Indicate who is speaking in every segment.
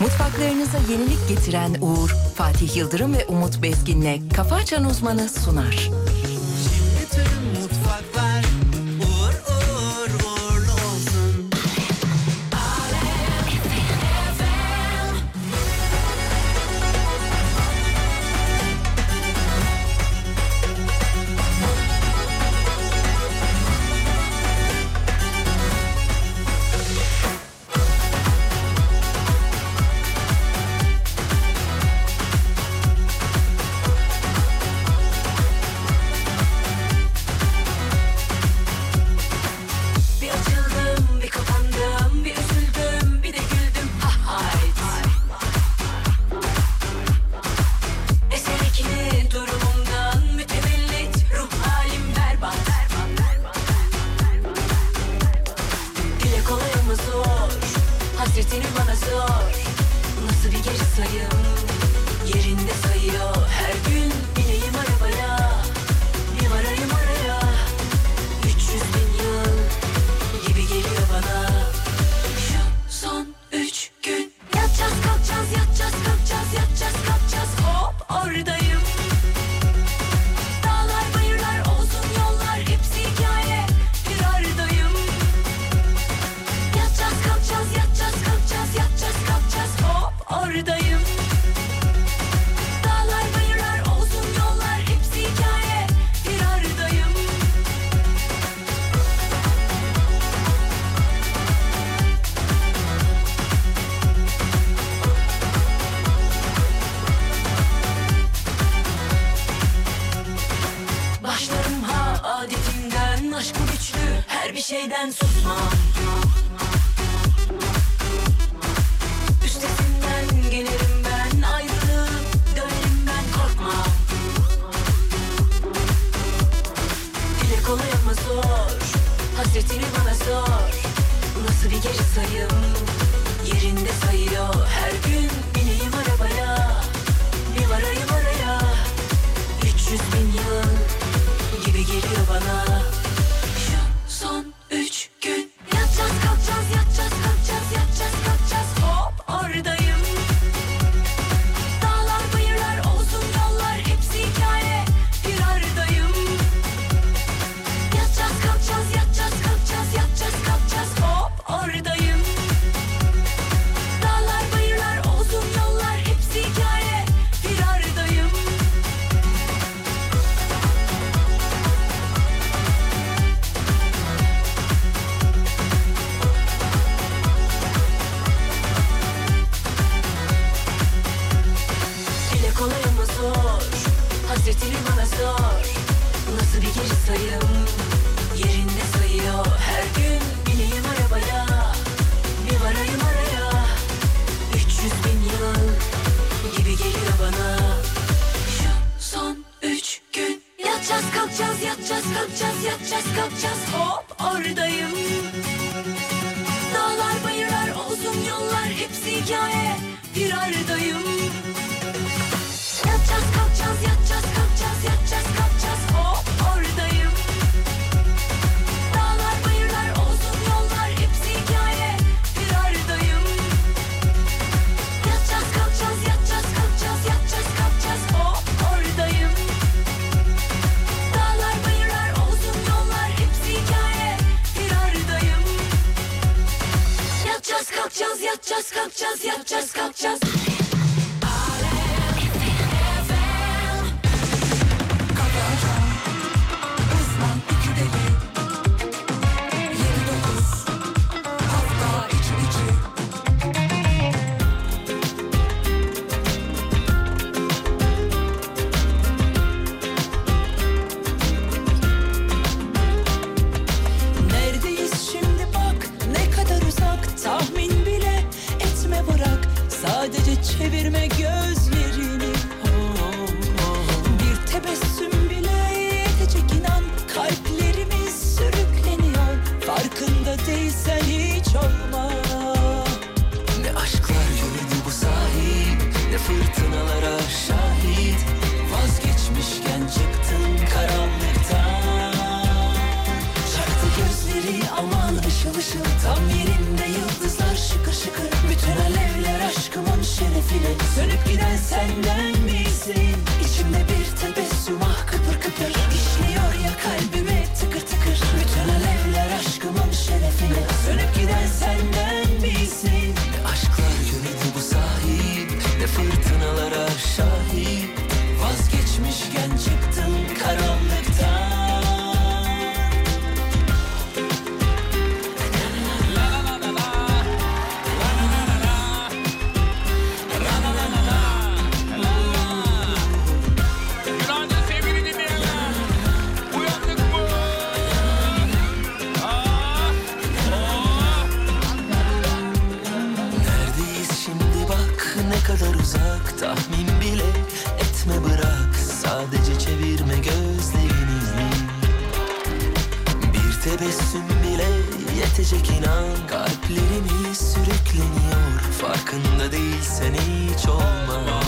Speaker 1: Mutfaklarınıza yenilik getiren Uğur, Fatih Yıldırım ve Umut Bezgin'le Kafa Açan Uzmanı sunar.
Speaker 2: Bütün mutfaklar uğur uğur uğurlu olsun.
Speaker 3: Bir açıldım, bir kapandım, bir üzüldüm, bir de güldüm. Ha hayt. Eser ikili durumumdan mütevellit, ruh halim berbat. Dile kolay ama zor, hasretini bana sor. Nasıl bir geri sayım, yerinde sayıyor. Her gün bineyim arabaya, bir varayım araya. 300 bin yıl gibi geliyor bana Şu son üç gün Yatacağız kalkacağız yatacağız kalkacağız yatacağız kalkacağız Hop oradayım Dağlar bayırlar olsun yollar hepsi hikaye Bir aradayım Yatacağız kalkacağız yatacağız kalkacağız yatacağız kalkacağız Hop oradayım Dağlar bayırlar olsun yollar hepsi hikaye Bir aradayım Başlarım ha adetimden Aşk bu güçlü her bir şeyden susmam Üstesinden gelirim ben Ayrılıp dönerim ben korkmam Dile kolay ama zor Hasretini bana sor Nasıl bir geri sayım Yerinde sayıyor Her gün bineyim arabaya Bir varayım araya 300 bin yıl gibi geliyor bana Şu son üç gün Yatacağız kalkacağız yatacağız kalkacağız yatacağız kalkacağız Hop oradayım Dağlar bayırlar olsun yollar hepsi hikaye Bir aradayım Yatacağız kalkacağız yatacağız kalkacağız yatacağız kalkacağız Hop oradayım Dağlar bayırlar olsun yollar hepsi hikaye Bir aradayım Dile kolay ama zor Hasretini bana sor Nasıl bir geri sayım Yerinde sayıyor Her gün bineyim arabaya Bir varayım araya 300 bin yıl Gibi geliyor bana Şu son üç gün Yatacağız kalkacağız yatacağız kalkacağız yatacağız kalkacağız Hop oradayım Dağlar bayırlar olsun yollar Hepsi hikaye bir aradayım Yatacağız kalkacağız yatacağız kalkacağız yatacağız kalkacağız hop oradayım Dağlar bayırlar olsun yollar hepsi hikaye bir aradayım Yatacağız kalkacağız yatacağız kalkacağız yatacağız kalkacağız hop oradayım Dağlar bayırlar olsun yollar hepsi hikaye bir aradayım Yatacağız kalkacağız yatacağız kalkacağız yatacağız kalkacağız
Speaker 4: Neredeyiz şimdi bak ne kadar uzak tahmin bile etme bırak sadece çevirme gözlerini Oh, oh. bir tebessüm bile yetecek inan kalplerimiz sürükleniyor farkında değilsen hiç olma.
Speaker 2: Ne aşklar yürüdü bu sahip Ne fırtınalara şahit Vazgeçmişken çıktın karanlıktan
Speaker 4: Çaktı gözleri aman ışıl ışıl Tam yerinde yıldızlar şıkır şıkır Bütün alevler aşkıma nafile Sönüp giden senden misin? İçimde bir tebessüm ah kıpır kıpır İşliyor ya kalbime tıkır tıkır Bütün alevler aşkımın şerefine Sönüp giden senden misin?
Speaker 2: Ne aşklar yürüdü bu sahip Ne fırtınalara şahit Vazgeçmişken çıktım karanlıktan
Speaker 5: Günaydın sevgili dinleyenler. Uyandık mı? Aa,
Speaker 2: Neredeyiz şimdi bak ne kadar uzak Tahmin bile etme bırak Sadece çevirme gözlerini Bir tebessüm bile yetecek inan Kalplerimiz sürükleniyor Farkında değilsen hiç olmaz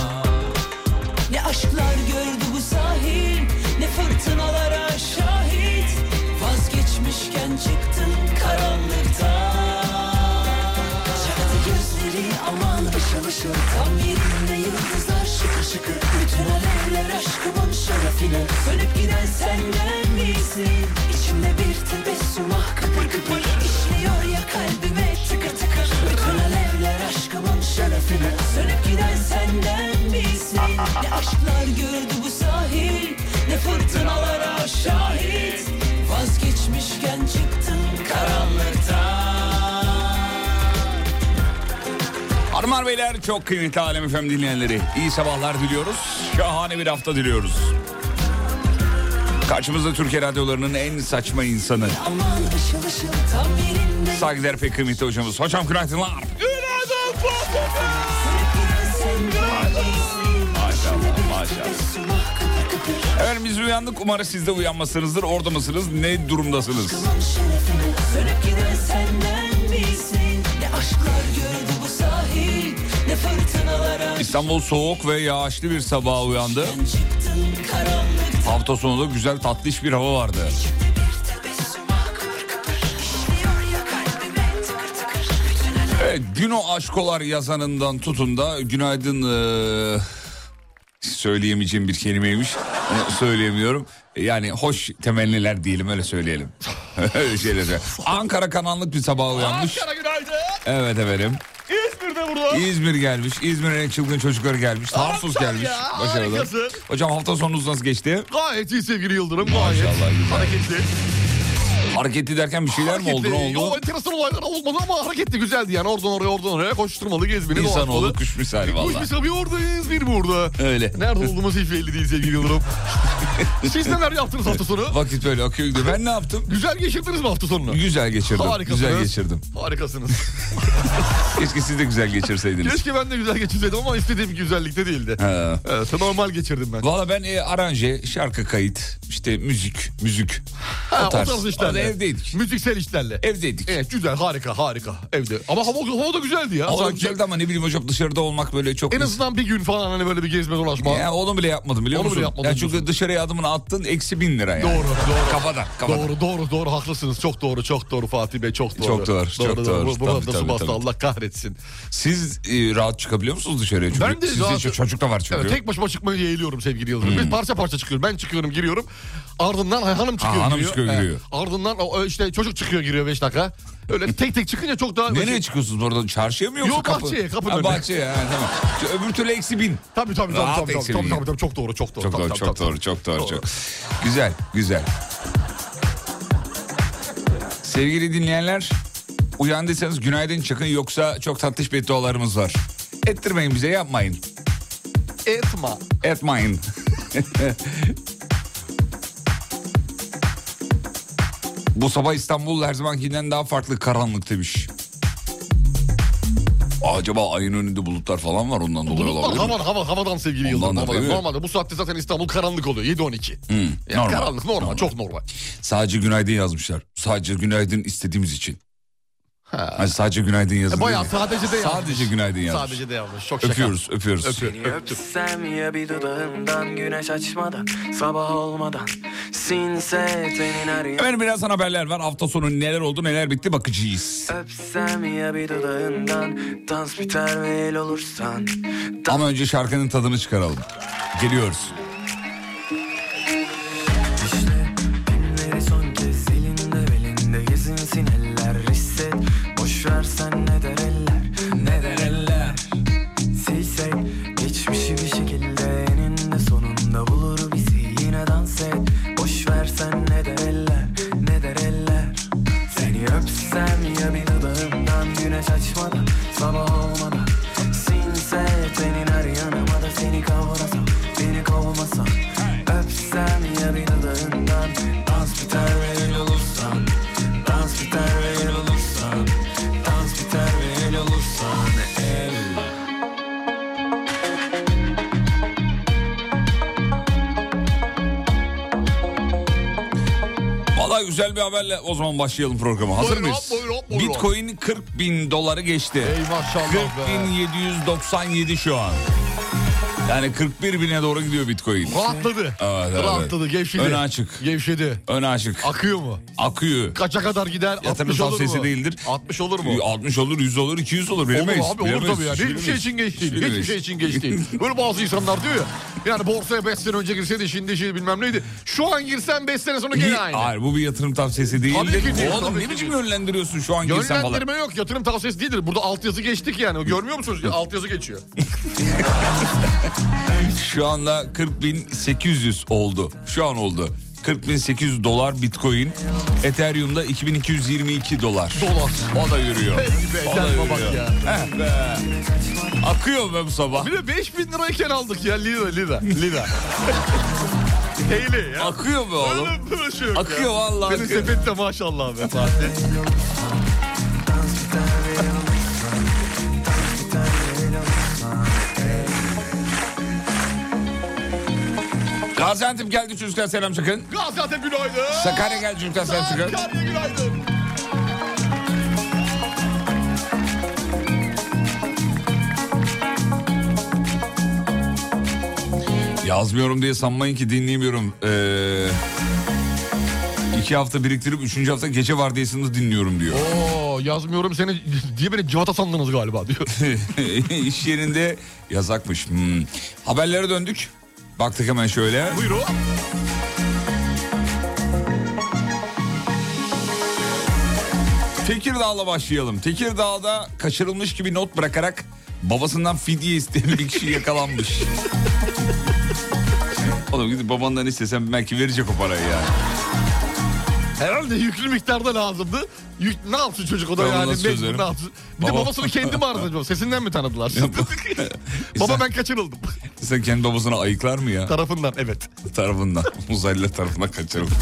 Speaker 4: Ne aşklar gördü bu sahil Ne fırtınalara şahit Vazgeçmişken çıktın karanlıktan Çaktı gözleri aman ışıl ışıl Tam yerinde yıldızlar şıkır şıkır Bütün alevler aşkımın şerefine Sönüp giden senden misin? İçimde bir tebessüm ah kıpır kıpır İşliyor ya kalbime tıkır tıkır Bütün alevler aşkımın şerefine Sönüp giden senden misin? Ne aşklar gördü bu sahil Ne fırtınalara şahit Vazgeçmişken çıktın karanlıktan
Speaker 5: Hanımlar beyler çok kıymetli Alem FM dinleyenleri. İyi sabahlar diliyoruz. Şahane bir hafta diliyoruz. Karşımızda Türkiye radyolarının en saçma insanı.
Speaker 4: Aman ışıl ışıl tam yerinde
Speaker 5: Saygıdeğer pek kıymetli hocamız. Hocam günaydınlar. Maşallah maşallah. Efendim biz uyandık. Umarım siz de uyanmasınızdır. Orada mısınız? Ne durumdasınız?
Speaker 4: Sönüp giden senden misin? Ne aşklar gördü bu sahil Ne fırtınalara
Speaker 5: İstanbul soğuk ve yağışlı bir sabaha uyandı.
Speaker 4: çıktın karanlık
Speaker 5: Hafta sonunda güzel tatlış bir hava vardı. Evet, gün o E, aşkolar yazanından tutun da günaydın eee, söyleyemeyeceğim bir kelimeymiş. Onu söyleyemiyorum. E, Yani hoş temenniler diyelim öyle söyleyelim. öyle şeyler. söyle. Ankara karanlık bir sabah uyanmış.
Speaker 6: Ankara günaydın.
Speaker 5: Evet efendim.
Speaker 6: İzmir'de burada.
Speaker 5: İzmir gelmiş. İzmir'in en çılgın çocukları gelmiş. Tarsus
Speaker 6: Harika
Speaker 5: gelmiş.
Speaker 6: ya,
Speaker 5: Başarılı.
Speaker 6: harikasın.
Speaker 5: Hocam hafta sonunuz nasıl geçti?
Speaker 6: Gayet iyi sevgili Yıldırım. Gayet
Speaker 5: Maşallah, güzel.
Speaker 6: hareketli.
Speaker 5: Hareketli derken bir şeyler mi oldu? Ne
Speaker 6: Hareketli. Yo,
Speaker 5: oldu?
Speaker 6: enteresan olaylar olmadı ama hareketli güzeldi yani. Oradan oraya oradan oraya koşturmalı gezmeli.
Speaker 5: İnsan
Speaker 6: dolaşmalı.
Speaker 5: oldu kuş misali
Speaker 6: Kuş
Speaker 5: valla.
Speaker 6: biz tabii oradayız bir burada.
Speaker 5: Öyle.
Speaker 6: Nerede olduğumuz hiç belli değil sevgili Yıldırım. Siz neler yaptınız hafta sonu?
Speaker 5: Vakit böyle akıyor gidiyor. Ben ne yaptım?
Speaker 6: Güzel geçirdiniz mi hafta sonunu?
Speaker 5: Güzel geçirdim.
Speaker 6: Harikasınız.
Speaker 5: Güzel geçirdim.
Speaker 6: Harikasınız.
Speaker 5: Keşke siz de güzel geçirseydiniz.
Speaker 6: Keşke ben de güzel geçirseydim ama istediğim güzellikte değildi.
Speaker 5: Ha.
Speaker 6: Evet, normal geçirdim ben.
Speaker 5: Valla ben e, aranje, şarkı kayıt, işte müzik, müzik.
Speaker 6: Ha,
Speaker 5: o tarz.
Speaker 6: işlerle.
Speaker 5: Orada evdeydik.
Speaker 6: Müziksel işlerle.
Speaker 5: Evdeydik.
Speaker 6: Evet güzel harika harika evde. Ama hava, hava da güzeldi ya.
Speaker 5: Hava
Speaker 6: Sanki
Speaker 5: güzeldi ama ne bileyim hocam dışarıda olmak böyle çok...
Speaker 6: En azından bir gün falan hani böyle bir gezme dolaşma.
Speaker 5: Ya onu bile yapmadım biliyor
Speaker 6: Onu bile
Speaker 5: musun?
Speaker 6: yapmadım
Speaker 5: Ya çünkü
Speaker 6: diyorsun.
Speaker 5: dışarıya adımını attın eksi bin lira yani.
Speaker 6: Doğru, doğru.
Speaker 5: Kafadan kafadan.
Speaker 6: Doğru doğru doğru haklısınız. Çok doğru çok doğru Fatih Bey çok doğru.
Speaker 5: Çok doğru, çok doğru.
Speaker 6: Bu- Burada
Speaker 5: Tabii,
Speaker 6: su
Speaker 5: tabii,
Speaker 6: bastı
Speaker 5: tabii.
Speaker 6: Allah kahretsin.
Speaker 5: Siz e, rahat çıkabiliyor musunuz dışarıya? Çünkü
Speaker 6: Ben de
Speaker 5: sizde
Speaker 6: rahat-
Speaker 5: ço- çocuk da var çünkü. Hmm.
Speaker 6: Evet, tek başıma çıkmaya yeğliyorum sevgili Yıldırım. Ben parça parça çıkıyorum. Ben çıkıyorum giriyorum. Ardından hanım çıkıyor
Speaker 5: hanım
Speaker 6: giriyor.
Speaker 5: çıkıyor,
Speaker 6: Evet.
Speaker 5: giriyor.
Speaker 6: Ardından o- o işte çocuk çıkıyor giriyor 5 dakika. Öyle tek tek çıkınca çok daha...
Speaker 5: Nereye çıkıyorsunuz burada? Çarşıya mı yoksa
Speaker 6: Yok,
Speaker 5: kapı?
Speaker 6: bahçeye, kapının
Speaker 5: Ha,
Speaker 6: önüne.
Speaker 5: bahçeye ha, tamam. Şu Öbür türlü eksi bin.
Speaker 6: Tabii tabii tabii,
Speaker 5: Rahat
Speaker 6: tabii, tabii,
Speaker 5: eksi
Speaker 6: tabii,
Speaker 5: bin.
Speaker 6: tabii, tabii, çok doğru çok doğru.
Speaker 5: Çok
Speaker 6: tabii,
Speaker 5: doğru,
Speaker 6: tabii,
Speaker 5: çok
Speaker 6: tabii.
Speaker 5: doğru, çok doğru, çok. Güzel, güzel. Sevgili dinleyenler, uyandıysanız günaydın çakın yoksa çok tatlış beddualarımız var. Ettirmeyin bize, yapmayın.
Speaker 6: Etma.
Speaker 5: Etmeyin. Bu sabah İstanbul her zamankinden daha farklı karanlık demiş. Acaba ayın önünde bulutlar falan var ondan dolayı
Speaker 6: Bulutlar
Speaker 5: olabilir mi?
Speaker 6: hava, hava, havadan sevgili
Speaker 5: Ondan
Speaker 6: Yıldırım.
Speaker 5: da
Speaker 6: havadan.
Speaker 5: değil mi?
Speaker 6: Normalde bu saatte zaten İstanbul karanlık oluyor. 7-12. Yani
Speaker 5: normal.
Speaker 6: Karanlık normal,
Speaker 5: Normal.
Speaker 6: çok normal.
Speaker 5: Sadece günaydın yazmışlar. Sadece günaydın istediğimiz için.
Speaker 6: Ha.
Speaker 5: Hani sadece günaydın yazın.
Speaker 6: E, bayağı
Speaker 5: değil mi?
Speaker 6: sadece de yazmış.
Speaker 5: Sadece günaydın yazmış.
Speaker 6: Sadece de yanlış. Çok şaka.
Speaker 5: Öpüyoruz, öpüyoruz.
Speaker 6: Öpüyorum.
Speaker 7: Seni öpsem ya bir dudağından güneş açmadan sabah olmadan
Speaker 2: Sinse tenin her yanı
Speaker 5: Hemen birazdan haberler var. Hafta sonu neler oldu neler bitti bakacağız.
Speaker 2: Öpsem ya bir dudağından Dans biter ve el olursan
Speaker 5: Ama önce şarkının tadını çıkaralım. Geliyoruz.
Speaker 2: Düşle günleri son kez elinde belinde gezinsin eller Hisset boş versen ne der eller ne der eller Silsek geçmişi bir şekilde eninde sonunda bulur bizi yine dans et Boş versen ne der eller ne der eller Seni öpsem ya bir dudağımdan güneş açmadan sabah olmadan Sinse tenin her yanıma da seni kavrasam beni kovmasam Öpsem ya bir dudağından Dans biter ve el olursan Dans biter ve el olursan Dans biter ve el olursan Ee, El
Speaker 5: Valla güzel bir haberle o zaman başlayalım programa. Hazır
Speaker 6: Buyurun,
Speaker 5: mıyız?
Speaker 6: buyurun, buyurun.
Speaker 5: Bitcoin 40 bin doları geçti.
Speaker 6: Ey maşallah be.
Speaker 5: 40.797 şu an. Yani 41 bine doğru gidiyor Bitcoin.
Speaker 6: Rahatladı.
Speaker 5: Evet, evet.
Speaker 6: Rahatladı, gevşedi.
Speaker 5: Öne açık.
Speaker 6: Gevşedi.
Speaker 5: Ön aşık.
Speaker 6: Akıyor mu?
Speaker 5: Akıyor.
Speaker 6: Kaça kadar gider?
Speaker 5: Yatırım
Speaker 6: 60 olur
Speaker 5: tavsiyesi
Speaker 6: mu?
Speaker 5: değildir.
Speaker 6: 60 olur mu?
Speaker 5: 60 olur, 100 olur, 200 olur.
Speaker 6: Olur
Speaker 5: Bilemeyiz.
Speaker 6: abi olur
Speaker 5: bilemeyiz.
Speaker 6: tabii yani. Hiçbir şey
Speaker 5: Bilemeyiz.
Speaker 6: için geç değil.
Speaker 5: Bilemeyiz.
Speaker 6: Hiçbir şey için geç değil. Böyle bazı insanlar diyor ya. Yani borsaya 5 sene önce girseydi şimdi şey bilmem neydi. Şu an girsen 5 sene sonra gene aynı.
Speaker 5: Hayır bu bir yatırım tavsiyesi değil.
Speaker 6: Tabii ki değil,
Speaker 5: Oğlum
Speaker 6: tabii
Speaker 5: ne
Speaker 6: ki
Speaker 5: biçim
Speaker 6: değil.
Speaker 5: yönlendiriyorsun şu an girsen falan.
Speaker 6: Yönlendirme yok. Yatırım tavsiyesi değildir. Burada altyazı geçtik yani. Görmüyor musunuz? Altyazı geçiyor.
Speaker 5: Şu anda 40.800 oldu. Şu an oldu. 40.800 dolar bitcoin. Ethereum'da 2222 dolar.
Speaker 6: Dolar.
Speaker 5: O da yürüyor.
Speaker 6: Be,
Speaker 5: o da
Speaker 6: kendime bak
Speaker 5: yürüyor.
Speaker 6: ya.
Speaker 5: Eh be. Akıyor be bu sabah.
Speaker 6: Bir de 5000 lirayken aldık ya. Lira lira. Lira. Heyli ya.
Speaker 5: Akıyor be oğlum.
Speaker 6: Öyle bir şey yok ya.
Speaker 5: Akıyor vallahi
Speaker 6: Benim
Speaker 5: akıyor.
Speaker 6: sepet de maşallah be Fatih.
Speaker 5: Gaziantep geldi çocuklar selam çakın.
Speaker 6: Gaziantep günaydın.
Speaker 5: Sakarya geldi çocuklar selam çakın.
Speaker 6: Sakarya günaydın.
Speaker 5: Yazmıyorum diye sanmayın ki dinleyemiyorum. Ee, iki hafta biriktirip üçüncü hafta gece vardiyasını dinliyorum diyor.
Speaker 6: Oo yazmıyorum seni diye beni civata sandınız galiba diyor.
Speaker 5: İş yerinde yazakmış. Hmm. Haberlere döndük. Baktık hemen şöyle.
Speaker 6: Buyurun.
Speaker 5: Tekirdağ'la başlayalım. Tekirdağ'da kaçırılmış gibi not bırakarak babasından fidye isteyen bir kişi yakalanmış. Oğlum gidip babandan istesen belki verecek o parayı yani.
Speaker 6: Herhalde yüklü miktarda lazımdı. Yük, ne yapsın çocuk o da
Speaker 5: Ben bunu
Speaker 6: yani
Speaker 5: nasıl
Speaker 6: mecbur
Speaker 5: çözerim?
Speaker 6: ne yapsın. Bir de
Speaker 5: Baba-
Speaker 6: babasını kendi mi aradı acaba? Sesinden mi tanıdılar? Baba ben kaçırıldım.
Speaker 5: Sen kendi babasına ayıklar mı ya?
Speaker 6: Tarafından evet.
Speaker 5: tarafından. Uzaylılar tarafından kaçırıldı.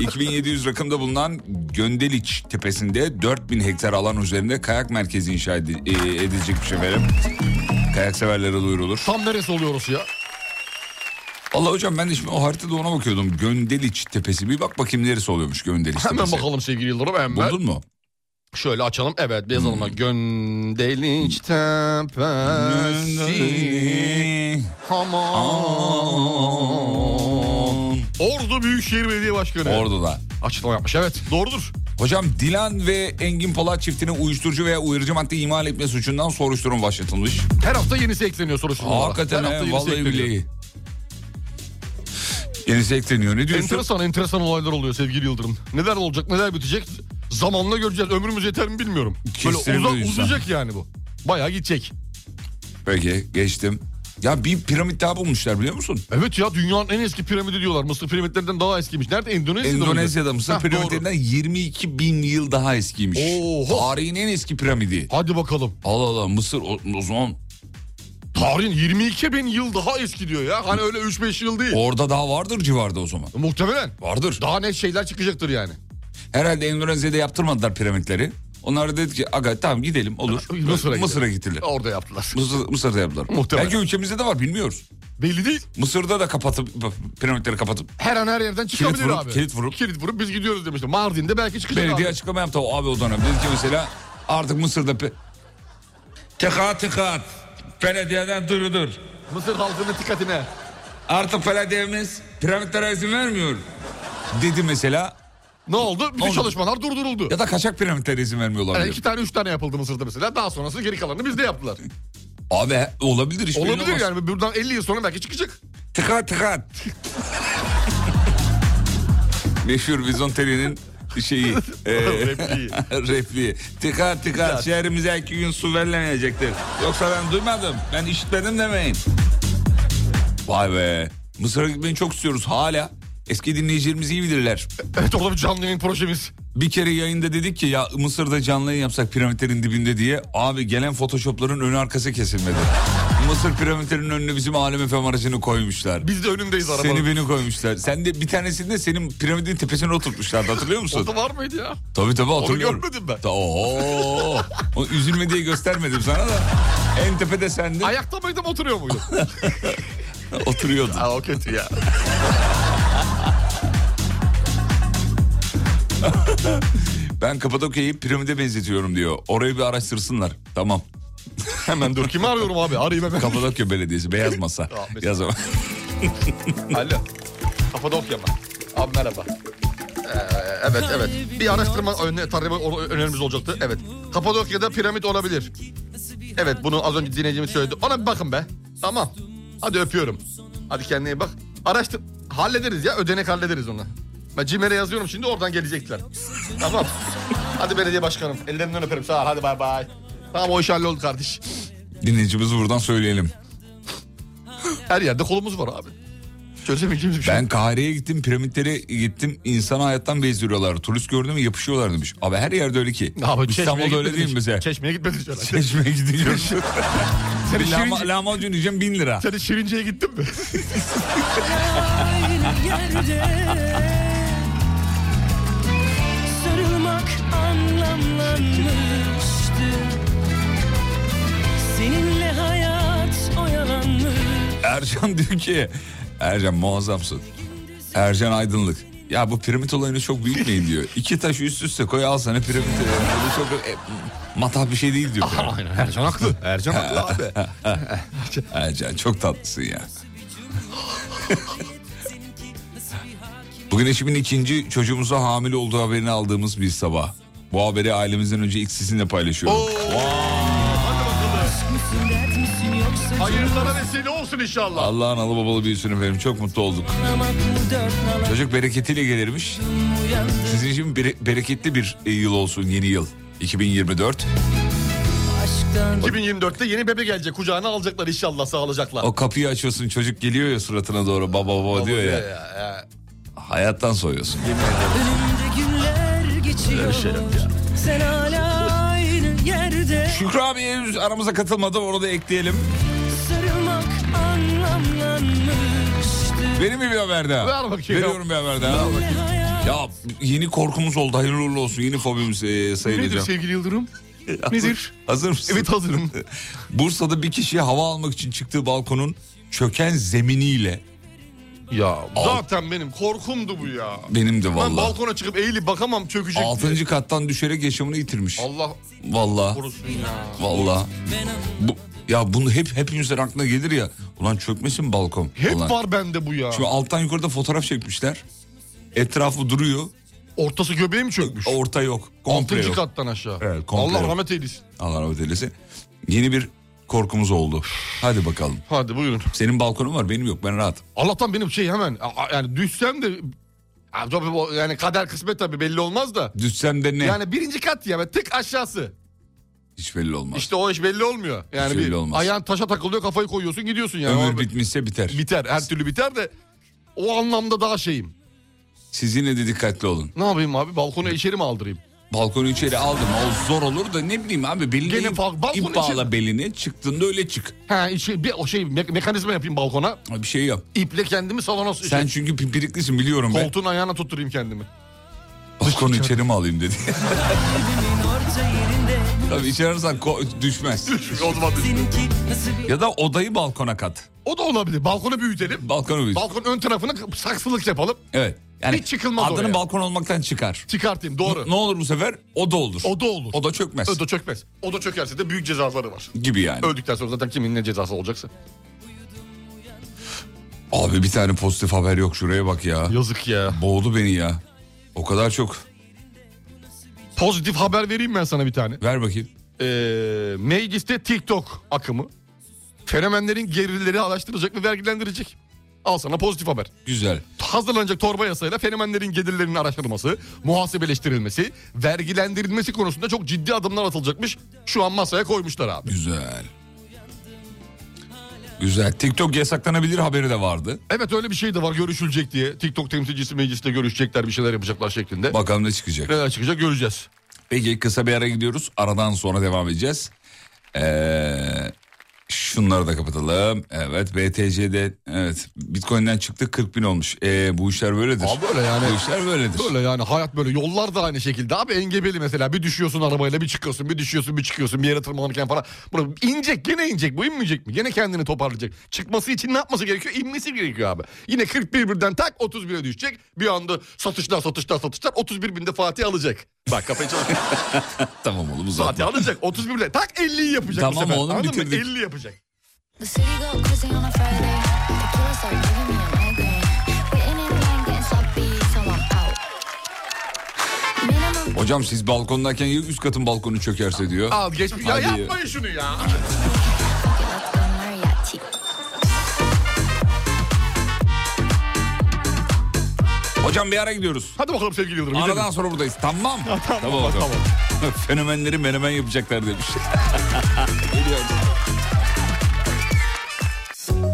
Speaker 5: 2700 rakımda bulunan Göndeliç tepesinde 4000 hektar alan üzerinde kayak merkezi inşa edi- e, edilecekmiş efendim. Kayak severlere duyurulur.
Speaker 6: Tam neresi oluyor orası ya?
Speaker 5: Allah hocam ben de şimdi o haritada ona bakıyordum. Göndeliç tepesi. Bir bak bakayım neresi oluyormuş Göndeliç
Speaker 6: Hemen
Speaker 5: tepesi.
Speaker 6: bakalım sevgili Yıldırım hemen.
Speaker 5: Buldun mu?
Speaker 6: Şöyle açalım evet bir yazalım. Hmm. Göndeliç tepesi hamam. Ordu Büyükşehir Belediye Başkanı.
Speaker 5: Ordu'da.
Speaker 6: Açıklama yapmış evet doğrudur.
Speaker 5: Hocam Dilan ve Engin Polat çiftinin uyuşturucu veya uyarıcı madde imal etme suçundan soruşturma başlatılmış.
Speaker 6: Her hafta yenisi ekleniyor soruşturmalara.
Speaker 5: Hakikaten
Speaker 6: Her hafta
Speaker 5: he,
Speaker 6: yenisi
Speaker 5: vallahi
Speaker 6: ekleniyor.
Speaker 5: billahi. Yenisi ekleniyor. Ne diyorsun?
Speaker 6: Enteresan enteresan olaylar oluyor sevgili Yıldırım. Neler olacak neler bitecek zamanla göreceğiz. Ömrümüz yeter mi bilmiyorum. Böyle
Speaker 5: Kestirir
Speaker 6: uza-
Speaker 5: bu insan.
Speaker 6: uzayacak yani bu. Bayağı gidecek.
Speaker 5: Peki geçtim. Ya bir piramit daha bulmuşlar biliyor musun?
Speaker 6: Evet ya dünyanın en eski piramidi diyorlar. Mısır piramitlerinden daha eskiymiş. Nerede? Endonezya'da mıydı?
Speaker 5: Endonezya'da Mısır
Speaker 6: Heh,
Speaker 5: piramitlerinden 22 bin yıl daha eskiymiş.
Speaker 6: Oho.
Speaker 5: Tarihin en eski piramidi.
Speaker 6: doğru. Hadi bakalım.
Speaker 5: Allah Allah Mısır o, o zaman
Speaker 6: Tarihin 22 bin yıl daha eski diyor ya. Hani öyle 3-5 yıl değil.
Speaker 5: orada daha vardır civarda o zaman.
Speaker 6: Muhtemelen.
Speaker 5: Vardır.
Speaker 6: Daha net şeyler çıkacaktır yani.
Speaker 5: Herhalde Endonezya'da yaptırmadılar piramitleri. Onlar da dedi ki aga tamam gidelim olur.
Speaker 6: Mısır'a gidelim.
Speaker 5: Mısır'a gittiler.
Speaker 6: Orada yaptılar.
Speaker 5: Mısır, Mısır'da yaptılar.
Speaker 6: Muhtemelen.
Speaker 5: Belki ülkemizde de var bilmiyoruz.
Speaker 6: Belli değil.
Speaker 5: Mısır'da da kapatıp piramitleri kapatıp
Speaker 6: Her an her yerden çıkabilir
Speaker 5: vurup,
Speaker 6: abi.
Speaker 5: kilit vurup.
Speaker 6: Kilit vurup biz gidiyoruz demiştim. Mardin'de belki çıkacak
Speaker 5: belediye
Speaker 6: abi.
Speaker 5: açıklama yaptı abi o dönem. Dedi ki mesela artık Mısır'da pi- tıkat tıkat belediyeden duyurulur.
Speaker 6: Mısır halkının dikkatine.
Speaker 5: Artık falan devimiz piramitlere izin vermiyor. Dedi mesela.
Speaker 6: Ne oldu? Bütün
Speaker 5: Oldu.
Speaker 6: çalışmalar durduruldu.
Speaker 5: Ya da kaçak piramitlere izin vermiyorlar.
Speaker 6: Yani iki tane üç tane yapıldı Mısır'da mesela. Daha sonrası geri kalanını bizde yaptılar.
Speaker 5: Abi olabilir hiç belli
Speaker 6: Olabilir
Speaker 5: olmaz.
Speaker 6: yani buradan 50 yıl sonra belki çıkacak.
Speaker 5: Tıka tıka. Meşhur Vizonteli'nin şeyi. e,
Speaker 6: Repliği.
Speaker 5: repliği. Tıka tıka şehrimize iki gün su verilemeyecektir. Yoksa ben duymadım. Ben işitmedim demeyin. Vay be. Mısır'a gitmeyi çok istiyoruz hala. Eski dinleyicilerimiz iyi bilirler.
Speaker 6: Evet o da bir canlı yayın projemiz.
Speaker 5: Bir kere yayında dedik ki ya Mısır'da canlı yayın yapsak piramitlerin dibinde diye. Abi gelen photoshopların önü arkası kesilmedi. Mısır piramitlerinin önüne bizim Alem FM aracını koymuşlar.
Speaker 6: Biz de önündeyiz arabanın.
Speaker 5: Seni beni koymuşlar. Sen de bir tanesinde senin piramidin tepesine oturtmuşlardı hatırlıyor musun?
Speaker 6: O da var mıydı ya?
Speaker 5: tabii tabii hatırlıyorum.
Speaker 6: görmedim ben.
Speaker 5: Ta- Oo. O üzülme diye göstermedim sana da. En tepede sendin.
Speaker 6: Ayakta mıydım oturuyor muydum?
Speaker 5: Oturuyordun.
Speaker 6: Aa o kötü ya.
Speaker 5: Ben Kapadokya'yı piramide benzetiyorum diyor. Orayı bir araştırsınlar. Tamam.
Speaker 6: Hemen dur kimi arıyorum abi? Arayayım hemen.
Speaker 5: Kapadokya Belediyesi Beyaz Masa.
Speaker 6: Tamam, mesela.
Speaker 5: Yaz ama.
Speaker 6: Alo. Kapadokya mı? Abi merhaba. Ee, evet evet. Bir araştırma öne, tarama o- önerimiz olacaktı. Evet. Kapadokya'da piramit olabilir. Evet bunu az önce dinleyicimiz söyledi. Ona bir bakın be. Tamam. Hadi öpüyorum. Hadi kendine iyi bak. Araştır. Hallederiz ya. Ödenek hallederiz onu. Ben Cimer'e yazıyorum şimdi oradan gelecekler. Tamam. Hadi belediye başkanım. Ellerinden öperim. Sağ ol. Hadi bay bay. Tamam o iş halloldu kardeş.
Speaker 5: Dinleyicimizi buradan söyleyelim.
Speaker 6: Her yerde kolumuz var abi. Çözemeyeceğimiz bir şey.
Speaker 5: Ben Kahire'ye gittim, piramitlere gittim. İnsanı hayattan bezdiriyorlar. Turist gördüm mü yapışıyorlar demiş. Abi her yerde öyle ki.
Speaker 6: Ne yapayım?
Speaker 5: İstanbul'da
Speaker 6: Çeşme'ye
Speaker 5: öyle
Speaker 6: gitmedin
Speaker 5: değil mi
Speaker 6: hiç.
Speaker 5: mesela?
Speaker 6: Çeşmeye gitmedin herhalde.
Speaker 5: Çeşme'ye gidiyorsun.
Speaker 6: Sen
Speaker 5: Bir Lahma,
Speaker 6: Şirince-
Speaker 5: lahmacun yiyeceğim bin lira.
Speaker 6: Sen hiç Şirince'ye gittin mi?
Speaker 4: aynı yerde Sarılmak anlamlanmıştı Seninle hayat oyalanmış
Speaker 5: Ercan diyor ki Ercan muazzamsın. Ercan Aydınlık. Ya bu piramit olayını çok büyütmeyin diyor. İki taş üst üste koy al sana piramit. Bu çok e, matah bir şey değil diyor.
Speaker 6: Aynen Ercan haklı. Ercan haklı abi.
Speaker 5: Ercan çok tatlısın ya. Bugün eşimin ikinci çocuğumuza hamile olduğu haberini aldığımız bir sabah. Bu haberi ailemizden önce ilk sizinle paylaşıyorum.
Speaker 4: Dert misin yoksa
Speaker 6: Hayırlara vesile olsun inşallah.
Speaker 5: Allah'ın alı babalı büyüsün efendim. Çok mutlu olduk.
Speaker 4: anlamak mı dört nala
Speaker 5: Çocuk bereketiyle gelirmiş.
Speaker 4: uyandı
Speaker 5: Sizin için bere- bereketli bir e, yıl olsun yeni yıl. 2024.
Speaker 4: Aşktan
Speaker 6: 2024'te yeni bebe gelecek. Kucağına alacaklar inşallah sağlayacaklar.
Speaker 5: O kapıyı açıyorsun çocuk geliyor ya suratına doğru baba baba,
Speaker 6: Baba
Speaker 5: diyor ya.
Speaker 6: ya.
Speaker 5: Hayattan soyuyorsun.
Speaker 4: önümde günler geçiyor
Speaker 5: şey
Speaker 4: Sen hala aynı yerde
Speaker 5: Şükrü abi henüz aramıza katılmadı onu da ekleyelim.
Speaker 4: Sarılmak anlamlanmıştı
Speaker 5: Verir mi bir haber daha?
Speaker 6: Ver bakayım.
Speaker 5: Veriyorum bir haber daha. Ya yeni korkumuz oldu hayırlı uğurlu olsun yeni fobimiz e,
Speaker 6: Nedir
Speaker 5: sayılacak.
Speaker 6: sevgili Yıldırım? Nedir?
Speaker 5: Hazır mısın?
Speaker 6: Evet hazırım.
Speaker 5: Bursa'da bir kişi hava almak için çıktığı balkonun çöken zeminiyle
Speaker 6: ya zaten benim korkumdu bu ya.
Speaker 5: benim de
Speaker 6: Ben
Speaker 5: vallahi.
Speaker 6: balkona çıkıp eğilip bakamam çökecek diye.
Speaker 5: Altıncı kattan düşerek yaşamını yitirmiş.
Speaker 6: Allah
Speaker 5: Vallahi.
Speaker 6: korusun ya.
Speaker 5: Vallahi. Bu, ya bunu hep hepimizin aklına gelir ya. Ulan çökmesin balkon.
Speaker 6: Hep
Speaker 5: Ulan.
Speaker 6: var bende bu ya.
Speaker 5: Şimdi alttan yukarıda fotoğraf çekmişler. Etrafı duruyor.
Speaker 6: Ortası göbeği mi çökmüş?
Speaker 5: Orta yok. Komple
Speaker 6: Altıncı
Speaker 5: yok.
Speaker 6: kattan aşağı.
Speaker 5: Evet, komple
Speaker 6: Allah
Speaker 5: yok.
Speaker 6: rahmet eylesin.
Speaker 5: Allah rahmet eylesin. Yeni bir korkumuz oldu. Hadi bakalım.
Speaker 6: Hadi buyurun.
Speaker 5: Senin balkonun var benim yok ben rahat.
Speaker 6: Allah'tan benim şey hemen a- a- yani düşsem de Ya tabii bu- yani kader kısmet tabii belli olmaz da.
Speaker 5: Düşsem de ne?
Speaker 6: Yani birinci kat ya ve tık aşağısı.
Speaker 5: Hiç belli olmaz.
Speaker 6: İşte o iş belli olmuyor. Yani
Speaker 5: Hiç
Speaker 6: bir
Speaker 5: belli olmaz.
Speaker 6: ayağın taşa takılıyor kafayı koyuyorsun gidiyorsun yani.
Speaker 5: Ömür
Speaker 6: O-
Speaker 5: bitmişse biter.
Speaker 6: biter her türlü biter de o anlamda daha şeyim.
Speaker 5: Siz yine de dikkatli olun.
Speaker 6: Ne yapayım abi balkona içeri mi aldırayım?
Speaker 5: Balkonu içeri aldım. O zor olur da ne bileyim abi belini
Speaker 6: Gene
Speaker 5: ip,
Speaker 6: bal- balkon
Speaker 5: ip bağla beline çıktığında öyle çık.
Speaker 6: He içi, bir o şey me- mekanizma yapayım balkona.
Speaker 5: Bir şey yap.
Speaker 6: İple kendimi salona şey,
Speaker 5: Sen çünkü pimpiriklisin biliyorum ben.
Speaker 6: koltuğun ayağına tutturayım kendimi.
Speaker 5: Balkonu içeri mi alayım dedi.
Speaker 4: Evimin orta yerinde
Speaker 5: Tabii içeri alırsan ko- düşmez.
Speaker 6: o, zaman düşün.
Speaker 4: Seninki nasıl bir
Speaker 5: Ya da odayı balkona kat.
Speaker 6: o da olabilir. Balkonu büyütelim.
Speaker 5: Balkonu büyüt.
Speaker 6: Balkon ön tarafına saksılık yapalım.
Speaker 5: evet. Yani
Speaker 6: Hiç çıkılmaz
Speaker 5: adını
Speaker 6: oraya.
Speaker 5: balkon olmaktan çıkar.
Speaker 6: Çıkartayım doğru.
Speaker 5: Ne olur bu sefer? O da olur.
Speaker 6: O da olur.
Speaker 5: O da çökmez.
Speaker 6: O da çökmez. O da çökerse de büyük cezaları var.
Speaker 5: Gibi yani.
Speaker 6: Öldükten sonra zaten kimin ne cezası olacaksa.
Speaker 5: Abi bir tane pozitif haber yok şuraya bak ya.
Speaker 6: Yazık ya.
Speaker 5: Boğdu beni ya. O kadar çok.
Speaker 6: Pozitif haber vereyim ben sana bir tane.
Speaker 5: Ver bakayım.
Speaker 6: Ee, mecliste TikTok akımı fenomenlerin gelirleri araştıracak ve vergilendirecek. Al sana pozitif haber.
Speaker 5: Güzel.
Speaker 6: Hazırlanacak torba yasayla fenomenlerin gelirlerinin araştırılması, muhasebeleştirilmesi, vergilendirilmesi konusunda çok ciddi adımlar atılacakmış. Şu an masaya koymuşlar abi.
Speaker 5: Güzel. Güzel. TikTok yasaklanabilir haberi de vardı.
Speaker 6: Evet öyle bir şey de var görüşülecek diye. TikTok temsilcisi mecliste görüşecekler bir şeyler yapacaklar şeklinde.
Speaker 5: Bakalım ne çıkacak.
Speaker 6: Neler çıkacak göreceğiz.
Speaker 5: Peki kısa bir ara gidiyoruz. Aradan sonra devam edeceğiz. Ee, şunları da kapatalım. Evet BTC'de evet Bitcoin'den çıktı 40 bin olmuş. Ee, bu işler böyledir.
Speaker 6: Abi böyle yani.
Speaker 5: Bu işler böyledir.
Speaker 6: Böyle yani hayat böyle yollar da aynı şekilde abi engebeli mesela bir düşüyorsun arabayla bir çıkıyorsun bir düşüyorsun bir çıkıyorsun bir yere tırmanırken falan. Bunu inecek gene inecek bu inmeyecek mi? Gene kendini toparlayacak. Çıkması için ne yapması gerekiyor? İnmesi gerekiyor abi. Yine 41 birden tak 30 bine düşecek. Bir anda satışlar satışlar satışlar 31 binde Fatih alacak. Bak kafayı çalışıyor.
Speaker 5: Tamam oğlum
Speaker 6: Fatih
Speaker 5: uzatma.
Speaker 6: alacak 31 binde tak 50'yi yapacak
Speaker 5: Tamam
Speaker 6: bu sefer.
Speaker 5: oğlum,
Speaker 6: Anladın mı?
Speaker 5: bitirdik.
Speaker 6: 50 yapacak.
Speaker 4: The city go crazy on a Friday. The killer start giving me a migraine. Waiting in line, getting sloppy, so I'm out. Minimum
Speaker 5: Hocam siz balkondayken ya üst katın balkonu çökerse diyor.
Speaker 6: Al geç. Ya
Speaker 5: Hadi.
Speaker 6: yapmayın şunu ya.
Speaker 4: bucket left on mariachi.
Speaker 5: Hocam bir ara gidiyoruz.
Speaker 6: Hadi bakalım sevgili Yıldırım. gidelim.
Speaker 5: Aradan sonra buradayız. Tamam. tamam,
Speaker 6: tamam,
Speaker 5: bakalım.
Speaker 6: tamam.
Speaker 5: Fenomenleri menemen yapacaklar demiş.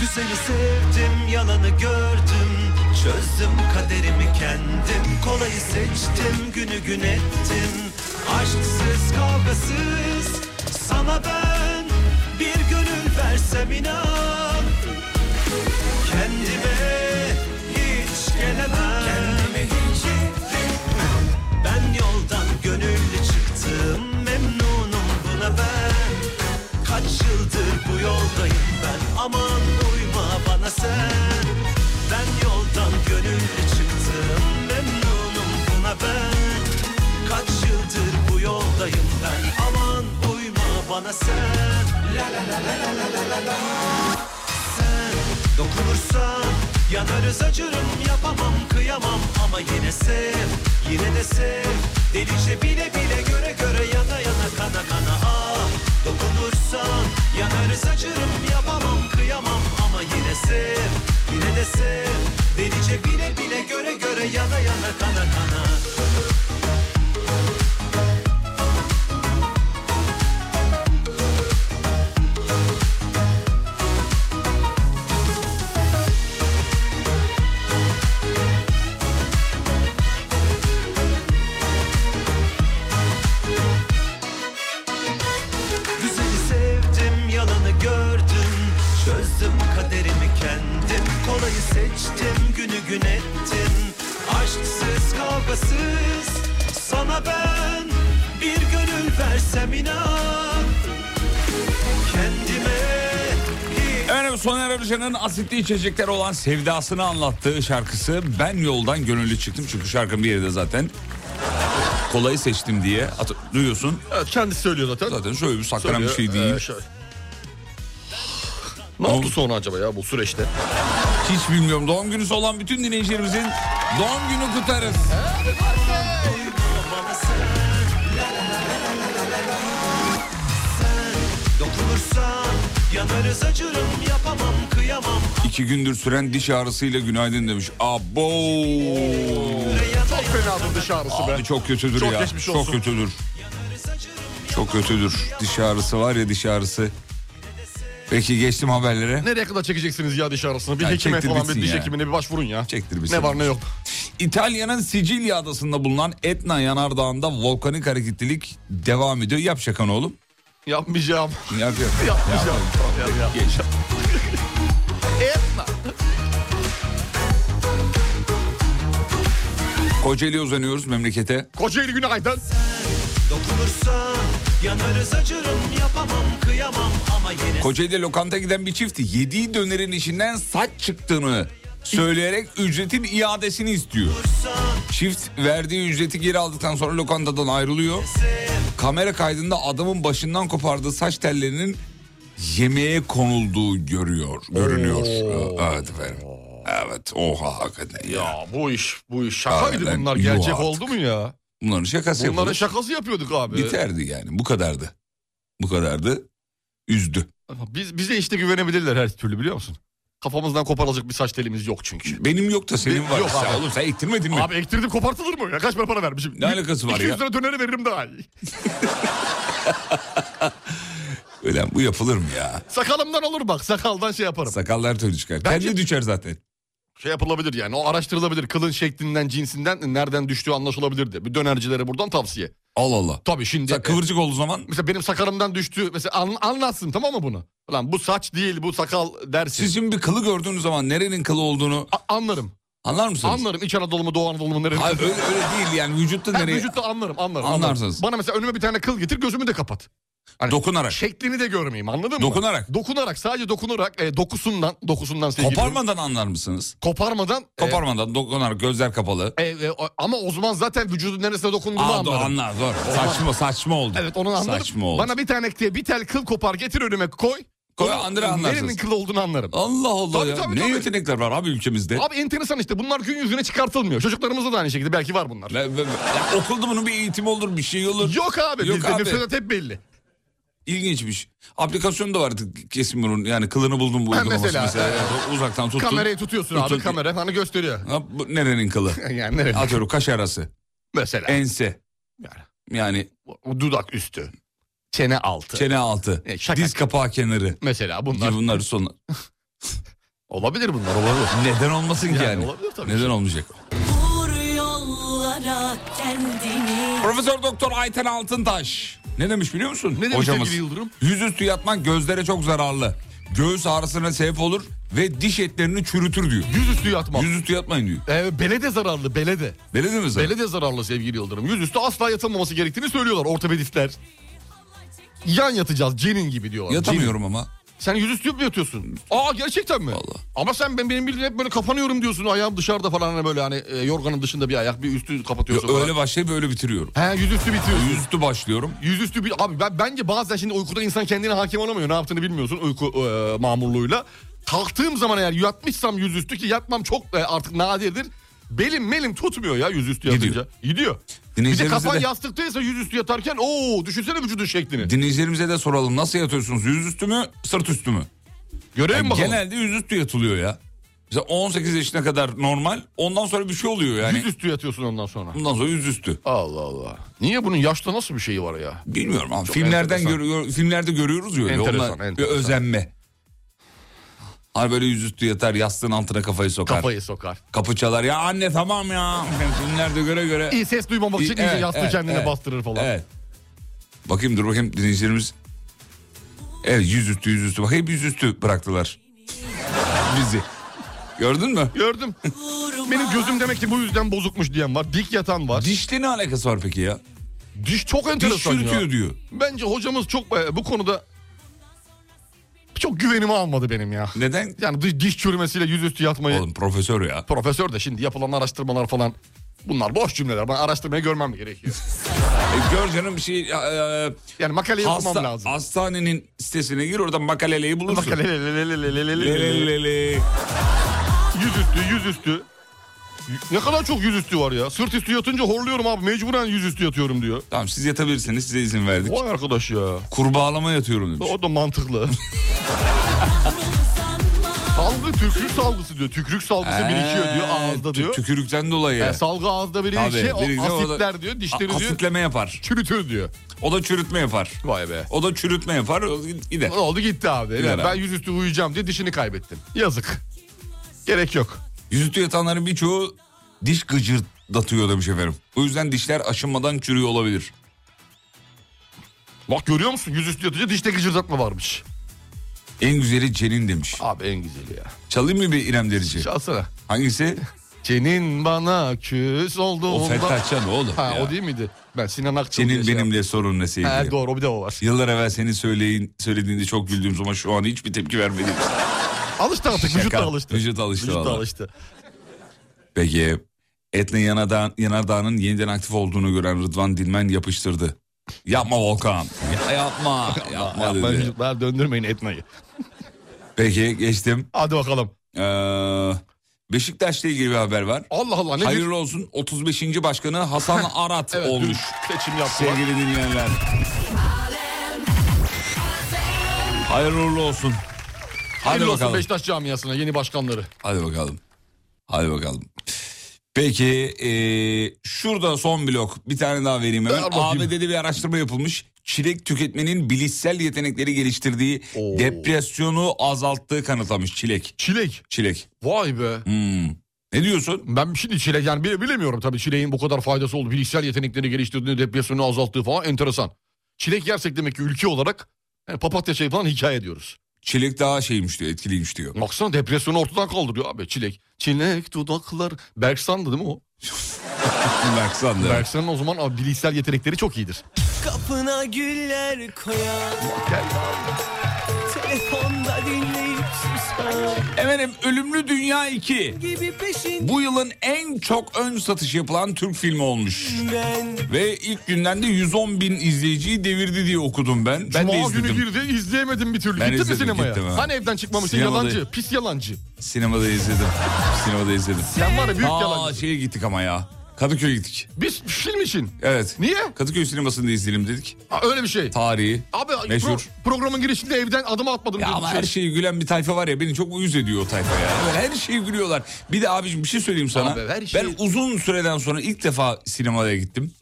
Speaker 8: Güzeli sevdim, yalanı gördüm Çözdüm kaderimi kendim Kolayı seçtim, günü gün ettim Aşksız, kavgasız Sana ben bir gönül versem inan Kendime hiç gelemem Kendime hiç Ben yoldan gönüllü çıktım Memnunum buna ben Kaç yıldır bu yoldayım ben Aman uyma bana sen Ben yoldan gönüllü çıktım Memnunum buna ben Kaç yıldır bu yoldayım ben Aman uyma bana sen La la la la la la la la la Sen dokunursan Yanarız acırım yapamam kıyamam Ama yine sev yine de sev Delice bile bile göre göre yana yana kana kana ah Dokunursan yanarız acırım yapamam kıyamam Ama yine sev yine de sev Delice bile bile göre göre yana yana kana kana Güzeli sevdim, yalanı gördüm Çözdüm kaderimi kendim Kolayı seçtim, günü gün ettim Aşksız, kavgasız Sana ben bir gönül versem inan Kendime hiç
Speaker 5: Efendim Soner Arıcan'ın asitli içecekler olan sevdasını anlattığı şarkısı Ben Yoldan Gönüllü Çıktım. Çünkü şarkının bir yeri de zaten kolayı seçtim diye at- duyuyorsun.
Speaker 6: Evet, kendisi söylüyor zaten.
Speaker 5: Zaten şöyle bir saklanan bir
Speaker 6: Söylüyor,
Speaker 5: şey değil.
Speaker 6: ee, şey. Ne oldu sonra acaba ya bu süreçte?
Speaker 5: Hiç bilmiyorum. Doğum günüsü olan bütün dinleyicilerimizin doğum günü kutlarız.
Speaker 8: bana sen La la la la la la la la. Sen dokunursan yanarız acırım yapamam kıyamam
Speaker 5: İki gündür süren diş ağrısıyla günaydın demiş. Abo.
Speaker 6: Çok fena bu dış ağrısı be.
Speaker 5: Abi çok kötüdür
Speaker 6: Çok
Speaker 5: ya.
Speaker 6: geçmiş
Speaker 5: Çok
Speaker 6: olsun.
Speaker 5: kötüdür. Çok kötüdür. Diş ağrısı var ya diş ağrısı. Peki geçtim haberlere.
Speaker 6: Nereye kadar çekeceksiniz ya diş ağrısını? Bir
Speaker 5: Ya
Speaker 6: hekime
Speaker 5: çektir
Speaker 6: falan bir
Speaker 5: bitsin
Speaker 6: diş
Speaker 5: ya.
Speaker 6: hekimine bir başvurun ya.
Speaker 5: Çektir bitsin.
Speaker 6: Ne var ne yok.
Speaker 5: İtalya'nın Sicilya adasında bulunan Etna yanardağında volkanik hareketlilik devam ediyor. Yap şakan oğlum.
Speaker 6: Yapmayacağım.
Speaker 5: Yapıyor.
Speaker 6: Yapmayacağım. Yap, yap.
Speaker 5: Geç. Kocaeli'ye uzanıyoruz memlekete.
Speaker 6: Kocaeli günaydın.
Speaker 9: Dokunursan yanarız acırım yapamam kıyamam ama yine
Speaker 5: Kocaeli'de lokanta giden bir çifti yediği dönerin içinden saç çıktığını söyleyerek ücretin iadesini istiyor. Çift verdiği ücreti geri aldıktan sonra lokantadan ayrılıyor. Kamera kaydında adamın başından kopardığı saç tellerinin yemeğe konulduğu görüyor, görünüyor. Evet efendim. Evet, oha hakikaten ya.
Speaker 6: Ya bu iş bu iş şakaydı
Speaker 5: Aynen,
Speaker 6: bunlar
Speaker 5: yuh
Speaker 6: gerçek
Speaker 5: artık.
Speaker 6: oldu mu ya?
Speaker 5: Bunların şakası
Speaker 6: Bunların
Speaker 5: yapılır.
Speaker 6: şakası yapıyorduk abi.
Speaker 5: Biterdi yani, bu kadardı. Bu kadardı. Üzdü.
Speaker 6: Biz bize işte güvenebilirler her türlü biliyor musun? Kafamızdan koparılacak bir saç telimiz yok çünkü.
Speaker 5: Benim yok da senin
Speaker 6: Benim
Speaker 5: var.
Speaker 6: yok
Speaker 5: Sen-
Speaker 6: abi.
Speaker 5: oğlum sen ektirmedin mi?
Speaker 6: Abi şey ektirdim kopartılır mı? Ya kaç para para vermişim?
Speaker 5: Ne alakası var ya?
Speaker 6: 200 lira döneri veririm daha iyi.
Speaker 5: Öyle bu yapılır mı ya?
Speaker 6: Sakalımdan olur bak sakaldan şey yaparım.
Speaker 5: Sakallar türlü çıkar.
Speaker 6: Bence-
Speaker 5: Kendi düşer zaten.
Speaker 6: şey yapılabilir yani o araştırılabilir. Kılın şeklinden cinsinden nereden düştüğü anlaşılabilir de. Bir dönercilere buradan tavsiye.
Speaker 5: Allah Allah.
Speaker 6: Tabii şimdi. e,
Speaker 5: Mesela kıvırcık olduğu zaman
Speaker 6: Mesela benim sakalımdan düştü. Mesela an- anlatsın tamam mı bunu? Lan bu saç değil bu sakal dersin.
Speaker 5: siz şimdi bir kılı gördüğünüz zaman nerenin kılı olduğunu
Speaker 6: A- anlarım.
Speaker 5: anlar mısınız?
Speaker 6: Anlarım. İç Anadolu mu Doğu Anadolu mu nereye?
Speaker 5: Hayır öyle, öyle değil yani vücutta
Speaker 6: Her
Speaker 5: nereye
Speaker 6: vücutta anlarım, anlarım anlarım.
Speaker 5: Anlarsınız.
Speaker 6: Bana mesela önüme bir tane kıl getir gözümü de kapat. Hani
Speaker 5: dokunarak.
Speaker 6: Şeklini de görmeyeyim anladın mı?
Speaker 5: Dokunarak.
Speaker 6: Dokunarak sadece dokunarak e, dokusundan dokusundan sevgili.
Speaker 5: Koparmadan anlar mısınız?
Speaker 6: Koparmadan. e,
Speaker 5: Koparmadan dokunarak gözler kapalı.
Speaker 6: e, e, o- ama o zaman zaten vücudun neresine dokunduğunu
Speaker 5: Aa, do-
Speaker 6: anlarım.
Speaker 5: anlar doğru. Saçma saçma oldu.
Speaker 6: Evet onu anlarım.
Speaker 5: Saçma oldu.
Speaker 6: Bana bir tane diye bir tel kıl kopar getir önüme koy.
Speaker 5: Koy,
Speaker 6: Onu-
Speaker 5: andır, anlarsınız.
Speaker 6: Nerenin kıl olduğunu anlarım.
Speaker 5: Allah Allah
Speaker 6: Tabii,
Speaker 5: ya.
Speaker 6: tabii,
Speaker 5: ne
Speaker 6: tabii.
Speaker 5: yetenekler var abi ülkemizde.
Speaker 6: Abi enteresan işte bunlar gün yüzüne çıkartılmıyor. Çocuklarımızda da aynı şekilde belki var bunlar.
Speaker 5: Ve- ve- ya okulda bunun bir eğitimi olur bir şey olur.
Speaker 6: Yok abi
Speaker 5: Yok
Speaker 6: bizde
Speaker 5: abi.
Speaker 6: müfredat hep belli.
Speaker 5: İlginçmiş. Aplikasyon da vardı kesin bunun yani kılını buldum bu
Speaker 6: Ha,
Speaker 5: uygulaması mesela.
Speaker 6: mesela,
Speaker 5: Evet, Uzaktan tuttun.
Speaker 6: Kamerayı tutuyorsun
Speaker 5: Tuttun.
Speaker 6: abi kamera hani gösteriyor.
Speaker 5: Ha, bu nerenin kılı?
Speaker 6: Yani nereli?
Speaker 5: Atıyorum kaş arası,
Speaker 6: Mesela
Speaker 5: ense
Speaker 6: yani,
Speaker 5: yani
Speaker 6: bu dudak üstü, çene altı.
Speaker 5: çene altı,
Speaker 6: E, şakak.
Speaker 5: diz kapağı kenarı
Speaker 6: Mesela bunlar
Speaker 5: gibi bunları sonu.
Speaker 6: olabilir bunlar olabilir.
Speaker 5: Neden olmasın ki
Speaker 6: Yani
Speaker 5: yani?
Speaker 6: olabilir tabii
Speaker 5: Neden
Speaker 6: ki.
Speaker 5: olmayacak?
Speaker 3: Vur yollara kendini
Speaker 5: Profesör Doktor Ayten Altıntaş ne demiş biliyor musun?
Speaker 6: Ne demiş sevgili Yıldırım?
Speaker 5: Yüzüstü yatmak gözlere çok zararlı. Göğüs ağrısına sebep olur ve diş etlerini çürütür diyor.
Speaker 6: Yüzüstü yatmak.
Speaker 5: Yüzüstü yatmayın diyor.
Speaker 6: Ee, bele de zararlı bele de.
Speaker 5: Belediye mi zaten?
Speaker 6: Bele de zararlı sevgili Yıldırım. Yüzüstü asla yatılmaması gerektiğini söylüyorlar ortopedistler. Yan yatacağız cenin gibi diyorlar.
Speaker 5: Yatamıyorum ama.
Speaker 6: Cenin. Sen yüzüstü mü yatıyorsun? Aa gerçekten mi?
Speaker 5: Vallahi.
Speaker 6: Ama sen ben benim bildiğim hep böyle kapanıyorum diyorsun. Ayağım dışarıda falan hani böyle hani e, yorganın dışında bir ayak bir üstü
Speaker 5: Ya
Speaker 6: kapatıyorsun.
Speaker 5: öyle başlayıp öyle bitiriyorum.
Speaker 6: falan. He yüzüstü bitiyor.
Speaker 5: Yüzüstü başlıyorum.
Speaker 6: Yüzüstü bir abi ben bence bazen şimdi uykuda insan kendine hakim olamıyor. Ne yaptığını bilmiyorsun uyku e, mamurluğuyla. Kalktığım zaman eğer yatmışsam yüzüstü ki yatmam çok e, artık nadirdir. Belim melim tutmuyor ya yüzüstü yatınca.
Speaker 5: Gidiyor.
Speaker 6: Gidiyor. Bir de
Speaker 5: Dinleyicilerimize
Speaker 6: kafan
Speaker 5: de-
Speaker 6: yastıktaysa yüzüstü yatarken ooo düşünsene vücudun şeklini.
Speaker 5: Dinleyicilerimize de soralım nasıl yatıyorsunuz? Yüzüstü mü, sırt üstü mü?
Speaker 6: Görelim
Speaker 5: Yani
Speaker 6: bakalım.
Speaker 5: genelde yüzüstü yatılıyor ya. Mesela 18 yaşına kadar normal, ondan sonra bir şey oluyor yani.
Speaker 6: Yüzüstü yatıyorsun ondan sonra.
Speaker 5: Ondan sonra yüzüstü.
Speaker 6: Allah Allah. Niye bunun yaşta nasıl bir şeyi var ya?
Speaker 5: Bilmiyorum abi. Filmlerden
Speaker 6: enteresan.
Speaker 5: görüyor, filmlerde görüyoruz ya. öyle.
Speaker 6: Enteresan,
Speaker 5: Onlar bir
Speaker 6: enteresan.
Speaker 5: özenme. Hani böyle yüzüstü yatar, yastığın altına kafayı sokar.
Speaker 6: Kafayı sokar.
Speaker 5: Kapı çalar. Ya anne tamam ya. Filmlerde göre göre.
Speaker 6: İyi ses duymamak için iyice
Speaker 5: Evet,
Speaker 6: yastığı
Speaker 5: evet,
Speaker 6: kendine
Speaker 5: evet.
Speaker 6: bastırır falan.
Speaker 5: Evet. Bakayım dur bakayım dinleyicilerimiz. Evet yüzüstü yüzüstü. Bak hep yüzüstü bıraktılar. Bizi. Gördün mü?
Speaker 6: Gördüm. Benim gözüm demek ki bu yüzden bozukmuş diyen var. Dik yatan var.
Speaker 5: Dişle ne alakası var peki ya?
Speaker 6: Diş çok
Speaker 5: Diş
Speaker 6: enteresan ya.
Speaker 5: çürütüyor diyor.
Speaker 6: Bence hocamız çok e, bu konuda çok güvenimi almadı benim ya.
Speaker 5: Neden?
Speaker 6: Yani di- diş çürümesiyle yüzüstü yatmayı.
Speaker 5: Oğlum profesör ya.
Speaker 6: Profesör de şimdi yapılan araştırmalar falan bunlar boş cümleler. Ben araştırmayı görmem gerekiyor.
Speaker 5: E, gör canım bir şey e,
Speaker 6: Yani makaleyi
Speaker 5: hasta,
Speaker 6: okumam lazım.
Speaker 5: hastanenin sitesine gir oradan makaleleyi bulursun.
Speaker 6: Makale le- le- le- le- le- le- le- le- le-
Speaker 5: Makalele.
Speaker 6: Yüzüstü yüzüstü. Ne kadar çok yüzüstü var ya. Sırt üstü yatınca horluyorum abi. Mecburen yüzüstü yatıyorum diyor.
Speaker 5: Tamam siz yatabilirsiniz size izin verdik.
Speaker 6: Vay arkadaş ya.
Speaker 5: Kurbağalama yatıyorum demiş.
Speaker 6: O da mantıklı. Salgı tükürük salgısı diyor. Tükürük salgısı birikiyor diyor ağızda
Speaker 5: Ee,
Speaker 6: diyor.
Speaker 5: tü- Tükürükten dolayı.
Speaker 6: Yani salgı ağızda
Speaker 5: Tabii,
Speaker 6: birikişe o
Speaker 5: birikse
Speaker 6: asitler
Speaker 5: orada-
Speaker 6: diyor
Speaker 5: A-
Speaker 6: dişleri diyor
Speaker 5: Asitleme yapar.
Speaker 6: çürütür diyor.
Speaker 5: O da çürütme yapar.
Speaker 6: Vay be.
Speaker 5: O da çürütme yapar o gider.
Speaker 6: Ne oldu gitti abi.
Speaker 5: Gider
Speaker 6: Yani
Speaker 5: abi.
Speaker 6: ben yüzüstü uyuyacağım diye dişini kaybettim. Yazık. Gerek yok.
Speaker 5: Yüzüstü yatanların birçoğu diş gıcırdatıyor demiş efendim. O yüzden dişler aşınmadan çürüyor olabilir.
Speaker 6: Bak görüyor musun? Yüzüstü yatınca dişte gıcırdatma varmış.
Speaker 5: En güzeli Cenin demiş.
Speaker 6: Abi en güzeli ya.
Speaker 5: Çalayım mı bir İrem Derici?
Speaker 6: Çalsana.
Speaker 5: Hangisi?
Speaker 6: Senin bana küs olduğunda...
Speaker 5: O Fethi Açan oğlum
Speaker 6: Ha
Speaker 5: ya.
Speaker 6: o değil miydi? Ben Sinan Akçıl diye
Speaker 5: Senin
Speaker 6: şey
Speaker 5: benimle sorun ne
Speaker 6: yaptım.
Speaker 5: sevgili?
Speaker 6: Ha, doğru bir de o var.
Speaker 5: Yıllar evvel senin söyleyin, söylediğinde çok güldüğüm zaman şu an hiçbir tepki vermedim.
Speaker 6: Alıştı artık vücut da
Speaker 5: Şaka.
Speaker 6: alıştı.
Speaker 5: Vücut alıştı
Speaker 6: Vücut da
Speaker 5: valla.
Speaker 6: alıştı.
Speaker 5: Peki Etne Yanardağ, Yanardağ'ın yeniden aktif olduğunu gören Rıdvan Dilmen yapıştırdı. Yapma Volkan. Ya yapma. yapma
Speaker 6: Yapma
Speaker 5: dedi.
Speaker 6: vücutlar döndürmeyin Etna'yı.
Speaker 5: Peki geçtim.
Speaker 6: Hadi bakalım.
Speaker 5: Ee, Beşiktaş'la ilgili bir haber var.
Speaker 6: Allah Allah ne
Speaker 5: Hayırlı olsun 35. başkanı Hasan Arat
Speaker 6: Evet,
Speaker 5: olmuş.
Speaker 6: dün Seçim yaptılar.
Speaker 5: Sevgili dinleyenler. Hayırlı uğurlu olsun. Hadi
Speaker 6: Hayırlı olsun
Speaker 5: bakalım.
Speaker 6: Beşiktaş camiasına yeni başkanları.
Speaker 5: Hadi bakalım. Hadi bakalım. Peki eee, şurada son blok bir tane daha vereyim hemen.
Speaker 6: Ver bakayım.
Speaker 5: ABD'de bir araştırma yapılmış. Çilek tüketmenin bilişsel yetenekleri geliştirdiği
Speaker 6: Oo.
Speaker 5: depresyonu azalttığı kanıtlamış çilek.
Speaker 6: Çilek.
Speaker 5: Çilek.
Speaker 6: Vay be.
Speaker 5: Hmm. Ne diyorsun?
Speaker 6: Ben şimdi çilek yani bile- bilemiyorum tabii çileğin bu kadar faydası olduğu, bilişsel yeteneklerini geliştirdiğini, depresyonu azalttığı falan enteresan. Çilek yersek demek ki ülke olarak yani papatya şey falan hikaye diyoruz.
Speaker 5: Çilek daha şeymiş diyor etkiliymiş diyor.
Speaker 6: Baksana depresyonu ortadan kaldırıyor abi çilek. Çilek dudaklar. Berksan'dı değil mi o?
Speaker 5: Baksan da.
Speaker 6: Berksan'ın o zaman abi, bilişsel yetenekleri çok iyidir.
Speaker 4: Kapına güller koyan
Speaker 6: Gel.
Speaker 4: Telefonda dinleyip susan
Speaker 5: Efendim Ölümlü Dünya 2
Speaker 4: Gibi peşinden
Speaker 5: bu yılın en çok ön satışı yapılan Türk filmi olmuş. Ve ilk günden de 110 bin izleyiciyi devirdi diye okudum ben. Ben de
Speaker 6: Cuma günü
Speaker 5: izledim.
Speaker 6: girdi izleyemedim bir türlü.
Speaker 5: Ben
Speaker 6: Gittin mi
Speaker 5: izledim,
Speaker 6: sinemaya?
Speaker 5: gittim ha.
Speaker 6: Hani evden çıkmamışsın
Speaker 5: Sinemada-
Speaker 6: yalancı. Pis yalancı.
Speaker 5: Sinemada izledim. Sinemada izledim.
Speaker 6: Sen var ya büyük
Speaker 5: Aa
Speaker 6: yalancı.
Speaker 5: şeye gittik ama ya. Kadıköy'e gittik.
Speaker 6: Biz film için.
Speaker 5: Evet.
Speaker 6: Niye?
Speaker 5: Kadıköy sinemasında izleyelim dedik.
Speaker 6: Ha, öyle bir şey.
Speaker 5: Tarihi.
Speaker 6: Abi
Speaker 5: Meşhur.
Speaker 6: pro- programın girişinde evden adım atmadım.
Speaker 5: Ya
Speaker 6: diye bir
Speaker 5: ama
Speaker 6: şey.
Speaker 5: her şeyi gülen bir tayfa var ya beni çok uyuz ediyor o tayfa ya. Böyle her şeyi gülüyorlar. Bir de abicim bir şey söyleyeyim sana.
Speaker 6: Abi her şey-
Speaker 5: Ben uzun süreden sonra ilk defa sinemaya gittim.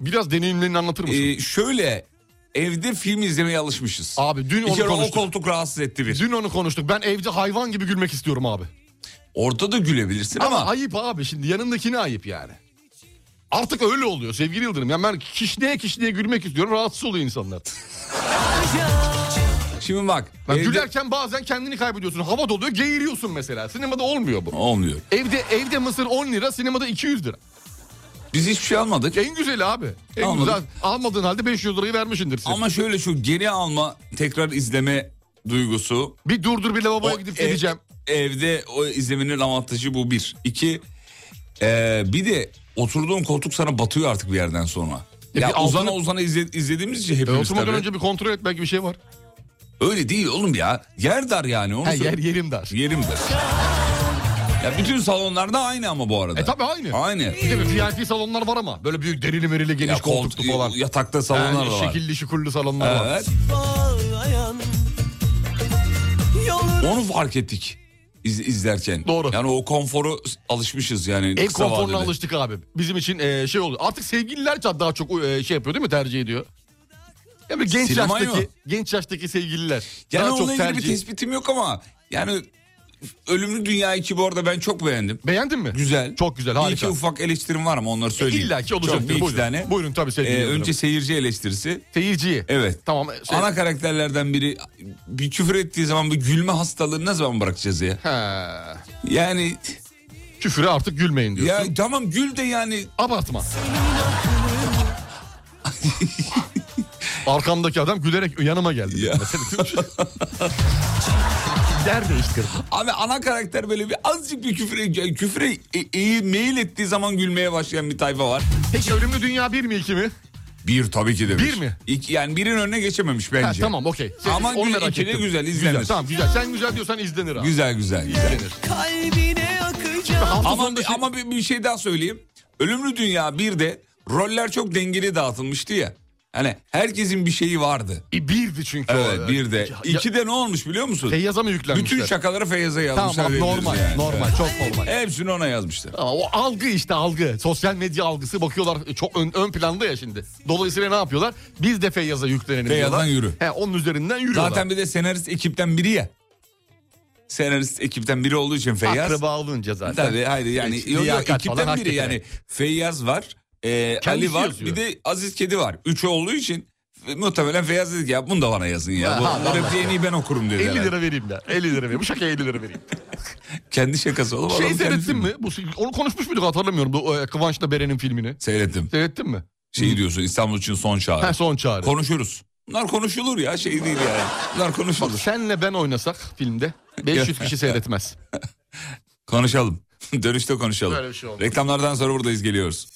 Speaker 6: Biraz deneyimlerini anlatır mısın?
Speaker 5: Ee, şöyle evde film izlemeye alışmışız.
Speaker 6: Abi dün
Speaker 5: bir
Speaker 6: onu
Speaker 5: kere o
Speaker 6: konuştuk.
Speaker 5: koltuk rahatsız etti bir.
Speaker 6: Dün onu konuştuk. Ben evde hayvan gibi gülmek istiyorum abi.
Speaker 5: Ortada gülebilirsin
Speaker 6: Ama,
Speaker 5: ama,
Speaker 6: ayıp abi şimdi yanındakine ayıp yani. Artık öyle oluyor sevgili Yıldırım. Yani ben kişneye kişneye gülmek istiyorum. Rahatsız oluyor insanlar.
Speaker 5: şimdi bak.
Speaker 6: Yani
Speaker 5: evde-
Speaker 6: Gülerken bazen kendini kaybediyorsun. Hava doluyor geğiriyorsun mesela. Sinemada olmuyor bu.
Speaker 5: Olmuyor.
Speaker 6: Evde evde mısır 10 lira sinemada 200 lira.
Speaker 5: Biz hiçbir şey almadık.
Speaker 6: En güzeli abi. En
Speaker 5: Almadım.
Speaker 6: güzel. Almadığın halde 500 lirayı vermişindir sen.
Speaker 5: Ama şöyle şu geri alma tekrar izleme duygusu.
Speaker 6: Bir durdur bir lavaboya
Speaker 5: O e-
Speaker 6: gidip
Speaker 5: ev-
Speaker 6: geleceğim.
Speaker 5: Evde o izlemenin avantajı bu bir. İki e, bir de oturduğun koltuk sana batıyor artık bir yerden sonra.
Speaker 6: E
Speaker 5: Ya
Speaker 6: bir altını-
Speaker 5: uzana uzana izle- izlediğimiz için
Speaker 6: E,
Speaker 5: hepimiz
Speaker 6: oturmadan
Speaker 5: tabii.
Speaker 6: önce bir kontrol et belki bir şey var.
Speaker 5: Öyle değil oğlum ya. Yer dar yani. Onu
Speaker 6: Ha,
Speaker 5: söyle-
Speaker 6: yer yerim dar.
Speaker 5: Yerim de. Ya bütün salonlarda aynı ama bu arada.
Speaker 6: E tabii aynı.
Speaker 5: Aynı.
Speaker 6: Bir de bir VIP salonlar var ama. Böyle büyük derili merili geniş
Speaker 5: Ya
Speaker 6: koltuklu
Speaker 5: koltuk-
Speaker 6: falan.
Speaker 5: Yatakta salonlar
Speaker 6: yani
Speaker 5: da var.
Speaker 6: Şekilli şukullu salonlar var.
Speaker 5: Evet.
Speaker 4: bağlayan Yolun
Speaker 5: Onu fark ettik iz- izlerken.
Speaker 6: Doğru.
Speaker 5: Yani o konforu alışmışız yani.
Speaker 6: Ev
Speaker 5: kısa
Speaker 6: konforuna
Speaker 5: vadede.
Speaker 6: alıştık abi. Bizim için e, şey oluyor. Artık sevgililer ça- daha çok e, şey yapıyor değil mi tercih ediyor? Yani genç
Speaker 5: Sinema
Speaker 6: yaştaki
Speaker 5: yok.
Speaker 6: genç yaştaki sevgililer
Speaker 5: Yani
Speaker 6: daha
Speaker 5: onunla
Speaker 6: çok
Speaker 5: ilgili
Speaker 6: tercih.
Speaker 5: bir tespitim yok ama yani Ölümlü Dünya 2 bu arada ben çok beğendim.
Speaker 6: Beğendin mi?
Speaker 5: Güzel.
Speaker 6: Çok güzel,
Speaker 5: Bir
Speaker 6: harika.
Speaker 5: iki ufak eleştirim var ama onları söyleyeyim.
Speaker 6: İlla ki E, olacak.
Speaker 5: Çok bir iki
Speaker 6: buyurun.
Speaker 5: tane.
Speaker 6: buyurun tabii
Speaker 5: Ee,
Speaker 6: sevgili.
Speaker 5: önce seyirci eleştirisi.
Speaker 6: seyirciyi.
Speaker 5: Evet.
Speaker 6: Tamam. Şey,
Speaker 5: Ana karakterlerden biri bir küfür ettiği zaman bu gülme hastalığını ne zaman bırakacağız ya?
Speaker 6: He.
Speaker 5: Yani
Speaker 6: Küfüre artık gülmeyin diyorsun.
Speaker 5: ya tamam gül de yani
Speaker 6: Abartma. Arkamdaki adam gülerek yanıma geldi.
Speaker 5: Ya.
Speaker 6: Yer değiştirdi.
Speaker 5: abi ana karakter böyle bir azıcık bir küfür yani küfüre e- e- mail ettiği zaman gülmeye başlayan bir tayfa var.
Speaker 6: Peki ölümlü dünya bir mi iki mi?
Speaker 5: Bir tabii ki demiş.
Speaker 6: Bir mi?
Speaker 5: İki, yani birin önüne geçememiş bence.
Speaker 6: Ha, tamam okey. Sen-
Speaker 5: Ama
Speaker 6: onu
Speaker 5: gü-
Speaker 6: merak
Speaker 5: ikili
Speaker 6: ettim.
Speaker 5: güzel, izlenir.
Speaker 6: tamam güzel. Sen güzel diyorsan izlenir abi.
Speaker 5: Güzel güzel güzel.
Speaker 6: İzlenir.
Speaker 4: kalbine akacak
Speaker 6: Hafta
Speaker 5: Ama,
Speaker 6: sonunda şey-
Speaker 5: ama bir, bir şey daha söyleyeyim. Ölümlü Dünya bir de roller çok dengeli dağıtılmıştı ya. Hani herkesin bir şeyi vardı.
Speaker 6: E, birdi çünkü o.
Speaker 5: Evet bir de.
Speaker 6: Ya-
Speaker 5: İki de ne olmuş biliyor musun?
Speaker 6: Feyyaz'a mı yüklenmişler?
Speaker 5: Bütün şakaları Feyyaz'a
Speaker 6: Tamam
Speaker 5: yazmışlar.
Speaker 6: abi,
Speaker 5: diyebiliriz
Speaker 6: normal.
Speaker 5: yani.
Speaker 6: Normal çok normal.
Speaker 5: Hepsini ona yazmışlar.
Speaker 6: Ama o algı işte algı. Sosyal medya algısı bakıyorlar e, çok ön, ön planda ya şimdi. Dolayısıyla ne yapıyorlar? Biz de Feyyaz'a yüklenelim
Speaker 5: Feyyaz'dan
Speaker 6: diyorlar.
Speaker 5: yürü.
Speaker 6: He, onun üzerinden yürüyorlar.
Speaker 5: Zaten bir de senarist ekipten biri ya. Senarist ekipten biri olduğu için Feyyaz.
Speaker 6: Akraba olunca zaten.
Speaker 5: Tabii hayır yani
Speaker 6: Hiç
Speaker 5: yok, yok,
Speaker 6: liyakat falan
Speaker 5: ekipten biri
Speaker 6: hakikaten.
Speaker 5: yani Feyyaz var. e, Ee,
Speaker 6: Kendisi
Speaker 5: Ali var
Speaker 6: yazıyor.
Speaker 5: bir de Aziz Kedi var. Üçü olduğu için e, muhtemelen Feyyaz dedi ki ya bunu da bana yazın ya.
Speaker 6: Ha,
Speaker 5: Bu,
Speaker 6: ha,
Speaker 5: bu
Speaker 6: vallahi.
Speaker 5: repliği en iyi ben okurum dedi.
Speaker 6: 50
Speaker 5: herhalde.
Speaker 6: lira vereyim de. 50 lira vereyim. Bu şakaya 50 lira vereyim.
Speaker 5: Kendi şakası oğlum.
Speaker 6: Şey
Speaker 5: adam kendisi-
Speaker 6: seyrettin mi? Bu, onu konuşmuş muyduk hatırlamıyorum. Bu, e, Kıvanç'la Beren'in filmini.
Speaker 5: Seyrettim.
Speaker 6: Seyrettin mi?
Speaker 5: Şeyi diyorsun İstanbul için son çağrı.
Speaker 6: Ha, son çağrı.
Speaker 5: Konuşuruz. Bunlar konuşulur ya şey değil yani. Bunlar
Speaker 6: Bak
Speaker 5: konuşulur.
Speaker 6: senle ben oynasak filmde 500 kişi seyretmez.
Speaker 5: Konuşalım. Dönüşte konuşalım.
Speaker 6: Böyle bir şey olmaz.
Speaker 5: Reklamlardan sonra buradayız geliyoruz.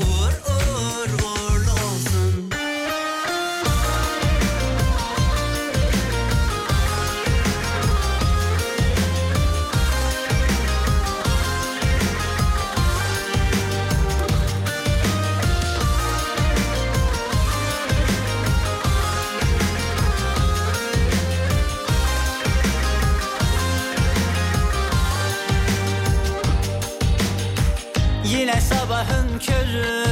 Speaker 10: uğur uğur uğurlu olsun. Yine sabahın körü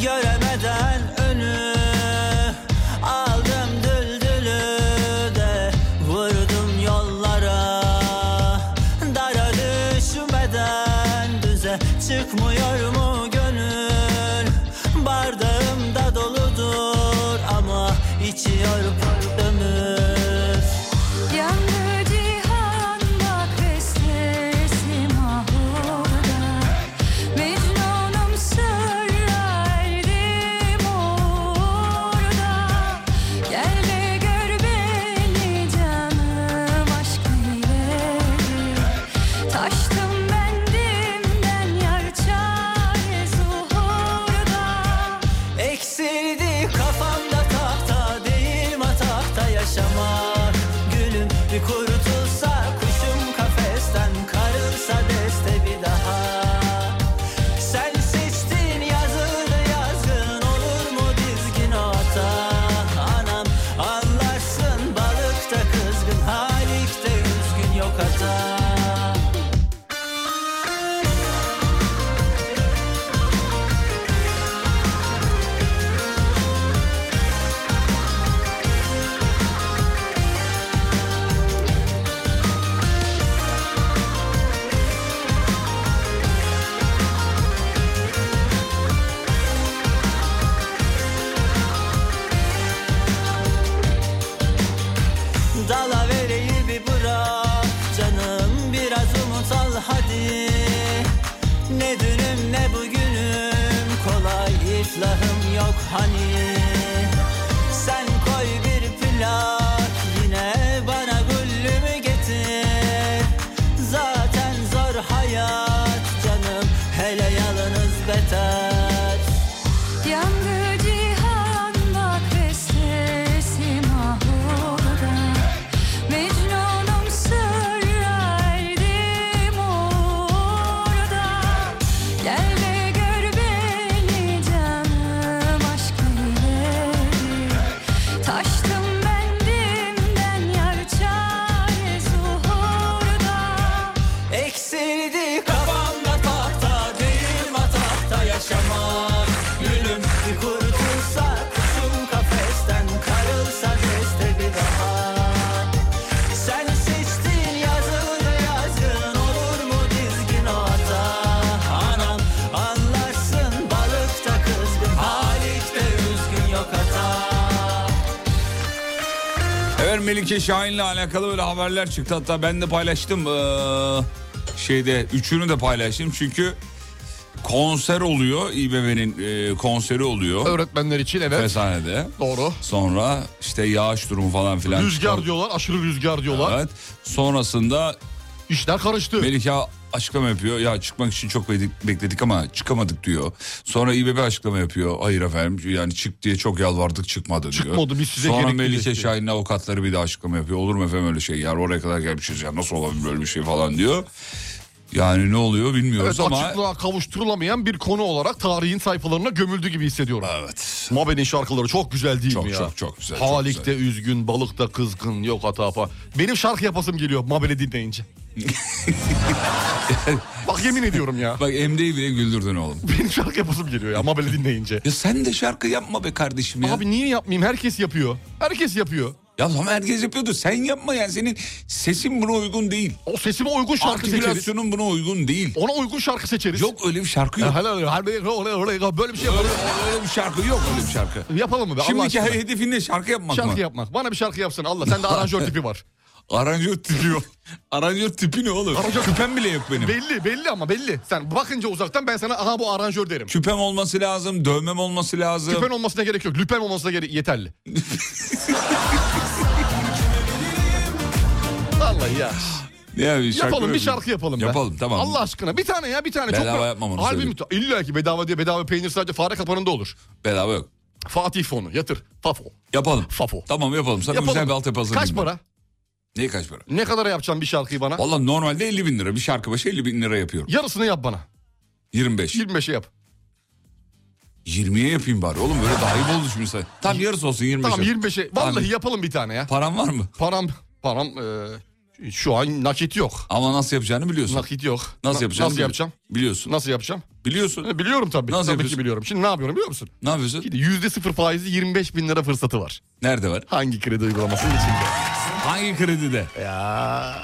Speaker 10: Göremeden önü Aldım düldülü de Vurdum yollara Dara düşmeden düze Çıkmıyor mu gönül Bardağım da doludur Ama içiyor ömür
Speaker 4: Yandı cihan bak ve sesim ahurda Mecnunum sırra erdim orada Gel de gör beni canım aşk ileri Taştım bendimden yar çare zuhurda
Speaker 10: Eksildi kafamda tahta değil matakta yaşamak Gülüm bir kurutulsa kuşum kafesten karılsa deste bir daha Sen seçtin yazını yazgın olur mu dizgin ota Anam anlarsın balıkta kızgın halikte üzgün yok hata Dala vereyi bir bırak canım biraz umut al hadi Ne dünüm ne bugünüm kolay iflahım yok hani Sen koy bir plak yine bana güllümü getir Zaten zor hayat canım hele yalınız beter
Speaker 4: Yandı cihan bak ve sesim ahurda Mecnunum sırra erdim orada Gel de gör beni canım aşk ileri Taştım bendimden yar çare zuhurda
Speaker 10: Eksildi kafamda tahta değil matakta yaşamak Gülüm bir kurtulsa kuşum kafesten karılsa deste bir daha Sen seçtin yazını yazgın olur mu dizgin ota Anam anlarsın balıkta kızgın halikte üzgün yok hata
Speaker 5: Evet Melike Şahin'le alakalı böyle haberler çıktı. Hatta ben de paylaştım. Ee, şeyde üçünü de paylaştım. Çünkü konser oluyor. İBB'nin e, konseri oluyor.
Speaker 6: Öğretmenler için evet.
Speaker 5: Fesanede.
Speaker 6: Doğru.
Speaker 5: Sonra işte yağış durumu falan filan.
Speaker 6: Rüzgar diyorlar. Aşırı rüzgar diyorlar.
Speaker 5: Evet. Sonrasında
Speaker 6: İşler karıştı.
Speaker 5: Melike açıklama yapıyor. Ya çıkmak için çok bek- bekledik ama çıkamadık diyor. Sonra İBB açıklama yapıyor. Hayır efendim yani çık diye çok yalvardık çıkmadı diyor.
Speaker 6: Çıkmadı, biz size
Speaker 5: Sonra
Speaker 6: gerekli
Speaker 5: Melike
Speaker 6: dedik.
Speaker 5: Şahin'in avukatları bir de açıklama yapıyor. Olur mu efendim öyle şey yani oraya kadar gelmişiz ya nasıl olabilir böyle bir şey falan diyor. Yani ne oluyor bilmiyoruz
Speaker 6: Evet,
Speaker 5: ama...
Speaker 6: açıklığa kavuşturulamayan bir konu olarak tarihin sayfalarına gömüldü gibi hissediyorum.
Speaker 5: Evet.
Speaker 6: Mabe'nin şarkıları çok güzel değil
Speaker 5: Çok,
Speaker 6: mi ya?
Speaker 5: çok, çok güzel, çok
Speaker 6: Halik'te üzgün, balıkta kızgın, yok hata falan. Benim şarkı yapasım geliyor Mabe'ni dinleyince. Bak yemin ediyorum ya.
Speaker 5: Bak Emre'yi bile güldürdün oğlum.
Speaker 6: Benim şarkı yapasım geliyor ya Mabe'ni dinleyince.
Speaker 5: Ya sen de şarkı yapma be kardeşim ya.
Speaker 6: Abi niye yapmayayım? Herkes yapıyor. Herkes yapıyor.
Speaker 5: Ya ama herkes yapıyordu. Sen yapma yani senin sesin buna uygun değil.
Speaker 6: O sesime uygun şarkı seçeriz.
Speaker 5: Artikülasyonun buna uygun değil.
Speaker 6: Ona uygun şarkı seçeriz.
Speaker 5: Yok öyle bir şarkı yok.
Speaker 6: Ya helal olsun. Harbi- oraya- oraya- Böyle bir şey
Speaker 5: Öyle,
Speaker 6: yapalım.
Speaker 5: öyle bir şarkı yok öyle bir şarkı.
Speaker 6: Yapalım mı be? Allah
Speaker 5: Şimdiki
Speaker 6: aşkına.
Speaker 5: hedefin ne şarkı yapmak mı?
Speaker 6: Şarkı yapmak. Bana bir şarkı yapsın Allah. Sende aranjör tipi var.
Speaker 5: Aranjör tipi o. Aranjör tipi ne oğlum?
Speaker 6: Aranjör-
Speaker 5: Küpem bile yok benim.
Speaker 6: Belli belli ama belli. Sen bakınca uzaktan ben sana aha bu aranjör derim.
Speaker 5: Küpem olması lazım, dövmem olması lazım.
Speaker 6: Lüpen olmasına gerek yok. Lüpen olmasına gerek yeterli. Vallahi ya.
Speaker 5: Ya bir şarkı
Speaker 6: Yapalım bir
Speaker 5: yok.
Speaker 6: şarkı yapalım be.
Speaker 5: Yapalım tamam.
Speaker 6: Allah aşkına bir tane ya bir tane.
Speaker 5: Bedava yapmam onu
Speaker 6: Albüm
Speaker 5: söyleyeyim.
Speaker 6: ta- illa ki bedava diye bedava peynir sadece fare kapanında olur.
Speaker 5: Bedava yok.
Speaker 6: Fatih fonu yatır. Fafo.
Speaker 5: Yapalım.
Speaker 6: Fafo.
Speaker 5: Tamam yapalım. Sana
Speaker 6: Yapalım.
Speaker 5: güzel bir altyapı hazırlayayım.
Speaker 6: Kaç
Speaker 5: ben.
Speaker 6: para?
Speaker 5: Neye kaç para?
Speaker 6: Ne kadara yapacaksın bir şarkıyı bana?
Speaker 5: Valla normalde 50 bin lira. Bir şarkı başı 50 bin lira yapıyorum.
Speaker 6: Yarısını yap bana.
Speaker 5: 25.
Speaker 6: 25'e yap.
Speaker 5: 20'ye yapayım bari oğlum böyle daha iyi oldu şimdi sen. Tam yarısı olsun 25.
Speaker 6: Tamam 25'e. Vallahi
Speaker 5: Tamam.
Speaker 6: yapalım bir tane ya.
Speaker 5: Paran var mı?
Speaker 6: Param param e, şu an nakit yok.
Speaker 5: Ama nasıl yapacağını biliyorsun.
Speaker 6: Nakit yok.
Speaker 5: Nasıl
Speaker 6: Na-
Speaker 5: yapacağını
Speaker 6: Nasıl
Speaker 5: bili-
Speaker 6: yapacağım?
Speaker 5: Biliyorsun.
Speaker 6: Nasıl yapacağım?
Speaker 5: Biliyorsun.
Speaker 6: E, Biliyorum tabii.
Speaker 5: Nasıl
Speaker 6: tabii
Speaker 5: yapıyorsun?
Speaker 6: ki biliyorum. Şimdi ne yapıyorum biliyor musun?
Speaker 5: Ne yapıyorsun?
Speaker 6: Şimdi yüzde sıfır faizi 25 bin lira fırsatı var.
Speaker 5: Nerede var?
Speaker 6: Hangi kredi uygulamasının içinde?
Speaker 5: Hangi kredide?
Speaker 6: Ya.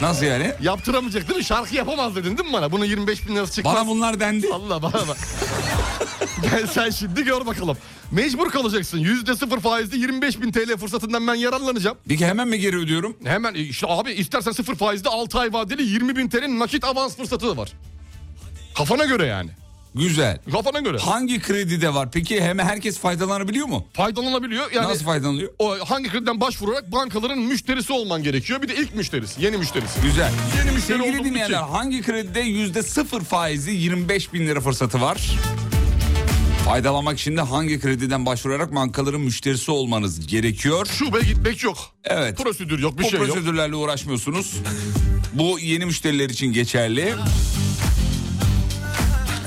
Speaker 5: Nasıl yani?
Speaker 6: Yaptıramayacak değil mi? Şarkı yapamaz dedin değil mi bana? Bunun 25 bin lirası çıkmaz.
Speaker 5: Bana bunlar dendi.
Speaker 6: Allah bana bak. Gel sen şimdi gör bakalım. Mecbur kalacaksın. Yüzde sıfır faizli 25 bin TL fırsatından ben yararlanacağım.
Speaker 5: Bir kere hemen mi geri ödüyorum?
Speaker 6: Hemen e, işte abi istersen sıfır faizde 6 ay vadeli 20 bin TL nakit avans fırsatı da var. Kafana göre yani.
Speaker 5: Güzel.
Speaker 6: Kafana göre.
Speaker 5: Hangi kredide var? Peki hemen herkes faydalanabiliyor mu?
Speaker 6: Faydalanabiliyor. Yani
Speaker 5: Nasıl faydalanıyor?
Speaker 6: o hangi krediden başvurarak bankaların müşterisi olman gerekiyor. Bir de ilk müşterisi, yeni müşterisi.
Speaker 5: Güzel.
Speaker 6: Yeni müşteri
Speaker 5: Sevgili
Speaker 6: olduğum
Speaker 5: dinleyenler
Speaker 6: için.
Speaker 5: hangi kredide yüzde sıfır faizi 25 bin lira fırsatı var? Faydalanmak için de hangi krediden başvurarak bankaların müşterisi olmanız gerekiyor?
Speaker 6: Şube gitmek yok.
Speaker 5: Evet.
Speaker 6: Prosedür yok, bir
Speaker 5: Bu
Speaker 6: şey yok.
Speaker 5: prosedürlerle uğraşmıyorsunuz. Bu yeni müşteriler için geçerli.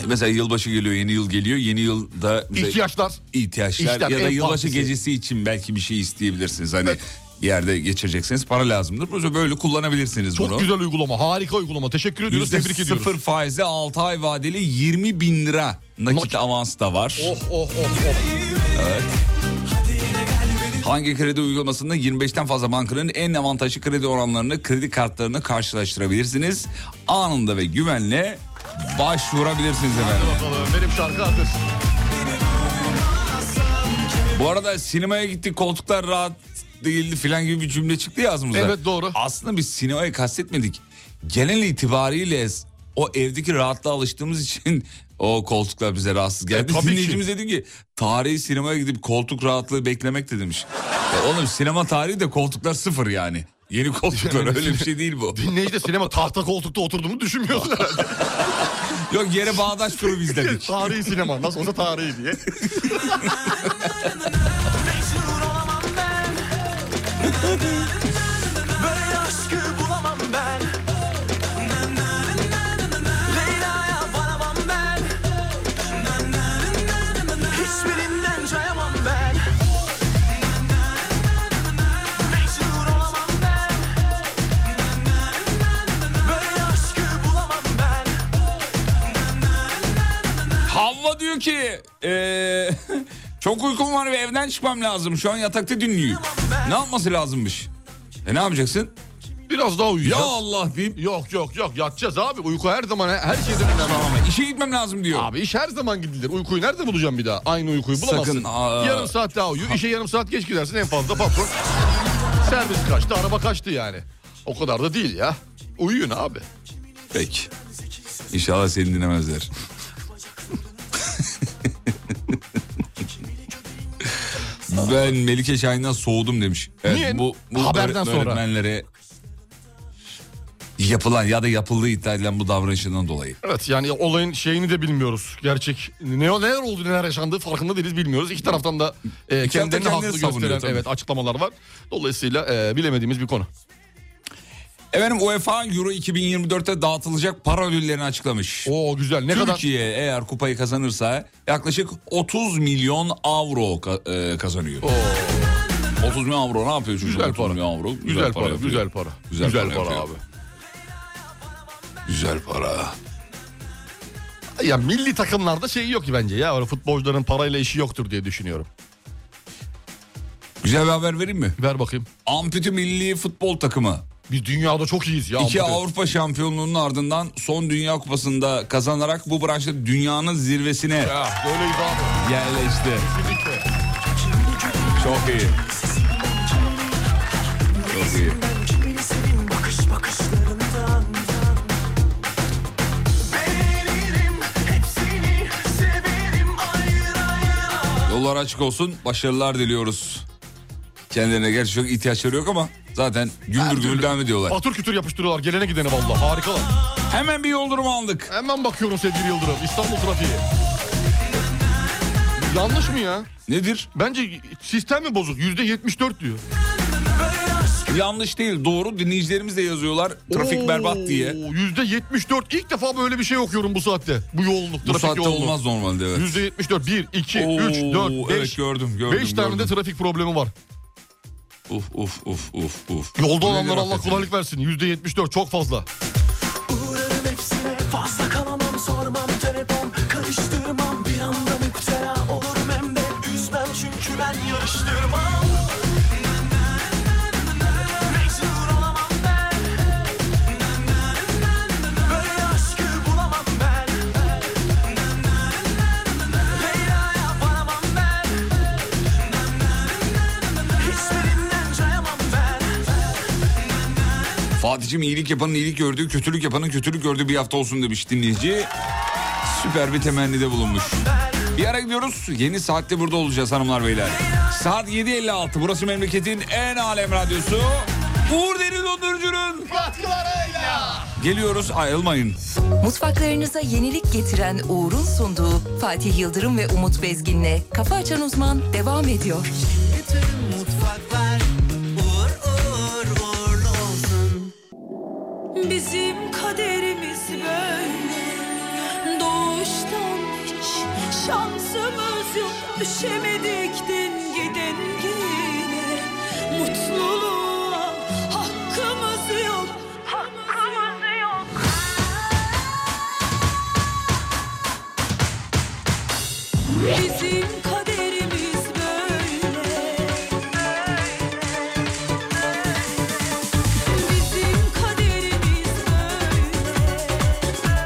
Speaker 5: Mesela yılbaşı geliyor, yeni yıl geliyor. Yeni yılda bize
Speaker 6: İhtiyaçlar.
Speaker 5: ihtiyaçlar
Speaker 6: İşler,
Speaker 5: ya da
Speaker 6: ev
Speaker 5: yılbaşı
Speaker 6: bahçesi.
Speaker 5: gecesi için belki bir şey isteyebilirsiniz. Hani bir yerde geçireceksiniz. Para lazımdır. Böyle- Böyle kullanabilirsiniz
Speaker 6: Çok
Speaker 5: bunu.
Speaker 6: güzel uygulama, harika uygulama. Teşekkür ediyoruz,
Speaker 5: Yüzde
Speaker 6: tebrik ediyoruz.
Speaker 5: sıfır faize 6 ay vadeli 20 bin lira nakit avans da var.
Speaker 6: Oh oh oh oh.
Speaker 5: Hangi kredi uygulamasında 25'ten fazla bankanın en avantajlı kredi oranlarını kredi kartlarını karşılaştırabilirsiniz. Anında ve güvenle başvurabilirsiniz efendim.
Speaker 6: Bakalım benim şarkı hazır.
Speaker 5: Bu arada sinemaya gittik koltuklar rahat değildi filan gibi bir cümle çıktı ya ağzımızdan.
Speaker 6: Evet, doğru.
Speaker 5: Aslında biz sinemaya kastetmedik. Genel itibariyle o evdeki rahatlığa alıştığımız için o koltuklar bize rahatsız geldi.
Speaker 6: E, tabii ki.
Speaker 5: Dinleyicimiz dedi ki tarihi sinemaya gidip koltuk rahatlığı beklemek de demiş. Ya oğlum sinema tarihi de koltuklar sıfır yani. Yeni koltuklar öyle bir şey değil bu.
Speaker 6: Dinleyici de sinema tahta koltukta oturduğumu düşünmüyorsun herhalde.
Speaker 5: Yok yere bağdaş turu biz dedik.
Speaker 6: tarihi sinema, nasıl olsa tarihi diye.
Speaker 9: Mecnun olamam ben Böyle aşkı bulamam ben Leyla'ya varamam ben Hiçbirinden cayamam ben Mecnun olamam ben Böyle aşkı bulamam ben
Speaker 5: Havva diyor ki eee, çok uykum var ve evden çıkmam lazım. Şu an yatakta dinliyor. Ne yapması lazımmış? E ne yapacaksın?
Speaker 6: Biraz daha
Speaker 5: Ya
Speaker 6: uyuyacağız.
Speaker 5: Allah deyip
Speaker 6: Yok yok yok yatacağız abi. Uyku her zaman her şeyden önemli.
Speaker 5: işe gitmem lazım diyor.
Speaker 6: Abi iş her zaman gidilir. Uykuyu nerede bulacağım bir daha? Aynı uykuyu bulamazsın.
Speaker 5: Sakın, aa.
Speaker 6: Yarım saat daha uyu. İşe yarım saat geç gidersin en fazla patron. Servis kaçtı, araba kaçtı yani. O kadar da değil ya. Uyuyun abi.
Speaker 5: Peki. İnşallah seni dinlemezler. ben Melike Şahin'den soğudum demiş. Evet,
Speaker 6: Niye?
Speaker 5: Bu, bu
Speaker 6: Haberden
Speaker 5: öğret-
Speaker 6: sonra.
Speaker 5: öğretmenlere yapılan ya da yapıldığı iddia edilen bu davranışından dolayı.
Speaker 6: Evet yani olayın şeyini de bilmiyoruz. Gerçek ne neler oldu neler yaşandığı farkında değiliz bilmiyoruz. İki taraftan da e,
Speaker 5: kendini
Speaker 6: kendilerini haklı
Speaker 5: savunuyor
Speaker 6: gösteren
Speaker 5: tabii.
Speaker 6: evet açıklamalar var. Dolayısıyla e, bilemediğimiz bir konu.
Speaker 5: Efendim UEFA Euro 2024'te dağıtılacak para ödüllerini açıklamış.
Speaker 6: Oo güzel. Ne kadar
Speaker 5: Türkiye eğer kupayı kazanırsa yaklaşık 30 milyon avro ka- e, kazanıyor. 30 milyon avro ne yapıyor çocuk?
Speaker 6: Güzel
Speaker 5: 30
Speaker 6: para.
Speaker 5: milyon avro.
Speaker 6: güzel, para,
Speaker 5: yapıyor.
Speaker 6: güzel para.
Speaker 5: Güzel
Speaker 6: Güzel,
Speaker 5: para
Speaker 6: para,
Speaker 5: yapıyor.
Speaker 6: abi.
Speaker 5: Güzel para.
Speaker 6: Ya milli takımlarda şey yok ki bence ya. Öyle futbolcuların parayla işi yoktur diye düşünüyorum.
Speaker 5: Güzel bir haber vereyim mi?
Speaker 6: Ver bakayım.
Speaker 5: Amputi milli futbol takımı.
Speaker 6: Biz dünyada çok iyiyiz ya.
Speaker 5: İki
Speaker 6: amputi.
Speaker 5: Avrupa şampiyonluğunun ardından son Dünya Kupası'nda kazanarak bu branşta dünyanın zirvesine
Speaker 6: Ya, böyleyiz abi.
Speaker 5: yerleşti.
Speaker 6: Kesinlikle.
Speaker 5: Çok iyi. Çok iyi. Yollar açık olsun. Başarılar diliyoruz. Kendilerine gerçi çok ihtiyaçları yok ama zaten gündür gündür devam ediyorlar.
Speaker 6: Atır kütür yapıştırıyorlar gelene gidene valla harikalar.
Speaker 5: Hemen bir yol durumu aldık.
Speaker 6: Hemen bakıyorum sevgili Yıldırım İstanbul trafiği. Yanlış mı ya?
Speaker 5: Nedir?
Speaker 6: Bence sistem mi bozuk? Yüzde 74 diyor.
Speaker 5: Yanlış değil doğru dinleyicilerimiz de yazıyorlar trafik berbat diye.
Speaker 6: Yüzde 74. İlk defa böyle bir şey okuyorum bu saatte. Bu yoğunluk,
Speaker 5: Bu
Speaker 6: trafik
Speaker 5: saatte
Speaker 6: yoğunluğu.
Speaker 5: olmaz normalde evet.
Speaker 6: Yüzde 74. 1, 2,
Speaker 5: Oo,
Speaker 6: 3, 4, 5.
Speaker 5: evet, gördüm, gördüm,
Speaker 6: 5 tane de
Speaker 5: gördüm.
Speaker 6: trafik problemi var.
Speaker 5: Uf uf uf uf uf.
Speaker 6: Yolda
Speaker 5: Bu nedir
Speaker 6: olanlara Allah
Speaker 5: hakikaten?
Speaker 6: kolaylık versin. Yüzde 74 çok fazla.
Speaker 4: Uğrarım hepsine fazla kalamam sormam telefon karıştırmam bir anda müptela olurum hem de üzmem çünkü ben yarıştırmam Mecnun olamam ben Böyle aşkı bulamam ben Leyla'ya varamam ben Hislerinden cayamam ben
Speaker 5: Fatih'cim iyilik yapanın iyilik gördüğü, kötülük yapanın kötülük gördüğü bir hafta olsun demiş dinleyici. Süper bir temennide bulunmuş. Bir ara gidiyoruz. Yeni saatte burada olacağız hanımlar beyler. Saat 7.56. Burası memleketin en alem radyosu. Uğur Derin Dondurucu'nun Geliyoruz ayrılmayın.
Speaker 1: Mutfaklarınıza yenilik getiren Uğur'un sunduğu Fatih Yıldırım ve Umut Bezgin'le Kafa Açan Uzman devam ediyor.
Speaker 3: Bizim kaderimiz böyle Doğuştan hiç şansımız yok Düşemedik din giden yine Mutluluğa hakkımız yok Hakkımız yok Bizim kaderimiz böyle Bizim kaderimiz böyle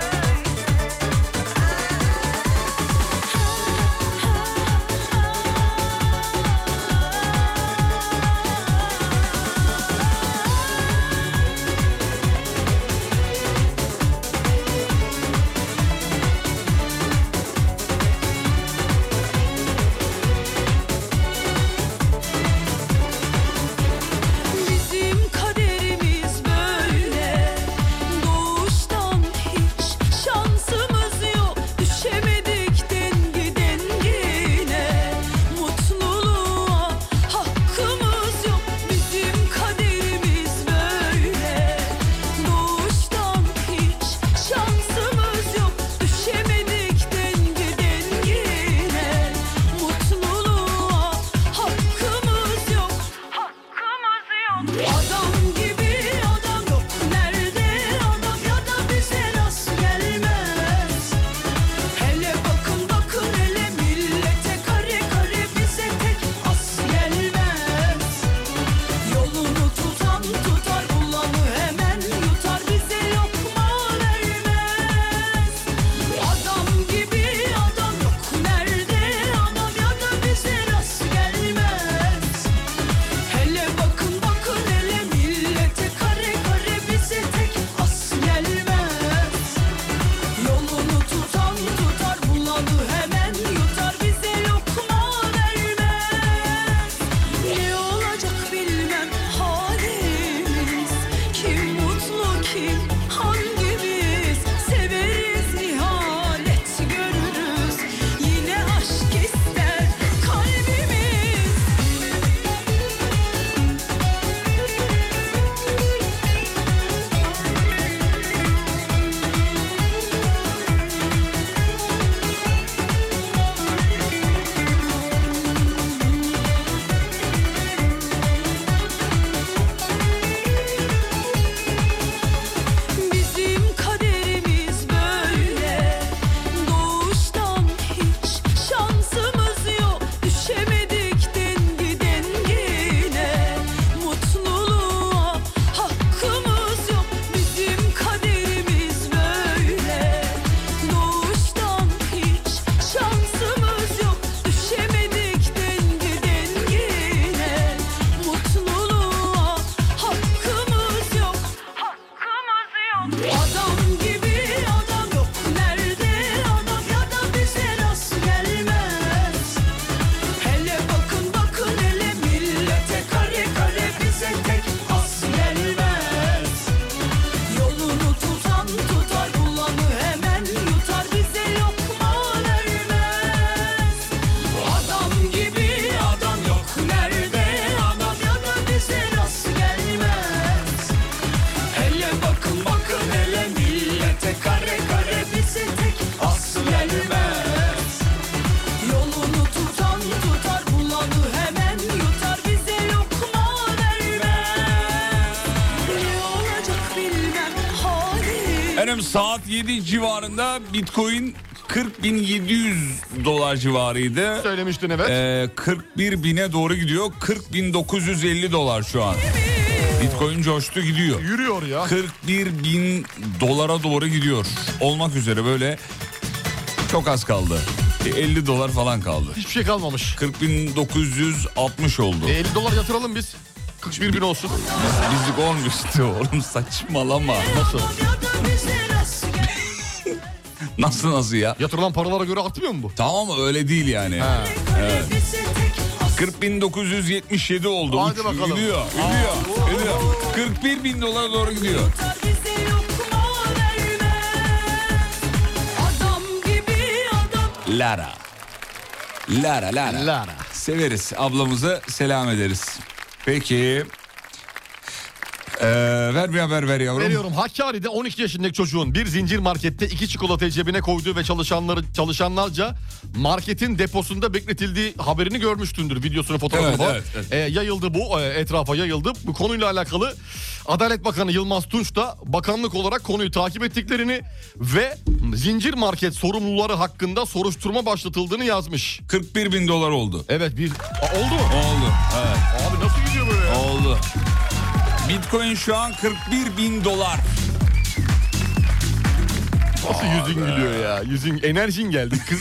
Speaker 5: Efendim saat 7 civarında Bitcoin 40.700 dolar civarıydı.
Speaker 6: Söylemiştin evet.
Speaker 5: Ee, 41 bine doğru gidiyor. 40.950 dolar şu an. Bitcoin coştu gidiyor.
Speaker 6: Yürüyor ya.
Speaker 5: 41 bin dolara doğru gidiyor. Olmak üzere böyle çok az kaldı. E, 50 dolar falan kaldı.
Speaker 6: Hiçbir şey kalmamış.
Speaker 5: 40.960 oldu.
Speaker 6: E, 50 dolar yatıralım biz. 41 bin olsun.
Speaker 5: Bizlik olmuştu oğlum saçmalama.
Speaker 6: Nasıl?
Speaker 5: Nasıl nasıl ya?
Speaker 6: Yatırılan paralara göre artmıyor mu bu?
Speaker 5: Tamam öyle değil yani.
Speaker 6: Ha.
Speaker 5: Evet. 40.977 oldu.
Speaker 6: Hadi
Speaker 5: Uç-
Speaker 6: bakalım.
Speaker 5: Gidiyor, gidiyor, gidiyor. 41 bin dolara doğru gidiyor. Lara. Lara, Lara.
Speaker 6: Lara.
Speaker 5: Severiz. Ablamıza selam ederiz. Peki. Ee, ver bir haber ver yavrum.
Speaker 6: Veriyorum. Hakkari'de 12 yaşındaki çocuğun bir zincir markette iki çikolatayı cebine koyduğu ve çalışanları çalışanlarca marketin deposunda bekletildiği haberini görmüştündür. Videosunu, fotoğrafını
Speaker 5: Evet,
Speaker 6: falan.
Speaker 5: evet, evet.
Speaker 6: E, yayıldı bu, e, etrafa yayıldı. Bu konuyla alakalı Adalet Bakanı Yılmaz Tunç da bakanlık olarak konuyu takip ettiklerini ve zincir market sorumluları hakkında soruşturma başlatıldığını yazmış.
Speaker 5: 41 bin dolar oldu.
Speaker 6: Evet bir... Aa, oldu mu?
Speaker 5: Oldu. Evet.
Speaker 6: Abi nasıl gidiyor böyle ya?
Speaker 5: Oldu. Bitcoin şu an 41 bin dolar.
Speaker 6: Nasıl yüzün gülüyor ya? Yüzün enerjin geldi kız.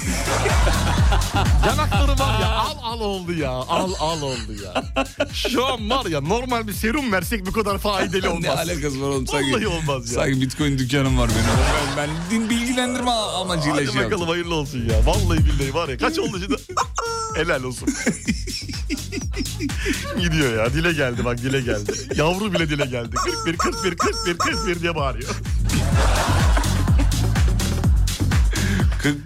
Speaker 6: Yanakları var ya al al oldu ya. Al al oldu ya. Şu an var ya normal bir serum versek bu kadar faydalı
Speaker 5: Ne
Speaker 6: olmaz.
Speaker 5: alakası var oğlum? Sanki,
Speaker 6: Vallahi olmaz ya.
Speaker 5: Sanki Bitcoin dükkanım var benim. Ben, ben din bilgilendirme amacıyla
Speaker 6: Hadi
Speaker 5: şey yaptım.
Speaker 6: bakalım hayırlı olsun ya. Vallahi billahi var ya kaç oldu şimdi? Helal olsun. Gidiyor ya dile geldi bak dile geldi. Yavru bile dile geldi. 41 41 41 41 diye bağırıyor.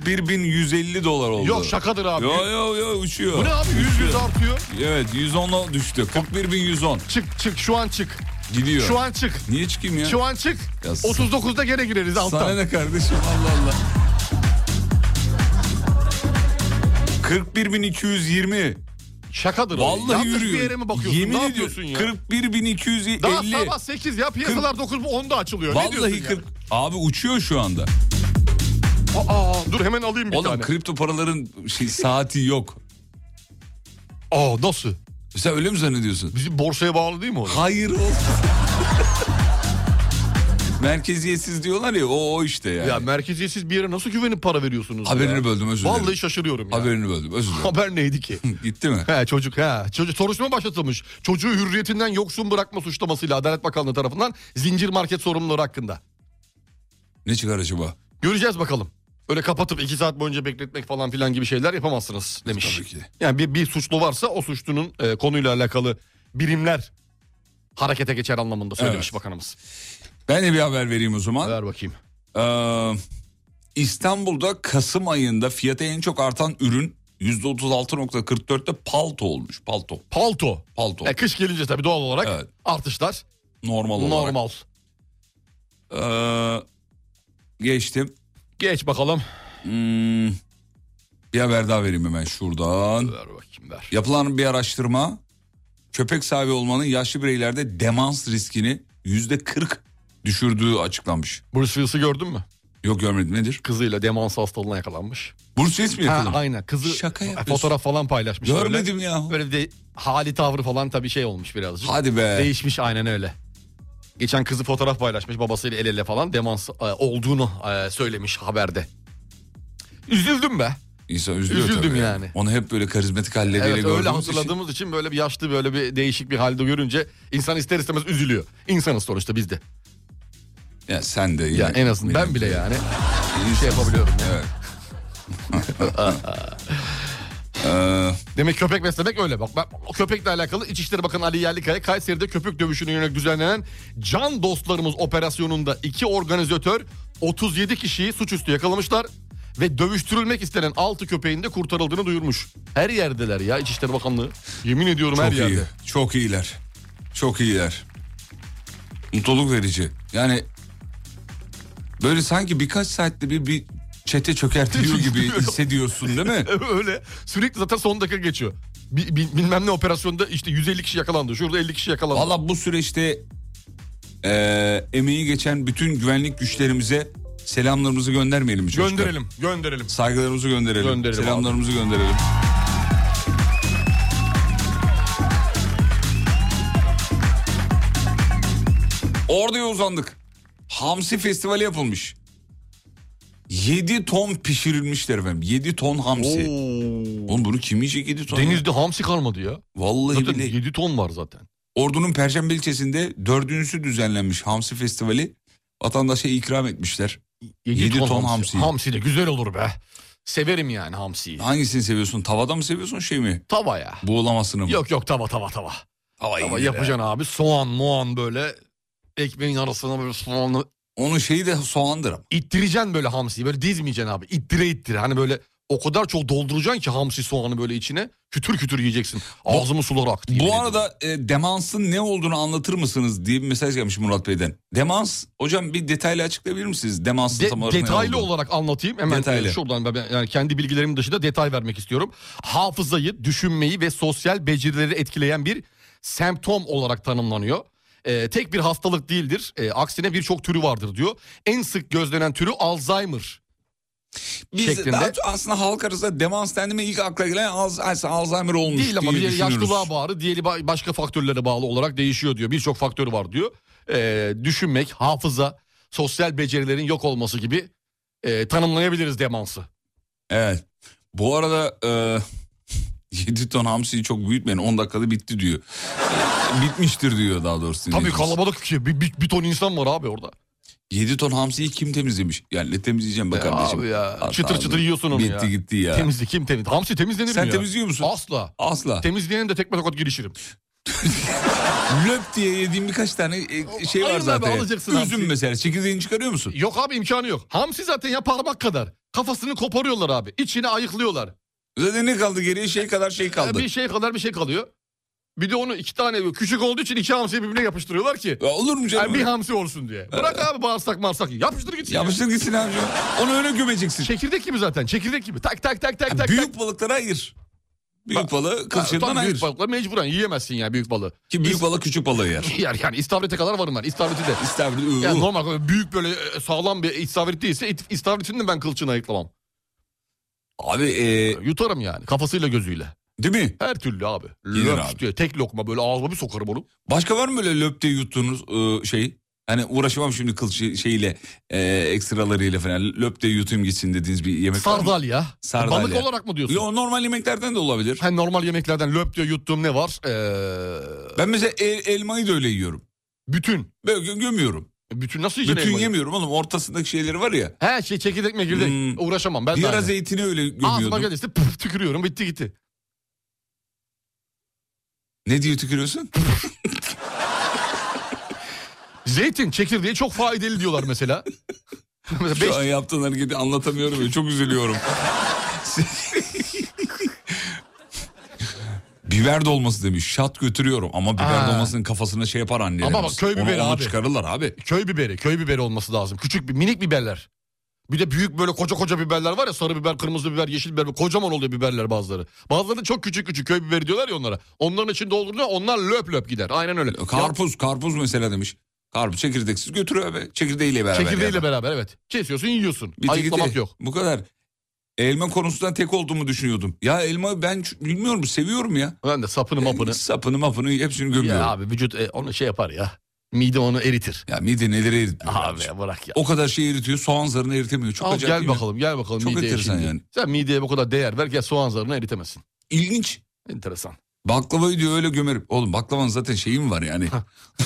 Speaker 5: 41.150 dolar oldu.
Speaker 6: Yok şakadır abi.
Speaker 5: Yo yo yo uçuyor.
Speaker 6: Bu ne abi 100 100 artıyor.
Speaker 5: Evet 110'a düştü. 41.110
Speaker 6: Çık çık şu an çık.
Speaker 5: gidiyor.
Speaker 6: Şu an çık.
Speaker 5: Niye çıkayım ya?
Speaker 6: Şu an çık.
Speaker 5: Ya s-
Speaker 6: 39'da gene gireriz alttan.
Speaker 5: Sana ne kardeşim Allah Allah. 41.220.
Speaker 6: Şakadır. o.
Speaker 5: Vallahi
Speaker 6: Yanlış
Speaker 5: yürüyor.
Speaker 6: bir yere mi bakıyorsun?
Speaker 5: Yemin
Speaker 6: ne
Speaker 5: ediyorum,
Speaker 6: yapıyorsun ya? Daha
Speaker 5: 41.250.
Speaker 6: sabah 8 ya piyasalar 9 bu 10'da açılıyor. ne
Speaker 5: Vallahi
Speaker 6: diyorsun
Speaker 5: 40. Abi uçuyor şu anda.
Speaker 6: ya? Aa, dur hemen alayım bir
Speaker 5: Oğlum
Speaker 6: tane.
Speaker 5: kripto paraların şey, saati yok.
Speaker 6: Aa nasıl?
Speaker 5: Sen öyle mi zannediyorsun?
Speaker 6: Bizim borsaya bağlı değil mi o?
Speaker 5: Hayır olsun. Merkeziyetsiz diyorlar ya o, o işte yani.
Speaker 6: Ya merkeziyetsiz bir yere nasıl güvenip para veriyorsunuz?
Speaker 5: Haberini
Speaker 6: ya?
Speaker 5: böldüm özür dilerim.
Speaker 6: Vallahi şaşırıyorum ya.
Speaker 5: Haberini böldüm özür dilerim.
Speaker 6: Haber neydi ki?
Speaker 5: Gitti mi?
Speaker 6: He çocuk he. Çocuk soruşturma başlatılmış. Çocuğu hürriyetinden yoksun bırakma suçlamasıyla Adalet Bakanlığı tarafından zincir market sorumluları hakkında.
Speaker 5: Ne çıkar acaba?
Speaker 6: Göreceğiz bakalım. Öyle kapatıp iki saat boyunca bekletmek falan filan gibi şeyler yapamazsınız demiş.
Speaker 5: Tabii ki.
Speaker 6: Yani bir, bir suçlu varsa o suçlunun e, konuyla alakalı birimler harekete geçer anlamında söylemiş
Speaker 5: Evet.
Speaker 6: bakanımız.
Speaker 5: Ben de bir haber vereyim o zaman.
Speaker 6: Ver bakayım.
Speaker 5: Ee, İstanbul'da Kasım ayında fiyatı en çok artan ürün %36.44'te palto olmuş. Palto.
Speaker 6: Palto.
Speaker 5: Palto.
Speaker 6: E, kış gelince tabii doğal olarak
Speaker 5: Evet.
Speaker 6: artışlar
Speaker 5: Normal olarak.
Speaker 6: normal.
Speaker 5: Ee, geçtim.
Speaker 6: Geç bakalım.
Speaker 5: Hmm, bir haber daha vereyim hemen şuradan.
Speaker 6: Ver bakayım ver.
Speaker 5: Yapılan bir araştırma köpek sahibi olmanın yaşlı bireylerde demans riskini yüzde 40 düşürdüğü açıklanmış.
Speaker 6: Bruce Willis'i gördün mü?
Speaker 5: Yok görmedim nedir?
Speaker 6: Kızıyla demans hastalığına yakalanmış.
Speaker 5: Bursiz mi
Speaker 6: Ha,
Speaker 5: yapılır?
Speaker 6: aynen kızı e,
Speaker 5: Şaka yapıyorsun.
Speaker 6: fotoğraf falan paylaşmış. böyle.
Speaker 5: Görmedim ya.
Speaker 6: Böyle bir de hali tavrı falan tabii şey olmuş birazcık.
Speaker 5: Hadi be.
Speaker 6: Değişmiş aynen öyle. Geçen kızı fotoğraf paylaşmış babasıyla el ele falan demans e, olduğunu e, söylemiş haberde. Üzüldüm be.
Speaker 5: İnsan üzülüyor
Speaker 6: Üzüldüm
Speaker 5: tabii.
Speaker 6: yani.
Speaker 5: Onu hep böyle karizmatik halleriyle
Speaker 6: Evet öyle
Speaker 5: gördüğümüz için.
Speaker 6: hatırladığımız için... böyle bir yaşlı böyle bir değişik bir halde görünce insan ister istemez üzülüyor. İnsanız sonuçta biz de.
Speaker 5: Ya sen de yine.
Speaker 6: Yani en azından ben
Speaker 5: Yine-
Speaker 6: bile yani
Speaker 5: İnsan-
Speaker 6: şey yapabiliyorum.
Speaker 5: Evet.
Speaker 6: Ee, Demek köpek beslemek öyle. Bak ben o köpekle alakalı İçişleri Bakanı Ali Yerlikaya Kayseri'de köpek dövüşüne yönelik düzenlenen Can Dostlarımız operasyonunda iki organizatör 37 kişiyi suçüstü yakalamışlar ve dövüştürülmek istenen 6 köpeğin de kurtarıldığını duyurmuş. Her yerdeler ya İçişleri Bakanlığı. Yemin ediyorum her
Speaker 5: Çok iyi.
Speaker 6: yerde.
Speaker 5: Çok iyiler. Çok iyiler. Mutluluk verici. Yani böyle sanki birkaç saatte bir bir çete çökertiliyor gibi hissediyorsun değil mi?
Speaker 6: Öyle sürekli zaten son dakika geçiyor. Bi- bi- bilmem ne operasyonda işte 150 kişi yakalandı. Şurada 50 kişi yakalandı.
Speaker 5: Valla bu süreçte e, Ee, emeği geçen bütün güvenlik güçlerimize selamlarımızı göndermeyelim mi çocuklar?
Speaker 6: Gönderelim, gönderelim.
Speaker 5: Saygılarımızı gönderelim.
Speaker 6: Gönderelim
Speaker 5: Selamlarımızı gönderelim. Ordu'ya uzandık. Hamsi festivali yapılmış. 7 ton pişirilmişler efendim. 7 ton hamsi. Oğlum bunu kim yiyecek 7 ton?
Speaker 6: Denizde hamsi kalmadı ya.
Speaker 5: Vallahi
Speaker 6: Zaten
Speaker 5: billahi.
Speaker 6: 7 ton var zaten.
Speaker 5: Ordu'nun Perşembe ilçesinde dördüncüsü düzenlenmiş hamsi festivali. Vatandaşa ikram etmişler.
Speaker 6: 7,
Speaker 5: Yedi
Speaker 6: ton,
Speaker 5: ton
Speaker 6: hamsi.
Speaker 5: hamsi.
Speaker 6: Hamsi de güzel olur be. Severim yani hamsiyi.
Speaker 5: Hangisini seviyorsun? Tavada mı seviyorsun şey mi?
Speaker 6: Tavaya.
Speaker 5: Buğulamasını mı?
Speaker 6: Yok yok tava tava tava.
Speaker 5: Tava
Speaker 6: Tava
Speaker 5: iyidir
Speaker 6: yapacaksın abi soğan moğan böyle ekmeğin arasına böyle soğanı
Speaker 5: Onun şeyi de soğandır ama.
Speaker 6: ittireceksin böyle hamsiyi böyle dizmeyeceksin abi ittire ittire hani böyle o kadar çok dolduracaksın ki hamsi soğanı böyle içine kütür kütür yiyeceksin. Ağzımın suları aktı. yemin
Speaker 5: Bu
Speaker 6: ediyorum.
Speaker 5: arada e, demansın ne olduğunu anlatır mısınız diye bir mesaj gelmiş Murat Bey'den. Demans hocam bir detaylı açıklayabilir misiniz? Demansın
Speaker 6: De-
Speaker 5: tam olarak ne
Speaker 6: detaylı
Speaker 5: olduğunu.
Speaker 6: olarak anlatayım hemen
Speaker 5: Detaylı.
Speaker 6: e, şuradan ben- ben yani kendi bilgilerimin dışında detay vermek istiyorum. Hafızayı, düşünmeyi ve sosyal becerileri etkileyen bir semptom olarak tanımlanıyor. E, tek bir hastalık değildir. E, aksine birçok türü vardır diyor. En sık gözlenen türü Alzheimer.
Speaker 5: Biz
Speaker 6: şeklinde.
Speaker 5: daha çok aslında halk arasında demans dendiğinde ilk akla gelen Alz- aslında Alzheimer olmuş
Speaker 6: Değil ama
Speaker 5: diye
Speaker 6: bir
Speaker 5: düşünüyoruz.
Speaker 6: yaşlılığa bağlı, diğeri ba- başka faktörlere bağlı olarak değişiyor diyor. Birçok faktör var diyor. E, düşünmek, hafıza, sosyal becerilerin yok olması gibi e, tanımlayabiliriz demansı.
Speaker 5: Evet. Bu arada e, 7 ton hamsiyi çok büyütmeyin 10 dakikada bitti diyor. Bitmiştir diyor daha doğrusu.
Speaker 6: Tabii
Speaker 5: dinleyicimiz.
Speaker 6: kalabalık ki bir, bir, bir ton insan var abi orada.
Speaker 5: 7 ton hamsiyi kim temizlemiş? Yani ne temizleyeceğim be
Speaker 6: Ya
Speaker 5: kardeşim.
Speaker 6: abi ya,
Speaker 5: Hatta
Speaker 6: çıtır çıtır
Speaker 5: abi,
Speaker 6: yiyorsun onu
Speaker 5: bitti
Speaker 6: ya.
Speaker 5: gitti ya.
Speaker 6: Temizlik kim temiz? Hamsi temizlenir
Speaker 5: Sen
Speaker 6: mi ya?
Speaker 5: temizliyor musun?
Speaker 6: Asla.
Speaker 5: Asla.
Speaker 6: Temizleyenin de tekme tokat girişirim.
Speaker 5: Löp diye yediğim birkaç tane e, şey var
Speaker 6: Hayır abi,
Speaker 5: zaten.
Speaker 6: alacaksın
Speaker 5: Üzüm
Speaker 6: hamsiyi.
Speaker 5: mesela çekirdeğini çıkarıyor musun?
Speaker 6: Yok abi imkanı yok. Hamsi zaten ya parmak kadar. Kafasını koparıyorlar abi. İçini ayıklıyorlar.
Speaker 5: Zaten ne kaldı geriye şey kadar şey kaldı.
Speaker 6: Bir şey kadar bir şey kalıyor. Bir de onu iki tane böyle küçük olduğu için iki hamsiyi birbirine yapıştırıyorlar ki.
Speaker 5: Ya olur mu
Speaker 6: Yani
Speaker 5: canım?
Speaker 6: bir hamsi olsun diye. Bırak abi bağırsak marsak. Yapıştır gitsin. ya.
Speaker 5: Yapıştır gitsin amca. Onu öyle gömeceksin.
Speaker 6: Çekirdek gibi zaten. Çekirdek gibi. Tak tak tak tak
Speaker 5: Yani
Speaker 6: tak.
Speaker 5: büyük balıklara ayır. Büyük balığı
Speaker 6: tak. Tabii
Speaker 5: kılçığından ayır.
Speaker 6: büyük balıklar mecburen yiyemezsin ya büyük balığı.
Speaker 5: Ki büyük balık küçük balığı yer.
Speaker 6: Yer yani istavrite kadar varım ben. İstavriti de.
Speaker 5: İstavrit.
Speaker 6: Yani normal böyle büyük böyle e, sağlam bir istavrit değilse it- istavritini de ben kılçığını ayıklamam.
Speaker 5: Abi e,
Speaker 6: Yutarım yani kafasıyla gözüyle.
Speaker 5: değil mi?
Speaker 6: Her türlü abi.
Speaker 5: Yenir
Speaker 6: Löp
Speaker 5: abi.
Speaker 6: diye tek lokma böyle ağzıma bir sokarım onu.
Speaker 5: Başka var mı böyle löpte yuttuğunuz e, şey? Hani uğraşamam şimdi kılçı şeyle e, ekstralarıyla falan. Löpte yutayım gitsin dediğiniz bir yemek var mı?
Speaker 6: Sardalya.
Speaker 5: Sardalya.
Speaker 6: Balık olarak mı diyorsun?
Speaker 5: Yo, normal yemeklerden de olabilir.
Speaker 6: Hani normal yemeklerden löp diye yuttuğum ne var? Ee,
Speaker 5: Ben mesela el- elmayı da öyle yiyorum.
Speaker 6: bütün.
Speaker 5: Böyle gö- gömüyorum.
Speaker 6: Bütün nasıl yiyeceksin
Speaker 5: Bütün
Speaker 6: elmayı?
Speaker 5: yemiyorum oğlum. Ortasındaki şeyleri var ya.
Speaker 6: He şey çekirdek mekirdek.
Speaker 5: Hmm.
Speaker 6: Uğraşamam ben de
Speaker 5: Diğer
Speaker 6: aynı.
Speaker 5: zeytini öyle
Speaker 6: Ağzıma
Speaker 5: gömüyordum.
Speaker 6: gelirse püf tükürüyorum bitti gitti.
Speaker 5: Ne diye tükürüyorsun?
Speaker 6: Zeytin çekirdeği çok faydalı diyorlar mesela. mesela beş
Speaker 5: Şu an yaptığın hareketi anlatamıyorum ya çok üzülüyorum. biber dolması demiş. Şat götürüyorum ama biber
Speaker 6: Ha.
Speaker 5: dolmasının kafasına şey yapar annelerimiz.
Speaker 6: Ama bak köy
Speaker 5: Onu-
Speaker 6: biberi
Speaker 5: onu
Speaker 6: abi.
Speaker 5: çıkarırlar abi.
Speaker 6: köy biberi, köy biberi olması lazım. Küçük bir minik biberler. Bir de büyük böyle koca koca biberler var ya sarı biber, kırmızı biber, yeşil biber. Kocaman oluyor biberler bazıları. Bazıları da çok küçük küçük köy biberi diyorlar ya onlara. Onların için doldurduğunda onlar löp löp gider. Aynen öyle.
Speaker 5: Karpuz, karpuz mesela demiş. Karpuz çekirdeksiz götürüyor abi. Çekirdeğiyle beraber.
Speaker 6: Çekirdeğiyle
Speaker 5: yani.
Speaker 6: beraber evet. Kesiyorsun yiyorsun.
Speaker 5: Bitti
Speaker 6: Ayıklamak
Speaker 5: gitti.
Speaker 6: yok.
Speaker 5: Bu kadar. Elma konusundan tek olduğumu düşünüyordum. Ya elma ben ç- bilmiyorum seviyorum ya.
Speaker 6: Ben de sapını mapını.
Speaker 5: Sapını mapını hepsini gömüyorum.
Speaker 6: Ya
Speaker 5: Ya,
Speaker 6: abi vücut e, onu şey yapar ya. Mide onu eritir.
Speaker 5: mide neleri eritmiyor.
Speaker 6: Abi
Speaker 5: kardeşim?
Speaker 6: bırak ya.
Speaker 5: O kadar şey eritiyor soğan zarını eritemiyor. Çok
Speaker 6: Al
Speaker 5: acayip
Speaker 6: gel
Speaker 5: değil mi?
Speaker 6: bakalım gel bakalım
Speaker 5: Çok
Speaker 6: mideye
Speaker 5: enteresan
Speaker 6: şimdi.
Speaker 5: yani.
Speaker 6: Sen mideye bu kadar değer ver gel soğan zarını eritemezsin.
Speaker 5: İlginç.
Speaker 6: Enteresan.
Speaker 5: Baklavayı diyor öyle gömerim. Oğlum baklavanın zaten şeyi mi var yani?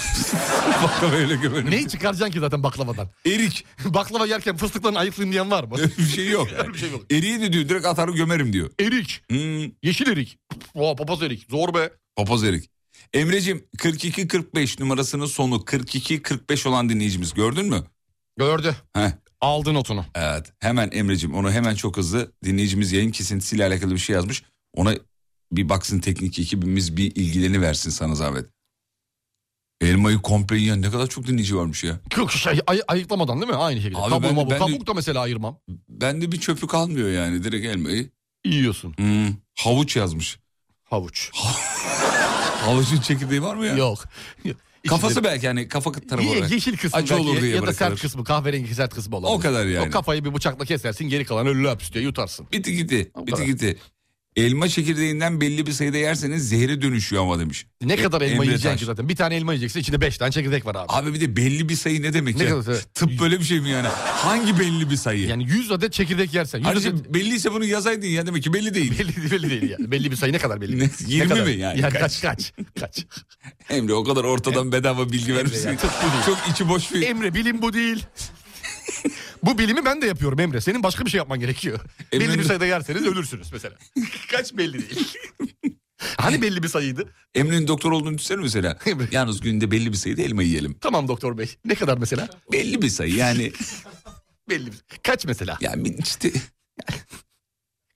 Speaker 5: Baklavayı öyle gömerim.
Speaker 6: Neyi çıkaracaksın ki zaten baklavadan?
Speaker 5: Erik.
Speaker 6: Baklava yerken fıstıklarını ayıklayın diyen var mı?
Speaker 5: Öyle bir şey yok.
Speaker 6: Öyle bir şey yok.
Speaker 5: Eriği de diyor direkt atar gömerim diyor.
Speaker 6: Erik.
Speaker 5: Hmm,
Speaker 6: Yeşil erik. Oha papaz erik. Zor be.
Speaker 5: papaz erik. Emre'cim 42-45 numarasının sonu 42-45 olan dinleyicimiz gördün mü?
Speaker 6: Gördü.
Speaker 5: Heh.
Speaker 6: Aldı notunu.
Speaker 5: Evet hemen Emre'cim onu hemen çok hızlı dinleyicimiz yayın kesintisiyle alakalı bir şey yazmış. Ona bir baksın teknik ekibimiz bir ilgileni versin sana zahmet. Elmayı komple yiyen ne kadar çok dinleyici varmış ya.
Speaker 6: Kırk şey ay- ayıklamadan değil mi? Aynı şekilde.
Speaker 5: Abi
Speaker 6: Kabuğu
Speaker 5: ben-
Speaker 6: mabuğu.
Speaker 5: ben de-
Speaker 6: Kabuk da mesela ayırmam.
Speaker 5: Bende bir çöpü kalmıyor yani direkt elmayı.
Speaker 6: Yiyorsun.
Speaker 5: Hmm, havuç yazmış.
Speaker 6: Havuç.
Speaker 5: Havucun çekirdeği var mı ya?
Speaker 6: Yok.
Speaker 5: Kafası belki hani kafa tarafı
Speaker 6: Ye-
Speaker 5: olarak.
Speaker 6: yeşil kısmı
Speaker 5: Acı
Speaker 6: belki
Speaker 5: olur diye
Speaker 6: ya da sert
Speaker 5: bırakılır.
Speaker 6: kısmı kahverengi sert kısmı olabilir.
Speaker 5: O kadar yani.
Speaker 6: O kafayı bir bıçakla kesersin geri kalanı löps diye yutarsın.
Speaker 5: Biti gitti.
Speaker 6: kadar.
Speaker 5: Biti gitti. Elma çekirdeğinden belli bir sayıda yerseniz zehre dönüşüyor ama demiş.
Speaker 6: Ne
Speaker 5: E-
Speaker 6: kadar elma
Speaker 5: Emre
Speaker 6: yiyeceksin
Speaker 5: Taş.
Speaker 6: ki zaten. Bir tane elma yiyeceksin içinde beş tane çekirdek var abi.
Speaker 5: Abi bir de belli bir sayı ne demek
Speaker 6: Ne
Speaker 5: ya?
Speaker 6: kadar-
Speaker 5: Tıp böyle bir şey mi yani? Hangi belli bir sayı?
Speaker 6: Yani 100 adet çekirdek yersen. 100
Speaker 5: Ayrıca
Speaker 6: adet...
Speaker 5: belliyse bunu yazaydın ya demek ki belli değil.
Speaker 6: belli, belli değil yani. Belli bir sayı ne kadar belli?
Speaker 5: Ne- 20
Speaker 6: kadar?
Speaker 5: mi yani?
Speaker 6: kaç kaç. kaç.
Speaker 5: Emre o kadar ortadan bedava bilgi vermişsin.
Speaker 6: tıp bu değil.
Speaker 5: Çok içi boş bir...
Speaker 6: Emre bilim bu değil. bu bilimi ben de yapıyorum Emre. Senin başka bir şey yapman gerekiyor.
Speaker 5: Emre-
Speaker 6: Belli bir sayıda yerseniz ölürsünüz mesela. kaç belli değil. hani belli bir sayıydı?
Speaker 5: Emre'nin doktor olduğunu düşünsene mesela.
Speaker 6: Emre.
Speaker 5: Yalnız günde belli bir sayıda elma yiyelim.
Speaker 6: Tamam doktor bey. Ne kadar mesela?
Speaker 5: Belli bir sayı yani.
Speaker 6: Belli bir... Kaç mesela?
Speaker 5: yani işte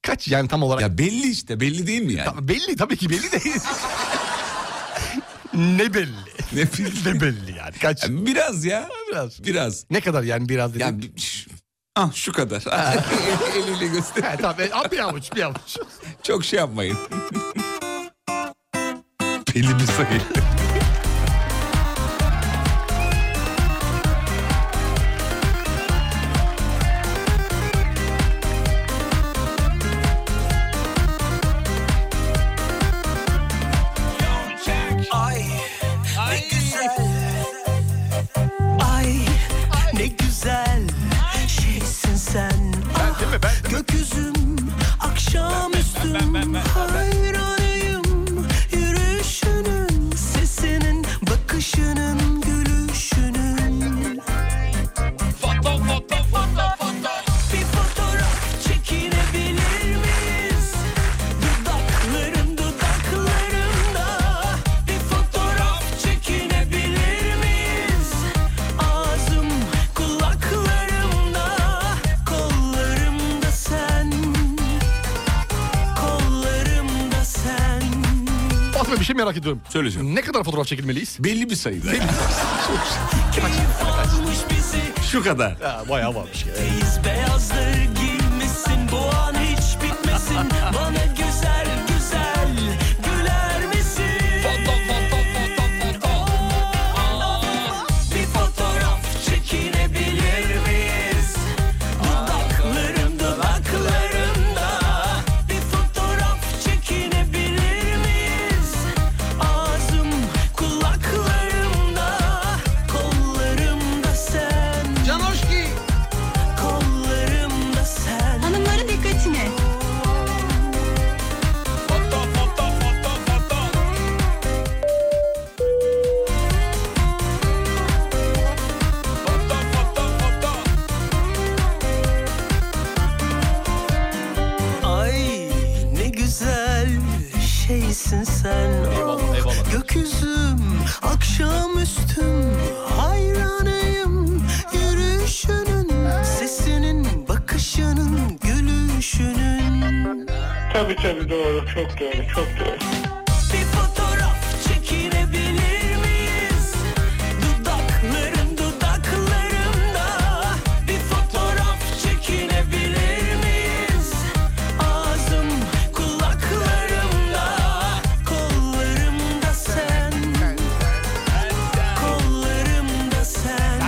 Speaker 6: Kaç yani tam olarak?
Speaker 5: ya belli işte belli değil mi yani?
Speaker 6: Ta- belli tabii ki belli değil. ne belli?
Speaker 5: Ne bileyim.
Speaker 6: Ne belli yani? Kaç?
Speaker 5: Ya Biraz ya.
Speaker 6: Biraz.
Speaker 5: Biraz.
Speaker 6: Ne kadar yani biraz dedim.
Speaker 5: Ya bir- şş, ah şu kadar. Eliyle göster.
Speaker 6: He, tamam, e, al bir avuç bir avuç.
Speaker 5: Çok şey yapmayın. belli bir sayı.
Speaker 4: Ay ne güzel Ay ne güzel şeysin sen Ah, Gökyüzüm akşamüstüm Hayranıyım yürüyüşünün Sesinin bakışının gülüşünün Bir fotoğraf çekinebilir miyiz? Dudakların dudaklarında bir fotoğraf çekinebilir miyiz? Ağzım kulaklarımda, kollarımda sen, kollarımda sen.
Speaker 6: Fatma bir şey merak ediyorum.
Speaker 5: Söyleyeceğim.
Speaker 6: Ne kadar fotoğraf çekilmeliyiz?
Speaker 5: Belli bir sayıda.
Speaker 4: Almış bizi
Speaker 5: Şu kadar.
Speaker 6: Ha, bayağı varmış. Yani.
Speaker 4: Biz beyazları giymişsin Bu an hiç bitmesin Bana güzel güzel Güler misin? Aa, Bir fotoğraf çekinebilir miyiz? Dudaklarım dudaklarımda Bir fotoğraf çekinebilir miyiz? Ağzım kulaklarımda Kollarımda sen Kollarımda sen
Speaker 11: Hanımların dikkatine.
Speaker 4: Ay ne güzel şeysin sen Ah, Gökyüzüm akşam üstüm hayranıyım Yürüyüşünün sesinin bakışının gülüşünün
Speaker 12: Tabii tabii doğru çok doğru çok doğru.
Speaker 4: Bir fotoğraf çekinebilir miyiz? Dudakların dudaklarında bir fotoğraf çekinebilir miyiz? Ağzım kulaklarımda, kollarımda sen, kollarımda sen.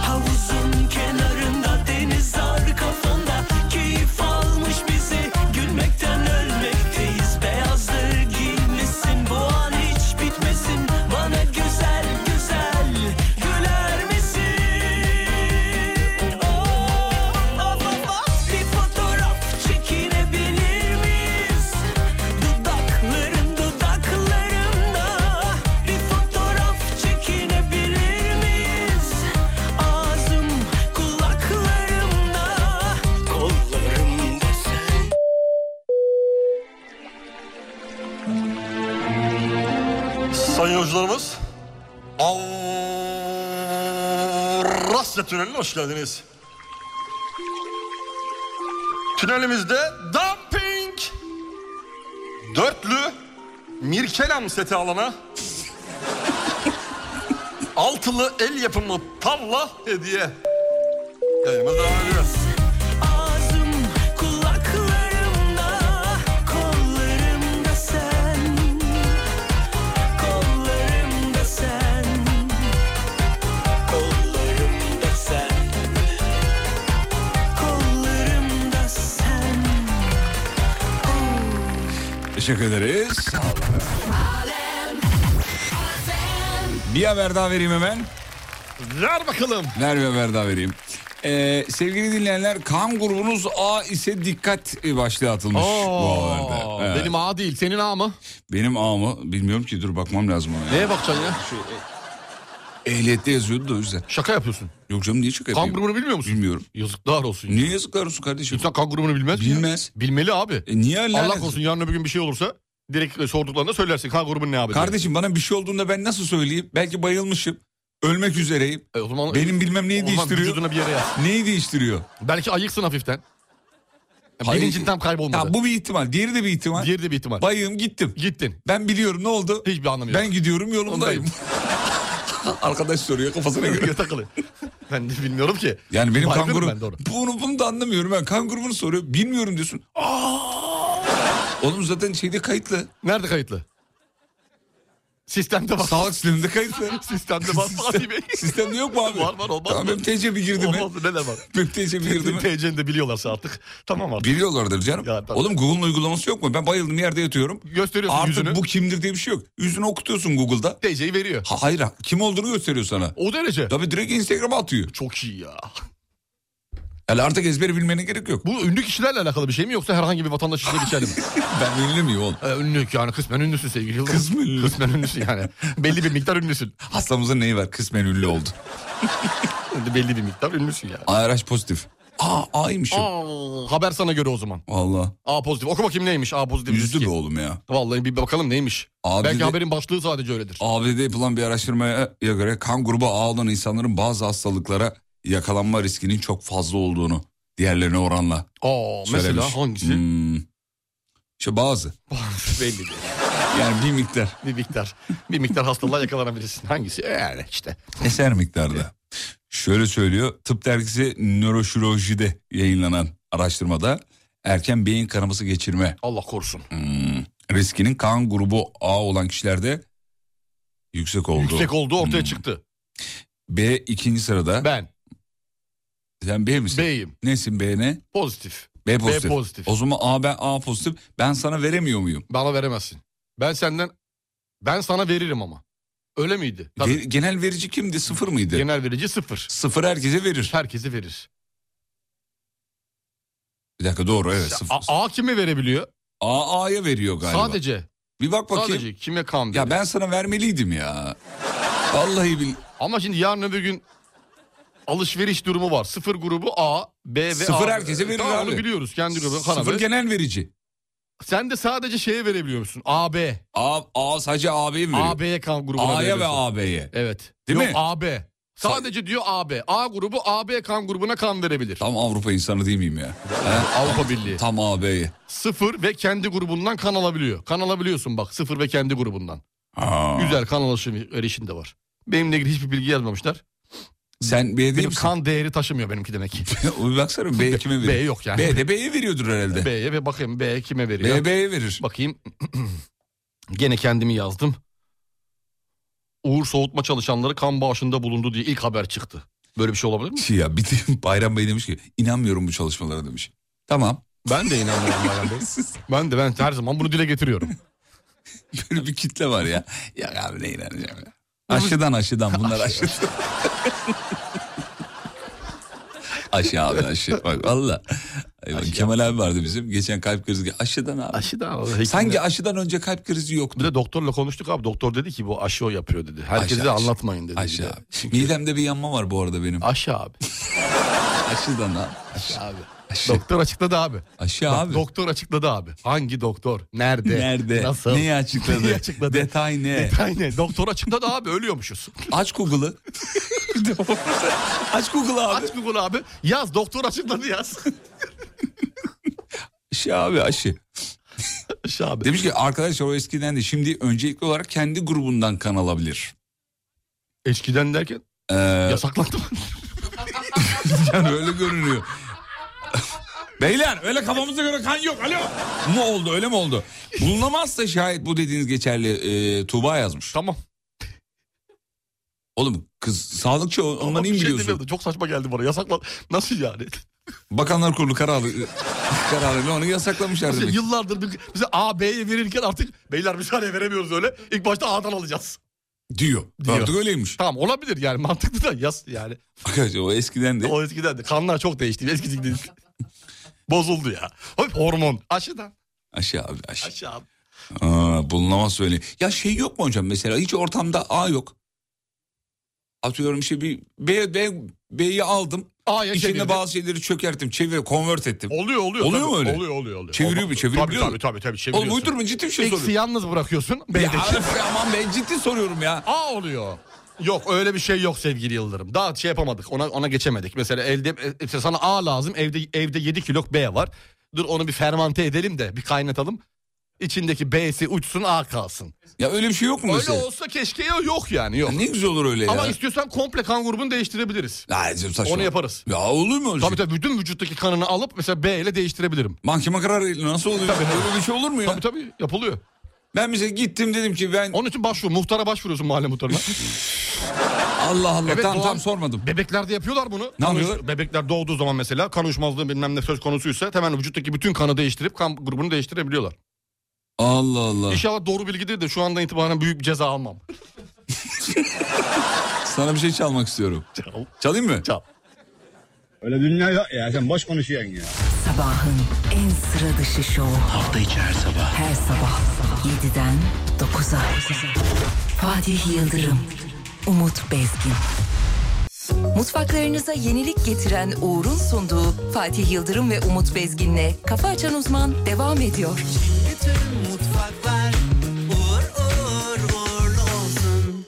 Speaker 4: Havuzun kenarında deniz ağır kafanda Keyif almış bizi gülmekten ölmekteyiz Beyazları giymişsin bu an hiç bitmesin Bana güzel güzel güler misin? Oh, oh, oh, oh. Bir fotoğraf çekinebilir miyiz? Dudakların dudaklarında bir fotoğraf çekinebilir miyiz? Ağzım kulaklarımda, kollarımda sen.
Speaker 12: Sayın yolcularımız Avrasya Tüneli'ne hoş geldiniz. Tünelimizde dumping dörtlü Mirkelam seti alana altılı el yapımı tavla hediye. Yayınımız devam ediyor.
Speaker 4: Ağzım kulaklarımda, kollarımda sen. Kollarımda
Speaker 5: Teşekkür ederiz. Sağ olun. Bir haber daha vereyim hemen.
Speaker 6: Ver bakalım.
Speaker 5: Ver bir haber daha vereyim. Ee, sevgili dinleyenler kan grubunuz A ise dikkat başlığı atılmış bu haberde. Evet.
Speaker 6: Benim A değil senin A mı?
Speaker 5: Benim A mı? Bilmiyorum ki dur bakmam lazım ona. ya.
Speaker 6: Neye bakacaksın ya? Şu, e,
Speaker 5: Ehliyette yazıyordu da o yüzden.
Speaker 6: şaka yapıyorsun.
Speaker 5: Yok canım niye şaka
Speaker 6: Kan
Speaker 5: yapayım?
Speaker 6: grubunu bilmiyor musun?
Speaker 5: Bilmiyorum.
Speaker 6: Yazıklar olsun. ya.
Speaker 5: Niye yazıklar olsun kardeşim?
Speaker 6: İnsan kan grubunu bilmez mi ya?
Speaker 5: Bilmez.
Speaker 6: Bilmeli abi.
Speaker 5: E, niye lanet-
Speaker 6: Allah korusun yarın öbür gün bir şey olursa direkt e, sorduklarında söylersin kan grubun ne abi? diye.
Speaker 5: Kardeşim bana bir şey olduğunda ben nasıl söyleyeyim? Belki bayılmışım. Ölmek üzereyim.
Speaker 6: E, o zaman
Speaker 5: Benim bilmem neyi
Speaker 6: o zaman
Speaker 5: değiştiriyor.
Speaker 6: vücuduna bir yere yaz.
Speaker 5: Neyi değiştiriyor?
Speaker 6: Belki ayıksın hafiften.
Speaker 5: Hayır.
Speaker 6: Birincin tam kaybolmadı.
Speaker 5: Ya bu bir ihtimal. Diğeri de bir ihtimal.
Speaker 6: Diğeri de bir ihtimal.
Speaker 5: Bayım gittim.
Speaker 6: Gittin.
Speaker 5: Ben biliyorum ne oldu?
Speaker 6: Hiçbir anlamı yok.
Speaker 5: Ben gidiyorum yolumdayım. Arkadaş soruyor kafasına göre.
Speaker 6: Göre takılı. ben de bilmiyorum ki.
Speaker 5: Yani benim
Speaker 6: Bayılıyorum
Speaker 5: kangurum...
Speaker 6: ben de ona.
Speaker 5: bunu, bunu da anlamıyorum ben. Kangurumunu soruyor. Bilmiyorum diyorsun. Aa! Oğlum zaten şeyde kayıtlı.
Speaker 6: Nerede kayıtlı? Sistemde bak.
Speaker 5: Sağlık sisteminde kayıtlı.
Speaker 6: Sistemde bak Fatih Bey.
Speaker 5: Sistemde yok mu abi?
Speaker 6: Var, var, olmaz
Speaker 5: Tamam
Speaker 6: mı?
Speaker 5: benim TC bir girdi mi?
Speaker 6: Olmaz neler var?
Speaker 5: Benim TC bir girdi mi?
Speaker 6: TC'ni de biliyorlarsa artık. Tamam artık.
Speaker 5: Biliyorlardır canım.
Speaker 6: Ya, tabii.
Speaker 5: Oğlum Google'un uygulaması yok mu? Ben bayıldım yerde yatıyorum.
Speaker 6: Gösteriyorsun
Speaker 5: Artık
Speaker 6: yüzünü.
Speaker 5: bu kimdir diye bir şey yok. Yüzünü okutuyorsun Google'da.
Speaker 6: TC'yi veriyor.
Speaker 5: Ha, hayır ha, kim olduğunu gösteriyor sana.
Speaker 6: O derece.
Speaker 5: Tabii direkt Instagram'a atıyor.
Speaker 6: Çok iyi ya.
Speaker 5: Yani artık ezberi bilmenin gerek yok.
Speaker 6: Bu ünlü kişilerle alakalı bir şey mi yoksa herhangi bir vatandaş için de geçerli mi?
Speaker 5: Ben ünlü müyüm oğlum?
Speaker 6: Ee, ünlü yani kısmen ünlüsün sevgili Yıldırım.
Speaker 5: Kısmen ünlü.
Speaker 6: Kısmen ünlüsün yani. Belli bir miktar ünlüsün.
Speaker 5: Hastamızın neyi var? Kısmen ünlü oldu.
Speaker 6: Belli bir miktar ünlüsün yani.
Speaker 5: ARH pozitif. Aa A'ymışım.
Speaker 6: Aa, haber sana göre o zaman.
Speaker 5: Valla.
Speaker 6: A pozitif. Oku bakayım neymiş A pozitif.
Speaker 5: Yüzdü
Speaker 6: riski.
Speaker 5: be oğlum ya.
Speaker 6: Vallahi bir bakalım neymiş.
Speaker 5: Abi
Speaker 6: Belki
Speaker 5: de-
Speaker 6: haberin başlığı sadece öyledir.
Speaker 5: ABD'de yapılan bir araştırmaya göre kan grubu A olan insanların bazı hastalıklara yakalanma riskinin çok fazla olduğunu diğerlerine oranla
Speaker 6: Aa, mesela
Speaker 5: söylemiş.
Speaker 6: hangisi?
Speaker 5: Hmm. İşte bazı.
Speaker 6: Belli değil.
Speaker 5: Yani bir miktar.
Speaker 6: Bir miktar. Bir miktar hastalığa yakalanabilirsin. Hangisi? Yani işte.
Speaker 5: Eser miktarda. Şöyle söylüyor. Tıp dergisi nöroşirurjide yayınlanan araştırmada erken beyin kanaması geçirme
Speaker 6: Allah korusun.
Speaker 5: hmm, riskinin kan grubu A olan kişilerde yüksek oldu.
Speaker 6: Yüksek olduğu ortaya
Speaker 5: Hmm.
Speaker 6: çıktı.
Speaker 5: B ikinci sırada.
Speaker 6: Ben
Speaker 5: Sen B misin?
Speaker 6: B'yim.
Speaker 5: Nesin B ne?
Speaker 6: Pozitif.
Speaker 5: B pozitif.
Speaker 6: pozitif.
Speaker 5: O zaman A ben A pozitif. Ben sana veremiyor muyum?
Speaker 6: Bana veremezsin. Ben senden ben sana veririm ama. Öyle miydi? Tabii.
Speaker 5: Ge- genel verici kimdi? Sıfır mıydı?
Speaker 6: Genel verici sıfır.
Speaker 5: Sıfır herkese verir.
Speaker 6: Herkesi verir.
Speaker 5: Bir dakika doğru evet. Sıfır. A,
Speaker 6: A, A kime verebiliyor?
Speaker 5: A'ya veriyor galiba.
Speaker 6: Sadece.
Speaker 5: Bir bak bakayım.
Speaker 6: Sadece kime kan veriyor?
Speaker 5: Ya ben sana vermeliydim ya. Vallahi bil.
Speaker 6: Ama şimdi yarın öbür gün alışveriş durumu var. Sıfır grubu A, B ve
Speaker 5: Sıfır
Speaker 6: A.
Speaker 5: herkese verir
Speaker 6: tamam,
Speaker 5: abi.
Speaker 6: Onu biliyoruz kendi grubu. Karar
Speaker 5: Sıfır
Speaker 6: verir.
Speaker 5: genel verici.
Speaker 6: Sen de sadece şeye verebiliyor musun? A, B.
Speaker 5: A, A sadece AB'ye mi veriyor?
Speaker 6: AB'ye kan grubuna
Speaker 5: A'ya ve
Speaker 6: verebiliyorsun.
Speaker 5: AB'ye.
Speaker 6: Evet.
Speaker 5: Değil
Speaker 6: Yok,
Speaker 5: mi?
Speaker 6: AB. Sadece diyor AB. A grubu AB kan grubuna kan verebilir.
Speaker 5: Tam Avrupa insanı değil miyim ya? He?
Speaker 6: Avrupa Birliği.
Speaker 5: Tam AB'ye.
Speaker 6: Sıfır ve kendi grubundan kan alabiliyor. Kan alabiliyorsun bak sıfır ve kendi grubundan.
Speaker 5: Aa.
Speaker 6: Güzel kan alışım erişim de var. Benimle ilgili hiçbir bilgi yazmamışlar.
Speaker 5: Sen B değil
Speaker 6: Benim
Speaker 5: misin?
Speaker 6: kan değeri taşımıyor benimki demek.
Speaker 5: Bir baksana B kime veriyor?
Speaker 6: B yok yani.
Speaker 5: B de B'ye veriyordur herhalde.
Speaker 6: B'ye ve bakayım B kime veriyor?
Speaker 5: B B'ye verir.
Speaker 6: Bakayım. Gene kendimi yazdım. Uğur soğutma çalışanları kan bağışında bulundu diye ilk haber çıktı. Böyle bir şey olabilir mi?
Speaker 5: Şey ya bir de Bayram Bey demiş ki inanmıyorum bu çalışmalara demiş. Tamam.
Speaker 6: Ben de inanmıyorum Bayram Bey. Ben de ben her zaman bunu dile getiriyorum.
Speaker 5: Böyle bir kitle var ya. Ya abi ne inanacağım ya. Aşıdan aşıdan bunlar aşıdan. aşı abi aşı. Bak valla. Ay bak, Kemal abi vardı bizim. Geçen kalp krizi. Aşıdan abi.
Speaker 6: Aşı da abi.
Speaker 5: Sanki aşıdan önce kalp krizi yoktu.
Speaker 6: bir de doktorla konuştuk abi. Doktor dedi ki bu aşı o yapıyor dedi. Herkese
Speaker 5: Aşı,
Speaker 6: de
Speaker 5: aşı.
Speaker 6: anlatmayın dedi. bir
Speaker 5: Aşı
Speaker 6: de.
Speaker 5: abi. Midemde bir yanma var bu arada benim.
Speaker 6: Aşı abi.
Speaker 5: Aşıdan abi. Aşı,
Speaker 6: abi.
Speaker 5: aşı.
Speaker 6: Doktor açıkladı abi.
Speaker 5: aşı
Speaker 6: Bak,
Speaker 5: abi.
Speaker 6: Doktor açıkladı abi. Hangi doktor? Nerede?
Speaker 5: Nerede?
Speaker 6: Nasıl?
Speaker 5: Neyi açıkladı?
Speaker 6: Neyi açıkladı?
Speaker 5: Detay ne?
Speaker 6: Detay ne? Doktor açıkladı abi ölüyormuşuz.
Speaker 5: Aç Google'ı. Aç Google abi.
Speaker 6: Aç Google abi. Yaz doktor açıkladı yaz.
Speaker 5: Aşı Şey abi aşı.
Speaker 6: Aşı abi.
Speaker 5: Demiş ki arkadaşlar o eskiden de şimdi öncelikli olarak kendi grubundan kan alabilir.
Speaker 6: Eskiden derken
Speaker 5: Ee,
Speaker 6: yasaklandı mı?
Speaker 5: yani öyle görünüyor. Beyler öyle kafamıza göre kan yok alo. Ne oldu öyle mi oldu? Bulunamazsa şayet bu dediğiniz geçerli e, Tuğba yazmış.
Speaker 6: tamam.
Speaker 5: Oğlum kız sağlıkçı o- ondan
Speaker 6: Tamam,
Speaker 5: iyi
Speaker 6: bir şey
Speaker 5: biliyorsun.
Speaker 6: demiyorum da Çok saçma geldi bana. Yasaklan. Nasıl yani?
Speaker 5: Bakanlar Kurulu kararı, kararıyla onu yasaklamışlar
Speaker 6: Mesela
Speaker 5: demek.
Speaker 6: yıllardır bir- bize A, B'ye verirken artık beyler bir saniye veremiyoruz öyle. İlk başta A'dan alacağız.
Speaker 5: Diyor.
Speaker 6: diyor.
Speaker 5: Artık öyleymiş.
Speaker 6: Tamam olabilir yani mantıklı da yaz yani.
Speaker 5: Arkadaşlar o eskiden de.
Speaker 6: O eskiden de kanlar çok değişti. Eskisi değil. Bozuldu ya. Hop hormon. Aşıdan.
Speaker 5: Aşağı abi aşağı.
Speaker 6: Aşağı.
Speaker 5: Aa, bulunamaz öyle. Ya şey yok mu hocam mesela hiç ortamda A yok. Atıyorum işte bir B, B B'yi aldım.
Speaker 6: A'ya
Speaker 5: İçinde
Speaker 6: çevirdim.
Speaker 5: bazı şeyleri çökerttim, çevir, convert ettim.
Speaker 6: Oluyor oluyor.
Speaker 5: Oluyor
Speaker 6: tabii.
Speaker 5: mu öyle?
Speaker 6: Oluyor oluyor. oluyor.
Speaker 5: Çeviriyor mu, çeviriyor
Speaker 6: tabii,
Speaker 5: biliyor
Speaker 6: tabii
Speaker 5: musun?
Speaker 6: tabii tabii çeviriyorsun.
Speaker 5: Oğlum uydurma ciddi bir şey
Speaker 6: Eksi
Speaker 5: soruyorum.
Speaker 6: yalnız bırakıyorsun.
Speaker 5: Ya,
Speaker 6: B'deki.
Speaker 5: Arif, aman ben ciddi soruyorum ya.
Speaker 6: A oluyor. Yok öyle bir şey yok sevgili Yıldırım. Daha şey yapamadık. Ona ona geçemedik. Mesela elde e, işte sana A lazım. Evde evde 7 kilo B var. Dur onu bir fermante edelim de bir kaynatalım. İçindeki B'si uçsun A kalsın.
Speaker 5: Ya öyle bir şey yok mu
Speaker 6: Öyle
Speaker 5: mesela?
Speaker 6: olsa keşke ya, yok yani yok.
Speaker 5: Ya ne güzel olur öyle
Speaker 6: Ama
Speaker 5: ya.
Speaker 6: istiyorsan komple kan grubunu değiştirebiliriz.
Speaker 5: Ay, canım saçma.
Speaker 6: Onu yaparız.
Speaker 5: Ya olur mu öyle
Speaker 6: Tabii
Speaker 5: şey?
Speaker 6: tabii bütün vücuttaki kanını alıp mesela B ile değiştirebilirim.
Speaker 5: Mahkeme kararı nasıl oluyor?
Speaker 6: Tabii, tabii.
Speaker 5: Öyle bir şey olur mu ya?
Speaker 6: Tabii tabii yapılıyor.
Speaker 5: Ben mesela gittim dedim ki ben
Speaker 6: Onun için başvur. Muhtara başvuruyorsun mahalle muhtarına.
Speaker 5: Allah Allah
Speaker 6: Evet,
Speaker 5: tam
Speaker 6: doğan-
Speaker 5: tam sormadım.
Speaker 6: Bebeklerde yapıyorlar bunu.
Speaker 5: Ne
Speaker 6: Kan
Speaker 5: yapıyorlar?
Speaker 6: uyuş- Bebekler doğduğu zaman mesela kan uyuşmazlığı bilmem ne söz konusuysa hemen vücuttaki bütün kanı değiştirip kan grubunu değiştirebiliyorlar.
Speaker 5: Allah Allah.
Speaker 6: İnşallah doğru bilgidir de şu andan itibaren büyük bir ceza almam.
Speaker 5: Sana bir şey çalmak istiyorum.
Speaker 6: Çal.
Speaker 5: Çalayım mı?
Speaker 6: Çal.
Speaker 13: Öyle dünya yok ya sen boş konuşuyorsun ya.
Speaker 1: Sabahın en sıra dışı şovu.
Speaker 9: Hafta içi her sabah
Speaker 1: Her sabah 7'den 9'a. Fatih Yıldırım, Umut Bezgin. Mutfaklarınıza yenilik getiren Uğur'un sunduğu Fatih Yıldırım ve Umut Bezgin'le Kafa Açan Uzman devam ediyor.
Speaker 9: Bütün mutfaklar uğur uğur uğurlu olsun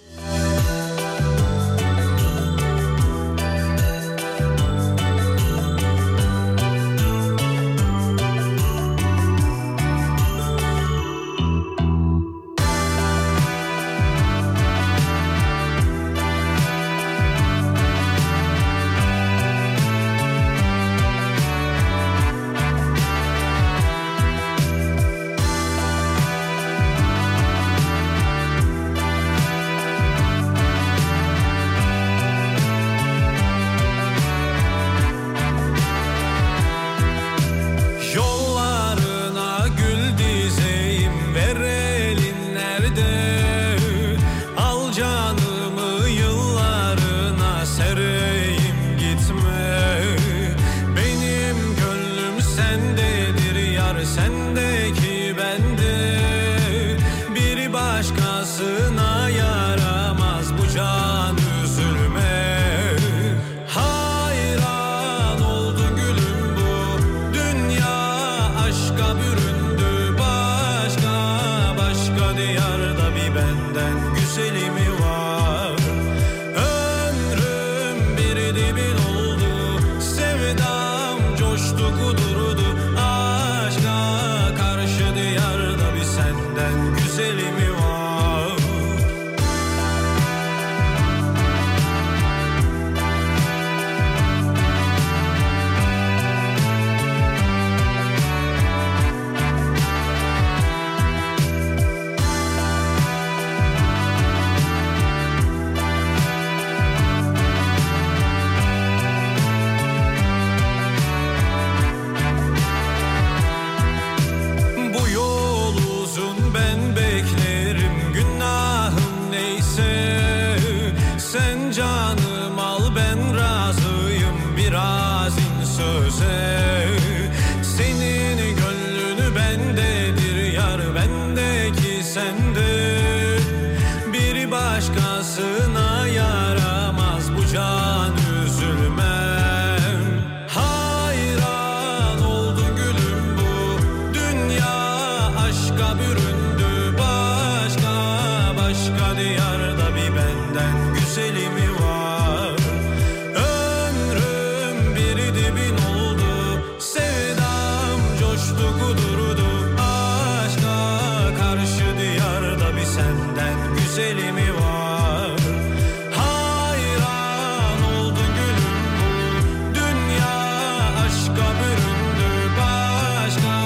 Speaker 9: Yollarına gül dizeyim ver elin nerede Al canımı yıllarına sereyim gitme Benim gönlüm sendedir yar sendeki bende Bir başkasına yaramaz bu can üzülme Hayran oldu gülüm bu Dünya aşka büründü Başka başka diyarda bir benden güzeli mi var Ömrüm bir dibin oldu Sevdam coştu kudurdu Aşka karşı diyarda bir senden güzeli mi var Bu yol uzun ben beklerim günahım neyse Sen canım al ben razıyım biraz in söze Senin gönlünü bendedir yar bendeki sende Bir başkasına yaramaz bu can üzülmem Hayran oldu gülüm bu Dünya aşka büründü Başka başka diyarda bir benden güzeli mi var Ömrüm bir dibin oldu Sevdam coştu kudurdu Aşka karşı diyarda bir senden güzeli mi var Hayran oldu gülüm bu Dünya aşka büründü Başka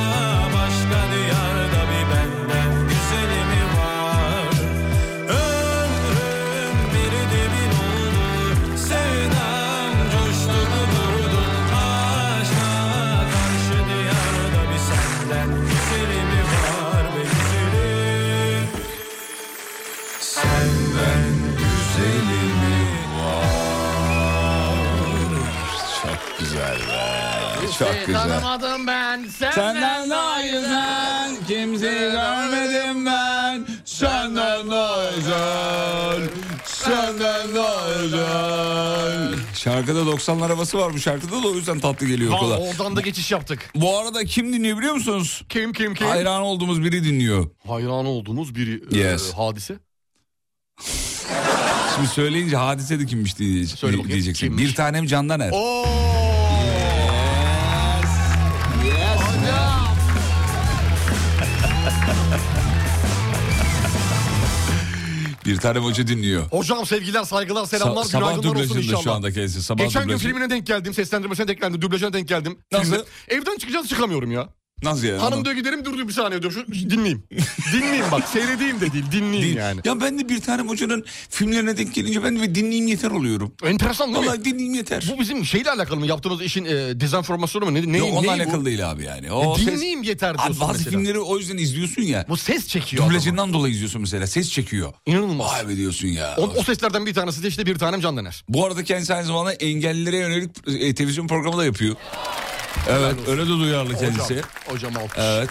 Speaker 9: başka diyarda bir benden güzeli mi var Ömrüm bir dibin oldu
Speaker 5: şarkıcı.
Speaker 14: Tanımadım ben
Speaker 5: Senden daha güzel kimseyi görmedim ben. Senden daha güzel, senden daha güzel. Şarkıda 90'lar havası var bu şarkıda da o yüzden tatlı geliyor
Speaker 6: Vallahi
Speaker 5: okula.
Speaker 6: Oradan da geçiş yaptık.
Speaker 5: Bu arada kim dinliyor biliyor musunuz?
Speaker 6: Kim kim kim?
Speaker 5: Hayran olduğumuz biri dinliyor.
Speaker 6: Hayran olduğumuz biri
Speaker 5: Yes.
Speaker 6: hadise.
Speaker 5: Şimdi söyleyince hadise de kimmiş diyecek, diyeceksin. Bir tanem candan er. Bir tanem hoca dinliyor.
Speaker 6: Hocam sevgiler, saygılar, selamlar,
Speaker 5: Sa- sabah
Speaker 6: günaydınlar olsun
Speaker 5: dublajında
Speaker 6: inşallah.
Speaker 5: şu anda kendisi. Sabah
Speaker 6: Geçen gün
Speaker 5: dublajı.
Speaker 6: filmine denk geldim, seslendirmesine denk geldim, dublajına denk geldim.
Speaker 5: Nasıl?
Speaker 6: Filmde- Evden çıkacağız çıkamıyorum ya.
Speaker 5: Nasıl yani?
Speaker 6: Hanım diyor gidelim dur diyor bir saniye diyor. Şu, şu dinleyeyim. dinleyeyim bak seyredeyim de değil dinleyeyim yani.
Speaker 5: Ya ben de bir tane hocanın filmlerine denk gelince ben de bir dinleyeyim yeter oluyorum.
Speaker 6: Enteresan değil
Speaker 5: Vallahi dinleyeyim yeter.
Speaker 6: Bu bizim şeyle alakalı mı? Yaptığımız işin e, dezenformasyonu mu? Ne, ne,
Speaker 5: Yok, onunla
Speaker 6: neyi bu?
Speaker 5: alakalı değil abi yani. O
Speaker 6: E,
Speaker 5: ses-
Speaker 6: dinleyeyim yeter
Speaker 5: Abi
Speaker 6: diyorsun
Speaker 5: bazı
Speaker 6: mesela.
Speaker 5: filmleri o yüzden izliyorsun ya.
Speaker 6: Bu ses çekiyor.
Speaker 5: Dublajından dolayı izliyorsun mesela. Ses çekiyor.
Speaker 6: İnanılmaz.
Speaker 5: Vay be diyorsun ya.
Speaker 6: O, o seslerden bir tanesi de işte bir tanem Can Dener.
Speaker 5: Bu arada kendisi aynı zamanda engellilere yönelik e, televizyon programı da yapıyor. Evet öyle de duyarlı kendisi.
Speaker 6: Hocam alkış.
Speaker 5: Evet.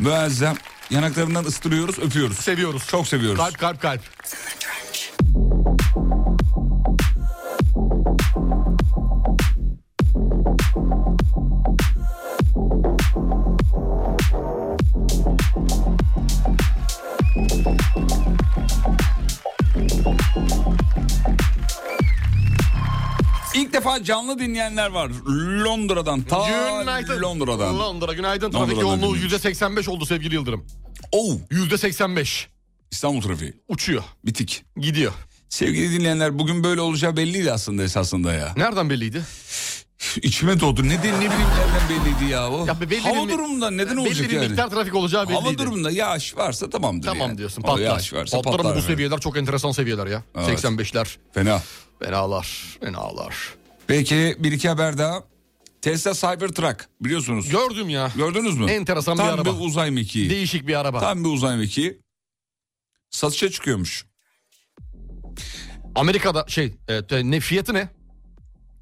Speaker 5: Müezzem yanaklarından ıstırıyoruz öpüyoruz.
Speaker 6: Seviyoruz.
Speaker 5: Çok seviyoruz.
Speaker 6: Kalp kalp kalp.
Speaker 5: İlk defa canlı dinleyenler var. Londra'dan. Ta
Speaker 6: Günaydın.
Speaker 5: Londra'dan.
Speaker 6: Londra günaydın. Trafik
Speaker 5: Londra'dan
Speaker 6: yoğunluğu
Speaker 5: dinliyoruz.
Speaker 6: %85 oldu sevgili Yıldırım.
Speaker 5: Oh.
Speaker 6: %85.
Speaker 5: İstanbul trafiği.
Speaker 6: Uçuyor.
Speaker 5: Bitik.
Speaker 6: Gidiyor.
Speaker 5: Sevgili dinleyenler bugün böyle olacağı belliydi aslında esasında ya.
Speaker 6: Nereden belliydi?
Speaker 5: İçime doğdu. Ne, de- ne bileyim nereden belliydi ya o.
Speaker 6: Ya be- belli
Speaker 5: Hava
Speaker 6: bir-
Speaker 5: durumunda neden
Speaker 6: belli
Speaker 5: olacak
Speaker 6: bir
Speaker 5: yani?
Speaker 6: miktar trafik olacağı belliydi.
Speaker 5: Hava durumunda yağış varsa tamamdır
Speaker 6: Tamam
Speaker 5: yani.
Speaker 6: diyorsun
Speaker 5: Ama
Speaker 6: patlar.
Speaker 5: Yağış varsa
Speaker 6: Patlar ama
Speaker 5: patlar.
Speaker 6: bu
Speaker 5: yani.
Speaker 6: seviyeler çok enteresan seviyeler ya.
Speaker 5: Evet.
Speaker 6: 85'ler.
Speaker 5: Fena.
Speaker 6: Fenalar. Fenalar.
Speaker 5: Peki bir iki haber daha. Tesla Cybertruck biliyorsunuz.
Speaker 6: Gördüm ya.
Speaker 5: Gördünüz mü?
Speaker 6: Enteresan bir
Speaker 5: Tam
Speaker 6: araba.
Speaker 5: bir uzay mekiği.
Speaker 6: Değişik bir araba.
Speaker 5: Tam bir uzay mekiği. Satışa çıkıyormuş.
Speaker 6: Amerika'da şey e, te- ne fiyatı ne?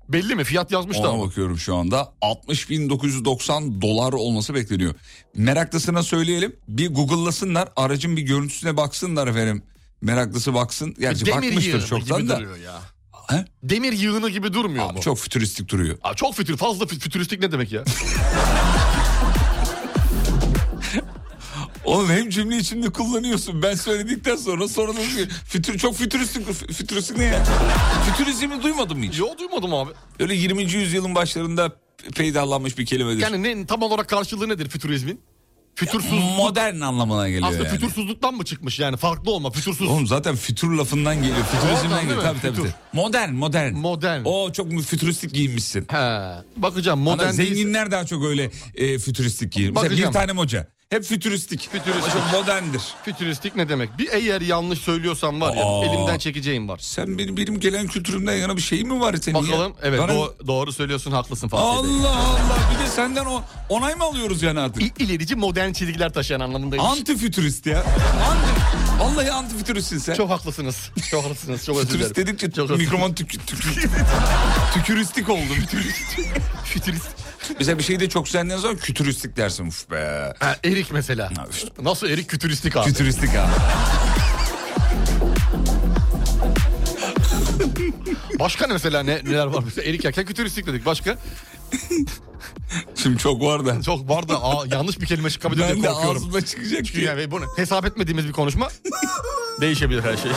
Speaker 6: Belli mi? Fiyat yazmış da.
Speaker 5: Ona bakıyorum şu anda. 60.990 dolar olması bekleniyor. Meraklısına söyleyelim. Bir Google'lasınlar. Aracın bir görüntüsüne baksınlar efendim. Meraklısı baksın. Gerçi
Speaker 6: Demir
Speaker 5: bakmıştır
Speaker 6: yığını
Speaker 5: çoktan
Speaker 6: gibi
Speaker 5: da.
Speaker 6: duruyor ya.
Speaker 5: He?
Speaker 6: Demir yığını gibi durmuyor mu?
Speaker 5: Çok fütüristik duruyor.
Speaker 6: Aa, çok fütür, fazla fü- fütüristik ne demek ya?
Speaker 5: Oğlum hem cümle içinde kullanıyorsun. Ben söyledikten sonra sonra da diyor ki, fütür çok fütüristik fütüristik ne ya? Fütürizmi duymadım hiç.
Speaker 6: Yo duymadım abi.
Speaker 5: Öyle 20. yüzyılın başlarında peydahlanmış bir kelimedir.
Speaker 6: Yani ne, tam olarak karşılığı nedir fütürizmin? Fütursuz.
Speaker 5: modern anlamına geliyor
Speaker 6: Aslında
Speaker 5: yani.
Speaker 6: fütursuzluktan mı çıkmış yani? Farklı olma, fütursuz.
Speaker 5: Oğlum zaten fütür lafından geliyor. Fütürizmden
Speaker 6: Oradan değil
Speaker 5: geliyor.
Speaker 6: mi?
Speaker 5: Tabii tabii.
Speaker 6: Fütür.
Speaker 5: Modern, modern.
Speaker 6: Modern.
Speaker 5: O çok mü- fütüristik giyinmişsin.
Speaker 6: He. Bakacağım modern
Speaker 5: Ama
Speaker 6: değil.
Speaker 5: zenginler daha çok öyle e, fütüristik giyinir. Mesela
Speaker 6: Bakacağım.
Speaker 5: bir tane hoca. Hep fütüristik.
Speaker 6: Fütüristik.
Speaker 5: Çok moderndir.
Speaker 6: Fütüristik ne demek? Bir eğer yanlış söylüyorsam var ya
Speaker 5: Aa.
Speaker 6: elimden çekeceğim var.
Speaker 5: Sen benim, benim gelen kültürümden yana bir şey mi var senin ya?
Speaker 6: Bakalım evet
Speaker 5: Bana-
Speaker 6: doğ- doğru söylüyorsun haklısın Fatih Bey.
Speaker 5: Allah Allah bir de senden o onay mı alıyoruz yani artık?
Speaker 6: İ- İlerici modern çizgiler taşıyan anlamındaymış.
Speaker 5: Anti fütürist ya. Anti, vallahi anti fütüristsin sen.
Speaker 6: Çok haklısınız. Çok haklısınız. Çok özür dilerim.
Speaker 5: fütürist dedikçe
Speaker 6: Çok özür-
Speaker 5: mikrofon tük, tük- tüküristik oldu. Fütürist.
Speaker 6: Fütürist.
Speaker 5: Mesela bir şeyi de çok düzenleyen zaman kütüristik dersin. Uf be.
Speaker 6: Ha, erik mesela. Nasıl erik kütüristik abi?
Speaker 5: Fütüristik abi.
Speaker 6: Başka ne mesela ne, neler var? Mesela erik yerken kütüristik dedik. Başka?
Speaker 5: Şimdi çok var da.
Speaker 6: Çok var da aa, yanlış bir kelime çıkabilir diye
Speaker 5: Ben de
Speaker 6: korkuyorum.
Speaker 5: ağzımda çıkacak ki.
Speaker 6: Yani bunu hesap etmediğimiz bir konuşma değişebilir her şey.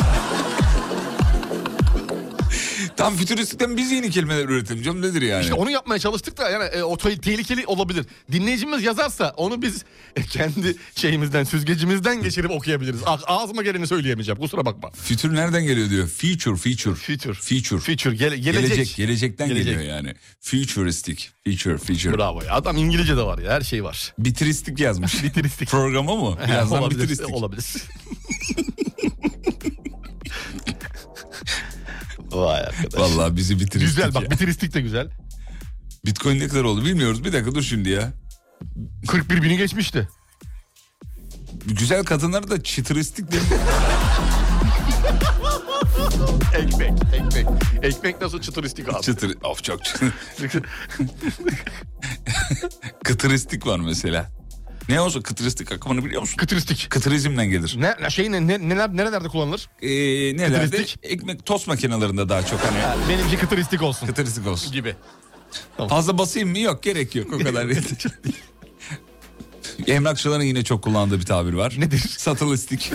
Speaker 5: Tam fütüristikten biz yeni kelimeler üretelim canım nedir yani?
Speaker 6: İşte onu yapmaya çalıştık da yani e, o te- tehlikeli olabilir. Dinleyicimiz yazarsa onu biz e, kendi şeyimizden, süzgecimizden geçirip okuyabiliriz. A- ağzıma geleni söyleyemeyeceğim. Kusura bakma.
Speaker 5: Fütür nereden geliyor diyor. Future, future.
Speaker 6: Future.
Speaker 5: Future.
Speaker 6: Future gele- gelecek.
Speaker 5: Gelecek, gelecekten
Speaker 6: Gelecek.
Speaker 5: geliyor yani. Futuristik. Future, future.
Speaker 6: Bravo ya. Adam İngilizce de var ya. Her şey var.
Speaker 5: Bitiristik yazmış.
Speaker 6: Bitiristik.
Speaker 5: Programa mı? Birazdan
Speaker 6: olabilir,
Speaker 5: bitiristik.
Speaker 6: Olabilir. Vay arkadaş.
Speaker 5: Vallahi bizi bitiristik.
Speaker 6: Güzel bak
Speaker 5: ya.
Speaker 6: bitiristik de güzel.
Speaker 5: Bitcoin ne kadar oldu bilmiyoruz. Bir dakika dur şimdi ya.
Speaker 6: 41 bini geçmişti.
Speaker 5: Güzel kadınları da çitiristik değil mi?
Speaker 6: Ekmek, ekmek. Ekmek nasıl çıtıristik abi?
Speaker 5: Çıtır. Of çok çıtır. Kıtristik var mesela. Ne olsa kıtristik akımını biliyor musun?
Speaker 6: Kıtristik.
Speaker 5: Kıtrizmden gelir.
Speaker 6: Ne, ne- şey ne, ne- neler, nerelerde kullanılır?
Speaker 5: Ee, nelerde?
Speaker 6: Kıtristik.
Speaker 5: Ekmek tost makinelerinde daha çok hani.
Speaker 6: Benimki kıtristik olsun.
Speaker 5: Kıtristik olsun.
Speaker 6: Gibi.
Speaker 5: Fazla basayım mı? Yok gerek yok o kadar. Emlakçıların yine çok kullandığı bir tabir var. Nedir? Satılıstik.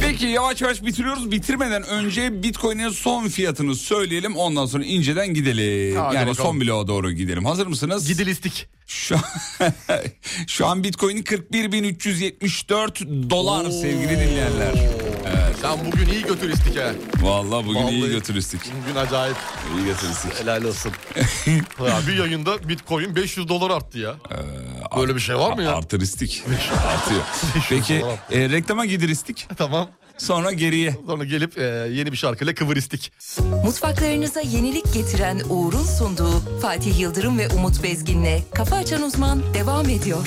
Speaker 5: Peki yavaş yavaş bitiriyoruz. Bitirmeden önce Bitcoin'in son fiyatını söyleyelim. Ondan sonra inceden gidelim.
Speaker 6: Hadi
Speaker 5: yani
Speaker 6: bakalım.
Speaker 5: son bloğa doğru gidelim. Hazır mısınız? Gidilistik. Şu an, şu an Bitcoin'in 41.374 dolar sevgili dinleyenler. Evet.
Speaker 6: Sen bugün iyi götüristik ha.
Speaker 5: Vallahi bugün iyi
Speaker 6: Vallahi.
Speaker 5: götürüstük.
Speaker 6: Bugün acayip.
Speaker 5: İyi götürüstük.
Speaker 6: Helal olsun. ya bir yayında bitcoin 500 dolar arttı ya.
Speaker 5: Ee,
Speaker 6: Böyle bir şey var mı ya?
Speaker 5: Artıristik. Artıyor. Peki
Speaker 6: dolar
Speaker 5: e, reklama gidiristik.
Speaker 6: Tamam.
Speaker 5: Sonra geriye.
Speaker 6: Sonra gelip e, yeni bir şarkıyla kıvıristik.
Speaker 1: Mutfaklarınıza yenilik getiren Uğur'un sunduğu Fatih Yıldırım ve Umut Bezgin'le Kafa Açan Uzman devam ediyor.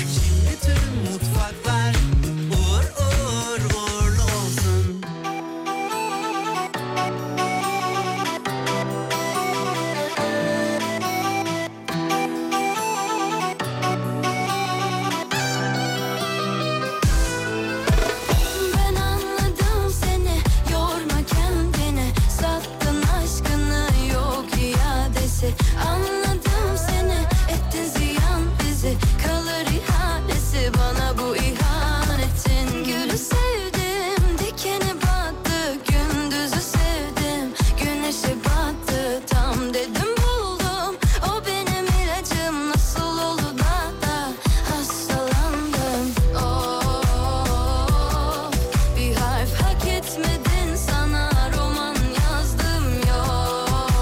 Speaker 4: Bütün mutfaklar uğur uğur uğurlu olsun.
Speaker 7: Ben anladım seni yorma kendini sattın aşkını yok iadesi anladım seni ettin ziyan bizi kalır ihanesi bana bu ihanetin gülü sevdim dikeni battı gündüzü sevdim güneşe battı tam dedim buldum o benim ilacım nasıl oldu da da hastalandım Oh, bir harf hak etmedin sana roman yazdım yok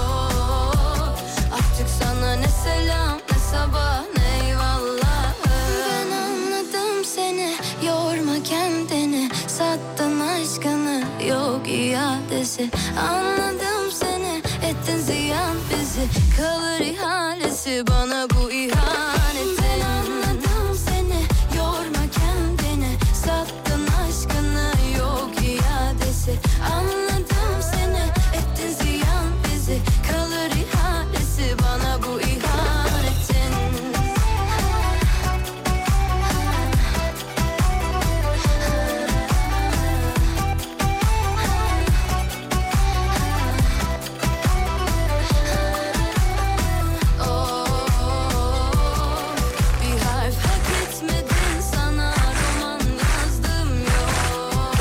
Speaker 7: Artık sana ne selam ne sabah ne eyvallah Ben anladım seni yorma kendini Sattın aşkını yok iadesi Anladım seni ettin ziyan bizi Kalır ihalesi bana bu ihanetin Ben anladım seni yorma kendini Sattın aşkını yok iadesi Anladım seni ettin ziyan bizi Kalır ihalesi bana bu ihanetin Oh, bir harf hak etmedin sana roman yazdım yok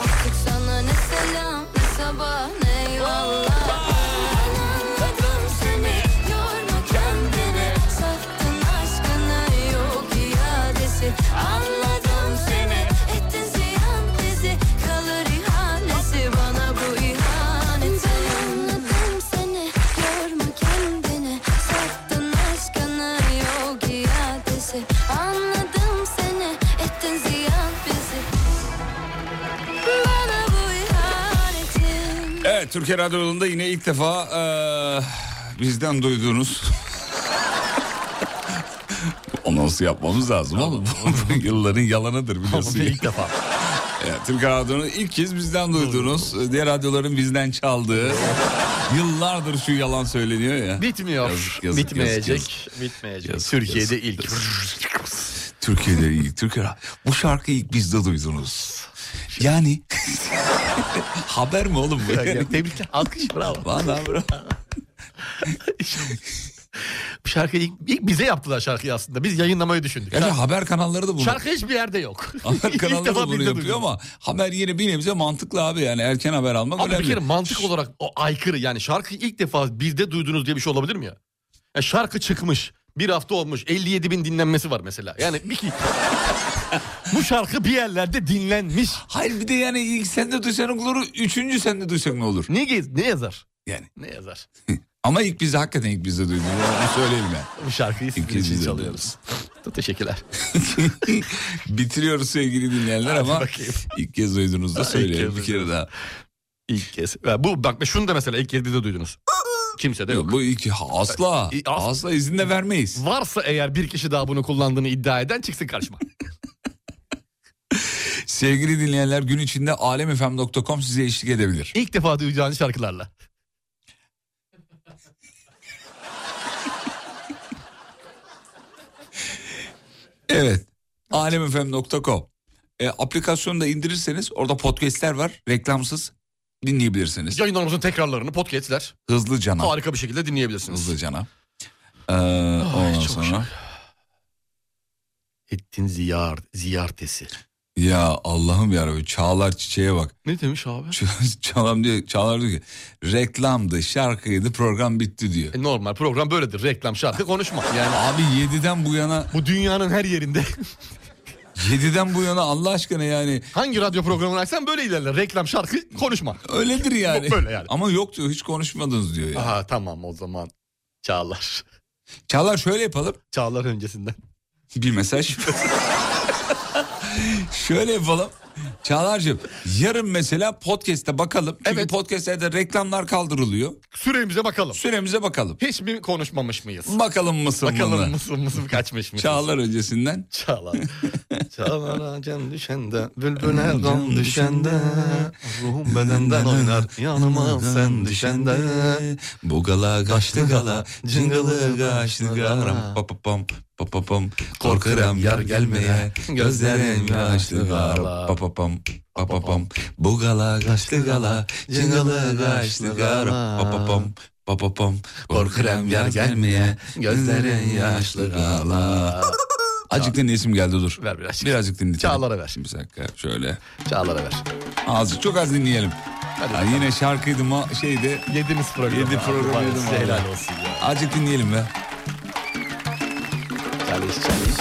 Speaker 7: Artık sana ne selam ne sabah ne eyvallah Ben anladım seni yorma kendini Sattın aşkını yok iadesi Anladım seni ettin ziyan bizi Kalır ihanesi bana bu ihaneti Anladım seni yorma kendini Sattın aşkını yok iadesi Anladım seni ettin ziyan bizi bana bu ihanetin
Speaker 5: Evet Türkiye Radyo Yolu'nda yine ilk defa eee, bizden duyduğunuz... Anonsu yapmamız lazım oğlum. Bu Yılların yalanıdır biliyorsun.
Speaker 6: İlk defa.
Speaker 5: Evet, Türkiye Radyo'nun ilk kez bizden duyduğunuz, diğer radyoların bizden çaldığı... Yıllardır şu yalan söyleniyor ya.
Speaker 6: Bitmiyor.
Speaker 5: Yazık, yazık,
Speaker 6: Bitmeyecek.
Speaker 5: yazık, yazık.
Speaker 6: Bitmeyecek.
Speaker 5: Yazık,
Speaker 6: Türkiye'de
Speaker 5: yazık,
Speaker 6: ilk.
Speaker 5: Türkiye'de ilk Türkiye Radyo- Bu şarkıyı ilk bizde duydunuz. Yani haber mi oğlum bu? Yani,
Speaker 6: Tebrikler. Alkış bravo.
Speaker 5: Vallahi bravo.
Speaker 6: Bu şarkıyı ilk, ilk bize yaptılar şarkıyı aslında. Biz yayınlamayı düşündük.
Speaker 5: Gerçi
Speaker 6: Şarkı-
Speaker 5: haber kanalları da bunu.
Speaker 6: Şarkı hiçbir yerde yok.
Speaker 5: Haber
Speaker 6: İlk
Speaker 5: kanalı
Speaker 6: defa
Speaker 5: da bunu
Speaker 6: bizde
Speaker 5: yapıyor
Speaker 6: duydum.
Speaker 5: ama haber yine bir nebze mantıklı abi yani erken haber almak
Speaker 6: Abi bir
Speaker 5: önemli.
Speaker 6: kere mantık olarak o aykırı yani şarkı ilk defa bizde duyduğunuz diye bir şey olabilir mi ya? Ya şarkı çıkmış bir hafta olmuş 57 bin dinlenmesi var mesela. Yani bir ki bu şarkı bir yerlerde dinlenmiş.
Speaker 5: Hayır bir de yani ilk sende duysan olur, üçüncü sende duysak ne olur?
Speaker 6: Ne, gez- ne yazar?
Speaker 5: Yani
Speaker 6: Ne yazar?
Speaker 5: Ama ilk bizde hakikaten ilk bizde duyduk. Onu söyleyelim yani.
Speaker 6: Bu şarkıyı sizin
Speaker 5: İlk
Speaker 6: için
Speaker 5: bizde
Speaker 6: çalıyoruz. Teşekkürler.
Speaker 5: Bitiriyoruz sevgili dinleyenler ama ilk kez duyduğunuzda
Speaker 6: Ha, ilk
Speaker 5: söyleyelim
Speaker 6: kez
Speaker 5: bir kere daha.
Speaker 6: İlk kez. Ya bu bak şunu da mesela ilk kez bizde duydunuz. Kimse de yok.
Speaker 5: Bu ilk asla. Asla izin de vermeyiz.
Speaker 6: Varsa eğer bir kişi daha bunu kullandığını iddia eden çıksın karşıma.
Speaker 5: Sevgili dinleyenler gün içinde alemfm.com size eşlik edebilir.
Speaker 6: İlk defa duyacağınız şarkılarla.
Speaker 5: Evet. alemfm.com. E, aplikasyonu da indirirseniz orada podcastler var. Reklamsız dinleyebilirsiniz.
Speaker 6: Yayınlarımızın tekrarlarını podcastler.
Speaker 5: Hızlı cana.
Speaker 6: Harika bir şekilde dinleyebilirsiniz.
Speaker 5: Hızlı cana. Ee, ondan sonra.
Speaker 6: Ettin ziyar, ziyartesi.
Speaker 5: Ya Allah'ım yarabbim Çağlar Çiçeğe bak.
Speaker 6: Ne demiş abi?
Speaker 5: Ç- Çağlar diyor, Çağlar diyor ki reklamdı, şarkıydı, program bitti diyor.
Speaker 6: E, normal program böyledir. Reklam, şarkı, konuşma. Yani
Speaker 5: Abi 7'den bu yana
Speaker 6: bu dünyanın her yerinde
Speaker 5: 7'den bu yana Allah aşkına yani
Speaker 6: hangi radyo programını açsan böyle ilerler. Reklam, şarkı, konuşma.
Speaker 5: öyledir yani.
Speaker 6: Böyle yani.
Speaker 5: Ama yok diyor hiç konuşmadınız diyor ya.
Speaker 6: Aha tamam o zaman. Çağlar.
Speaker 5: Çağlar şöyle yapalım.
Speaker 6: Çağlar öncesinden.
Speaker 5: Bir mesaj. şöyle yapalım. Çağlar'cığım yarın mesela podcast'e bakalım. Çünkü
Speaker 6: Evet.
Speaker 5: podcast'lerde reklamlar kaldırılıyor.
Speaker 6: Süremize bakalım.
Speaker 5: Süremize bakalım.
Speaker 6: Hiç mi konuşmamış mıyız?
Speaker 5: Bakalım mısın
Speaker 6: Bakalım
Speaker 5: mı?
Speaker 6: mısın mısın kaçmış mısın?
Speaker 5: Çağlar öncesinden.
Speaker 6: Çağlar. Çağlar can düşende, bülbüle can düşende, ruhum bedenden oynar, yanıma sen düşende.
Speaker 5: Bu gala kaçtı gala, cıngılı kaçtı garam. Papapam, papapam, korkarım yar gelmeye. Gözlerim kaçtı garam. Papapam, papapam, bu gala kaçtı gala, cıngılı kaçtı garam. Papapam, papapam, korkarım yar gelmeye. Gözlerim yaşlı gala. Acık dinleyesim geldi dur.
Speaker 6: Ver birazcık.
Speaker 5: Birazcık dinletelim.
Speaker 6: Çağlar'a ver.
Speaker 5: Bir dakika şöyle.
Speaker 6: Çağlar'a ver.
Speaker 5: Azıcık çok az dinleyelim. Ya yine şarkıydı ma şeydi.
Speaker 6: Yedimiz programı. abi.
Speaker 5: Yedi programı
Speaker 6: Vay,
Speaker 5: yedim
Speaker 6: size
Speaker 5: abi.
Speaker 6: Helal olsun ya.
Speaker 5: Azıcık dinleyelim be.
Speaker 6: Çalış çalış.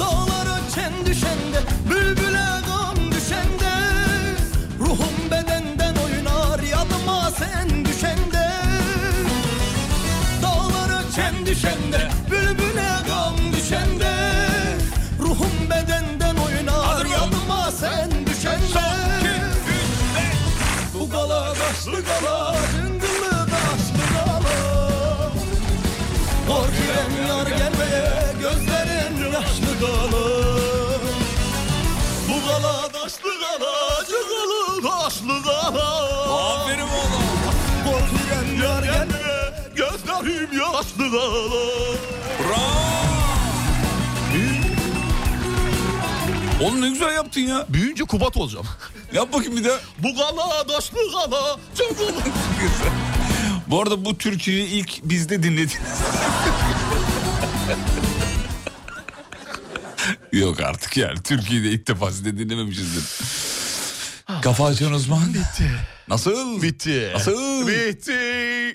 Speaker 4: Dağlar öten düşende, bülbüle gam düşende Ruhum bedenden oynar, yadıma sen düşende Dağlar öten düşende, bülbüle gam düşende Ruhum bedenden oynar, yadıma sen düşende Bu gala başlı gala, cıngılı başlı gala Korkuyorum yar gelmeye gözlerin yaşlı dolu Bu kala taşlı kala cıkılı taşlı kala Aferin oğlum Korkuyorum yar gelmeye gözlerim yaşlı kala
Speaker 5: Oğlum ne güzel yaptın ya.
Speaker 6: Büyüyünce Kubat olacağım.
Speaker 5: Yap bakayım bir de.
Speaker 6: Bu kala taşlı kala cıngılı.
Speaker 5: Bu arada bu türküyü ilk bizde dinlediniz. Yok artık yani. Türkiye'de ilk defa sizde dinlememişizdir. Kafa açan uzman. Bitti. Nasıl?
Speaker 6: Ah. Bitti.
Speaker 5: Nasıl?
Speaker 6: Bitti.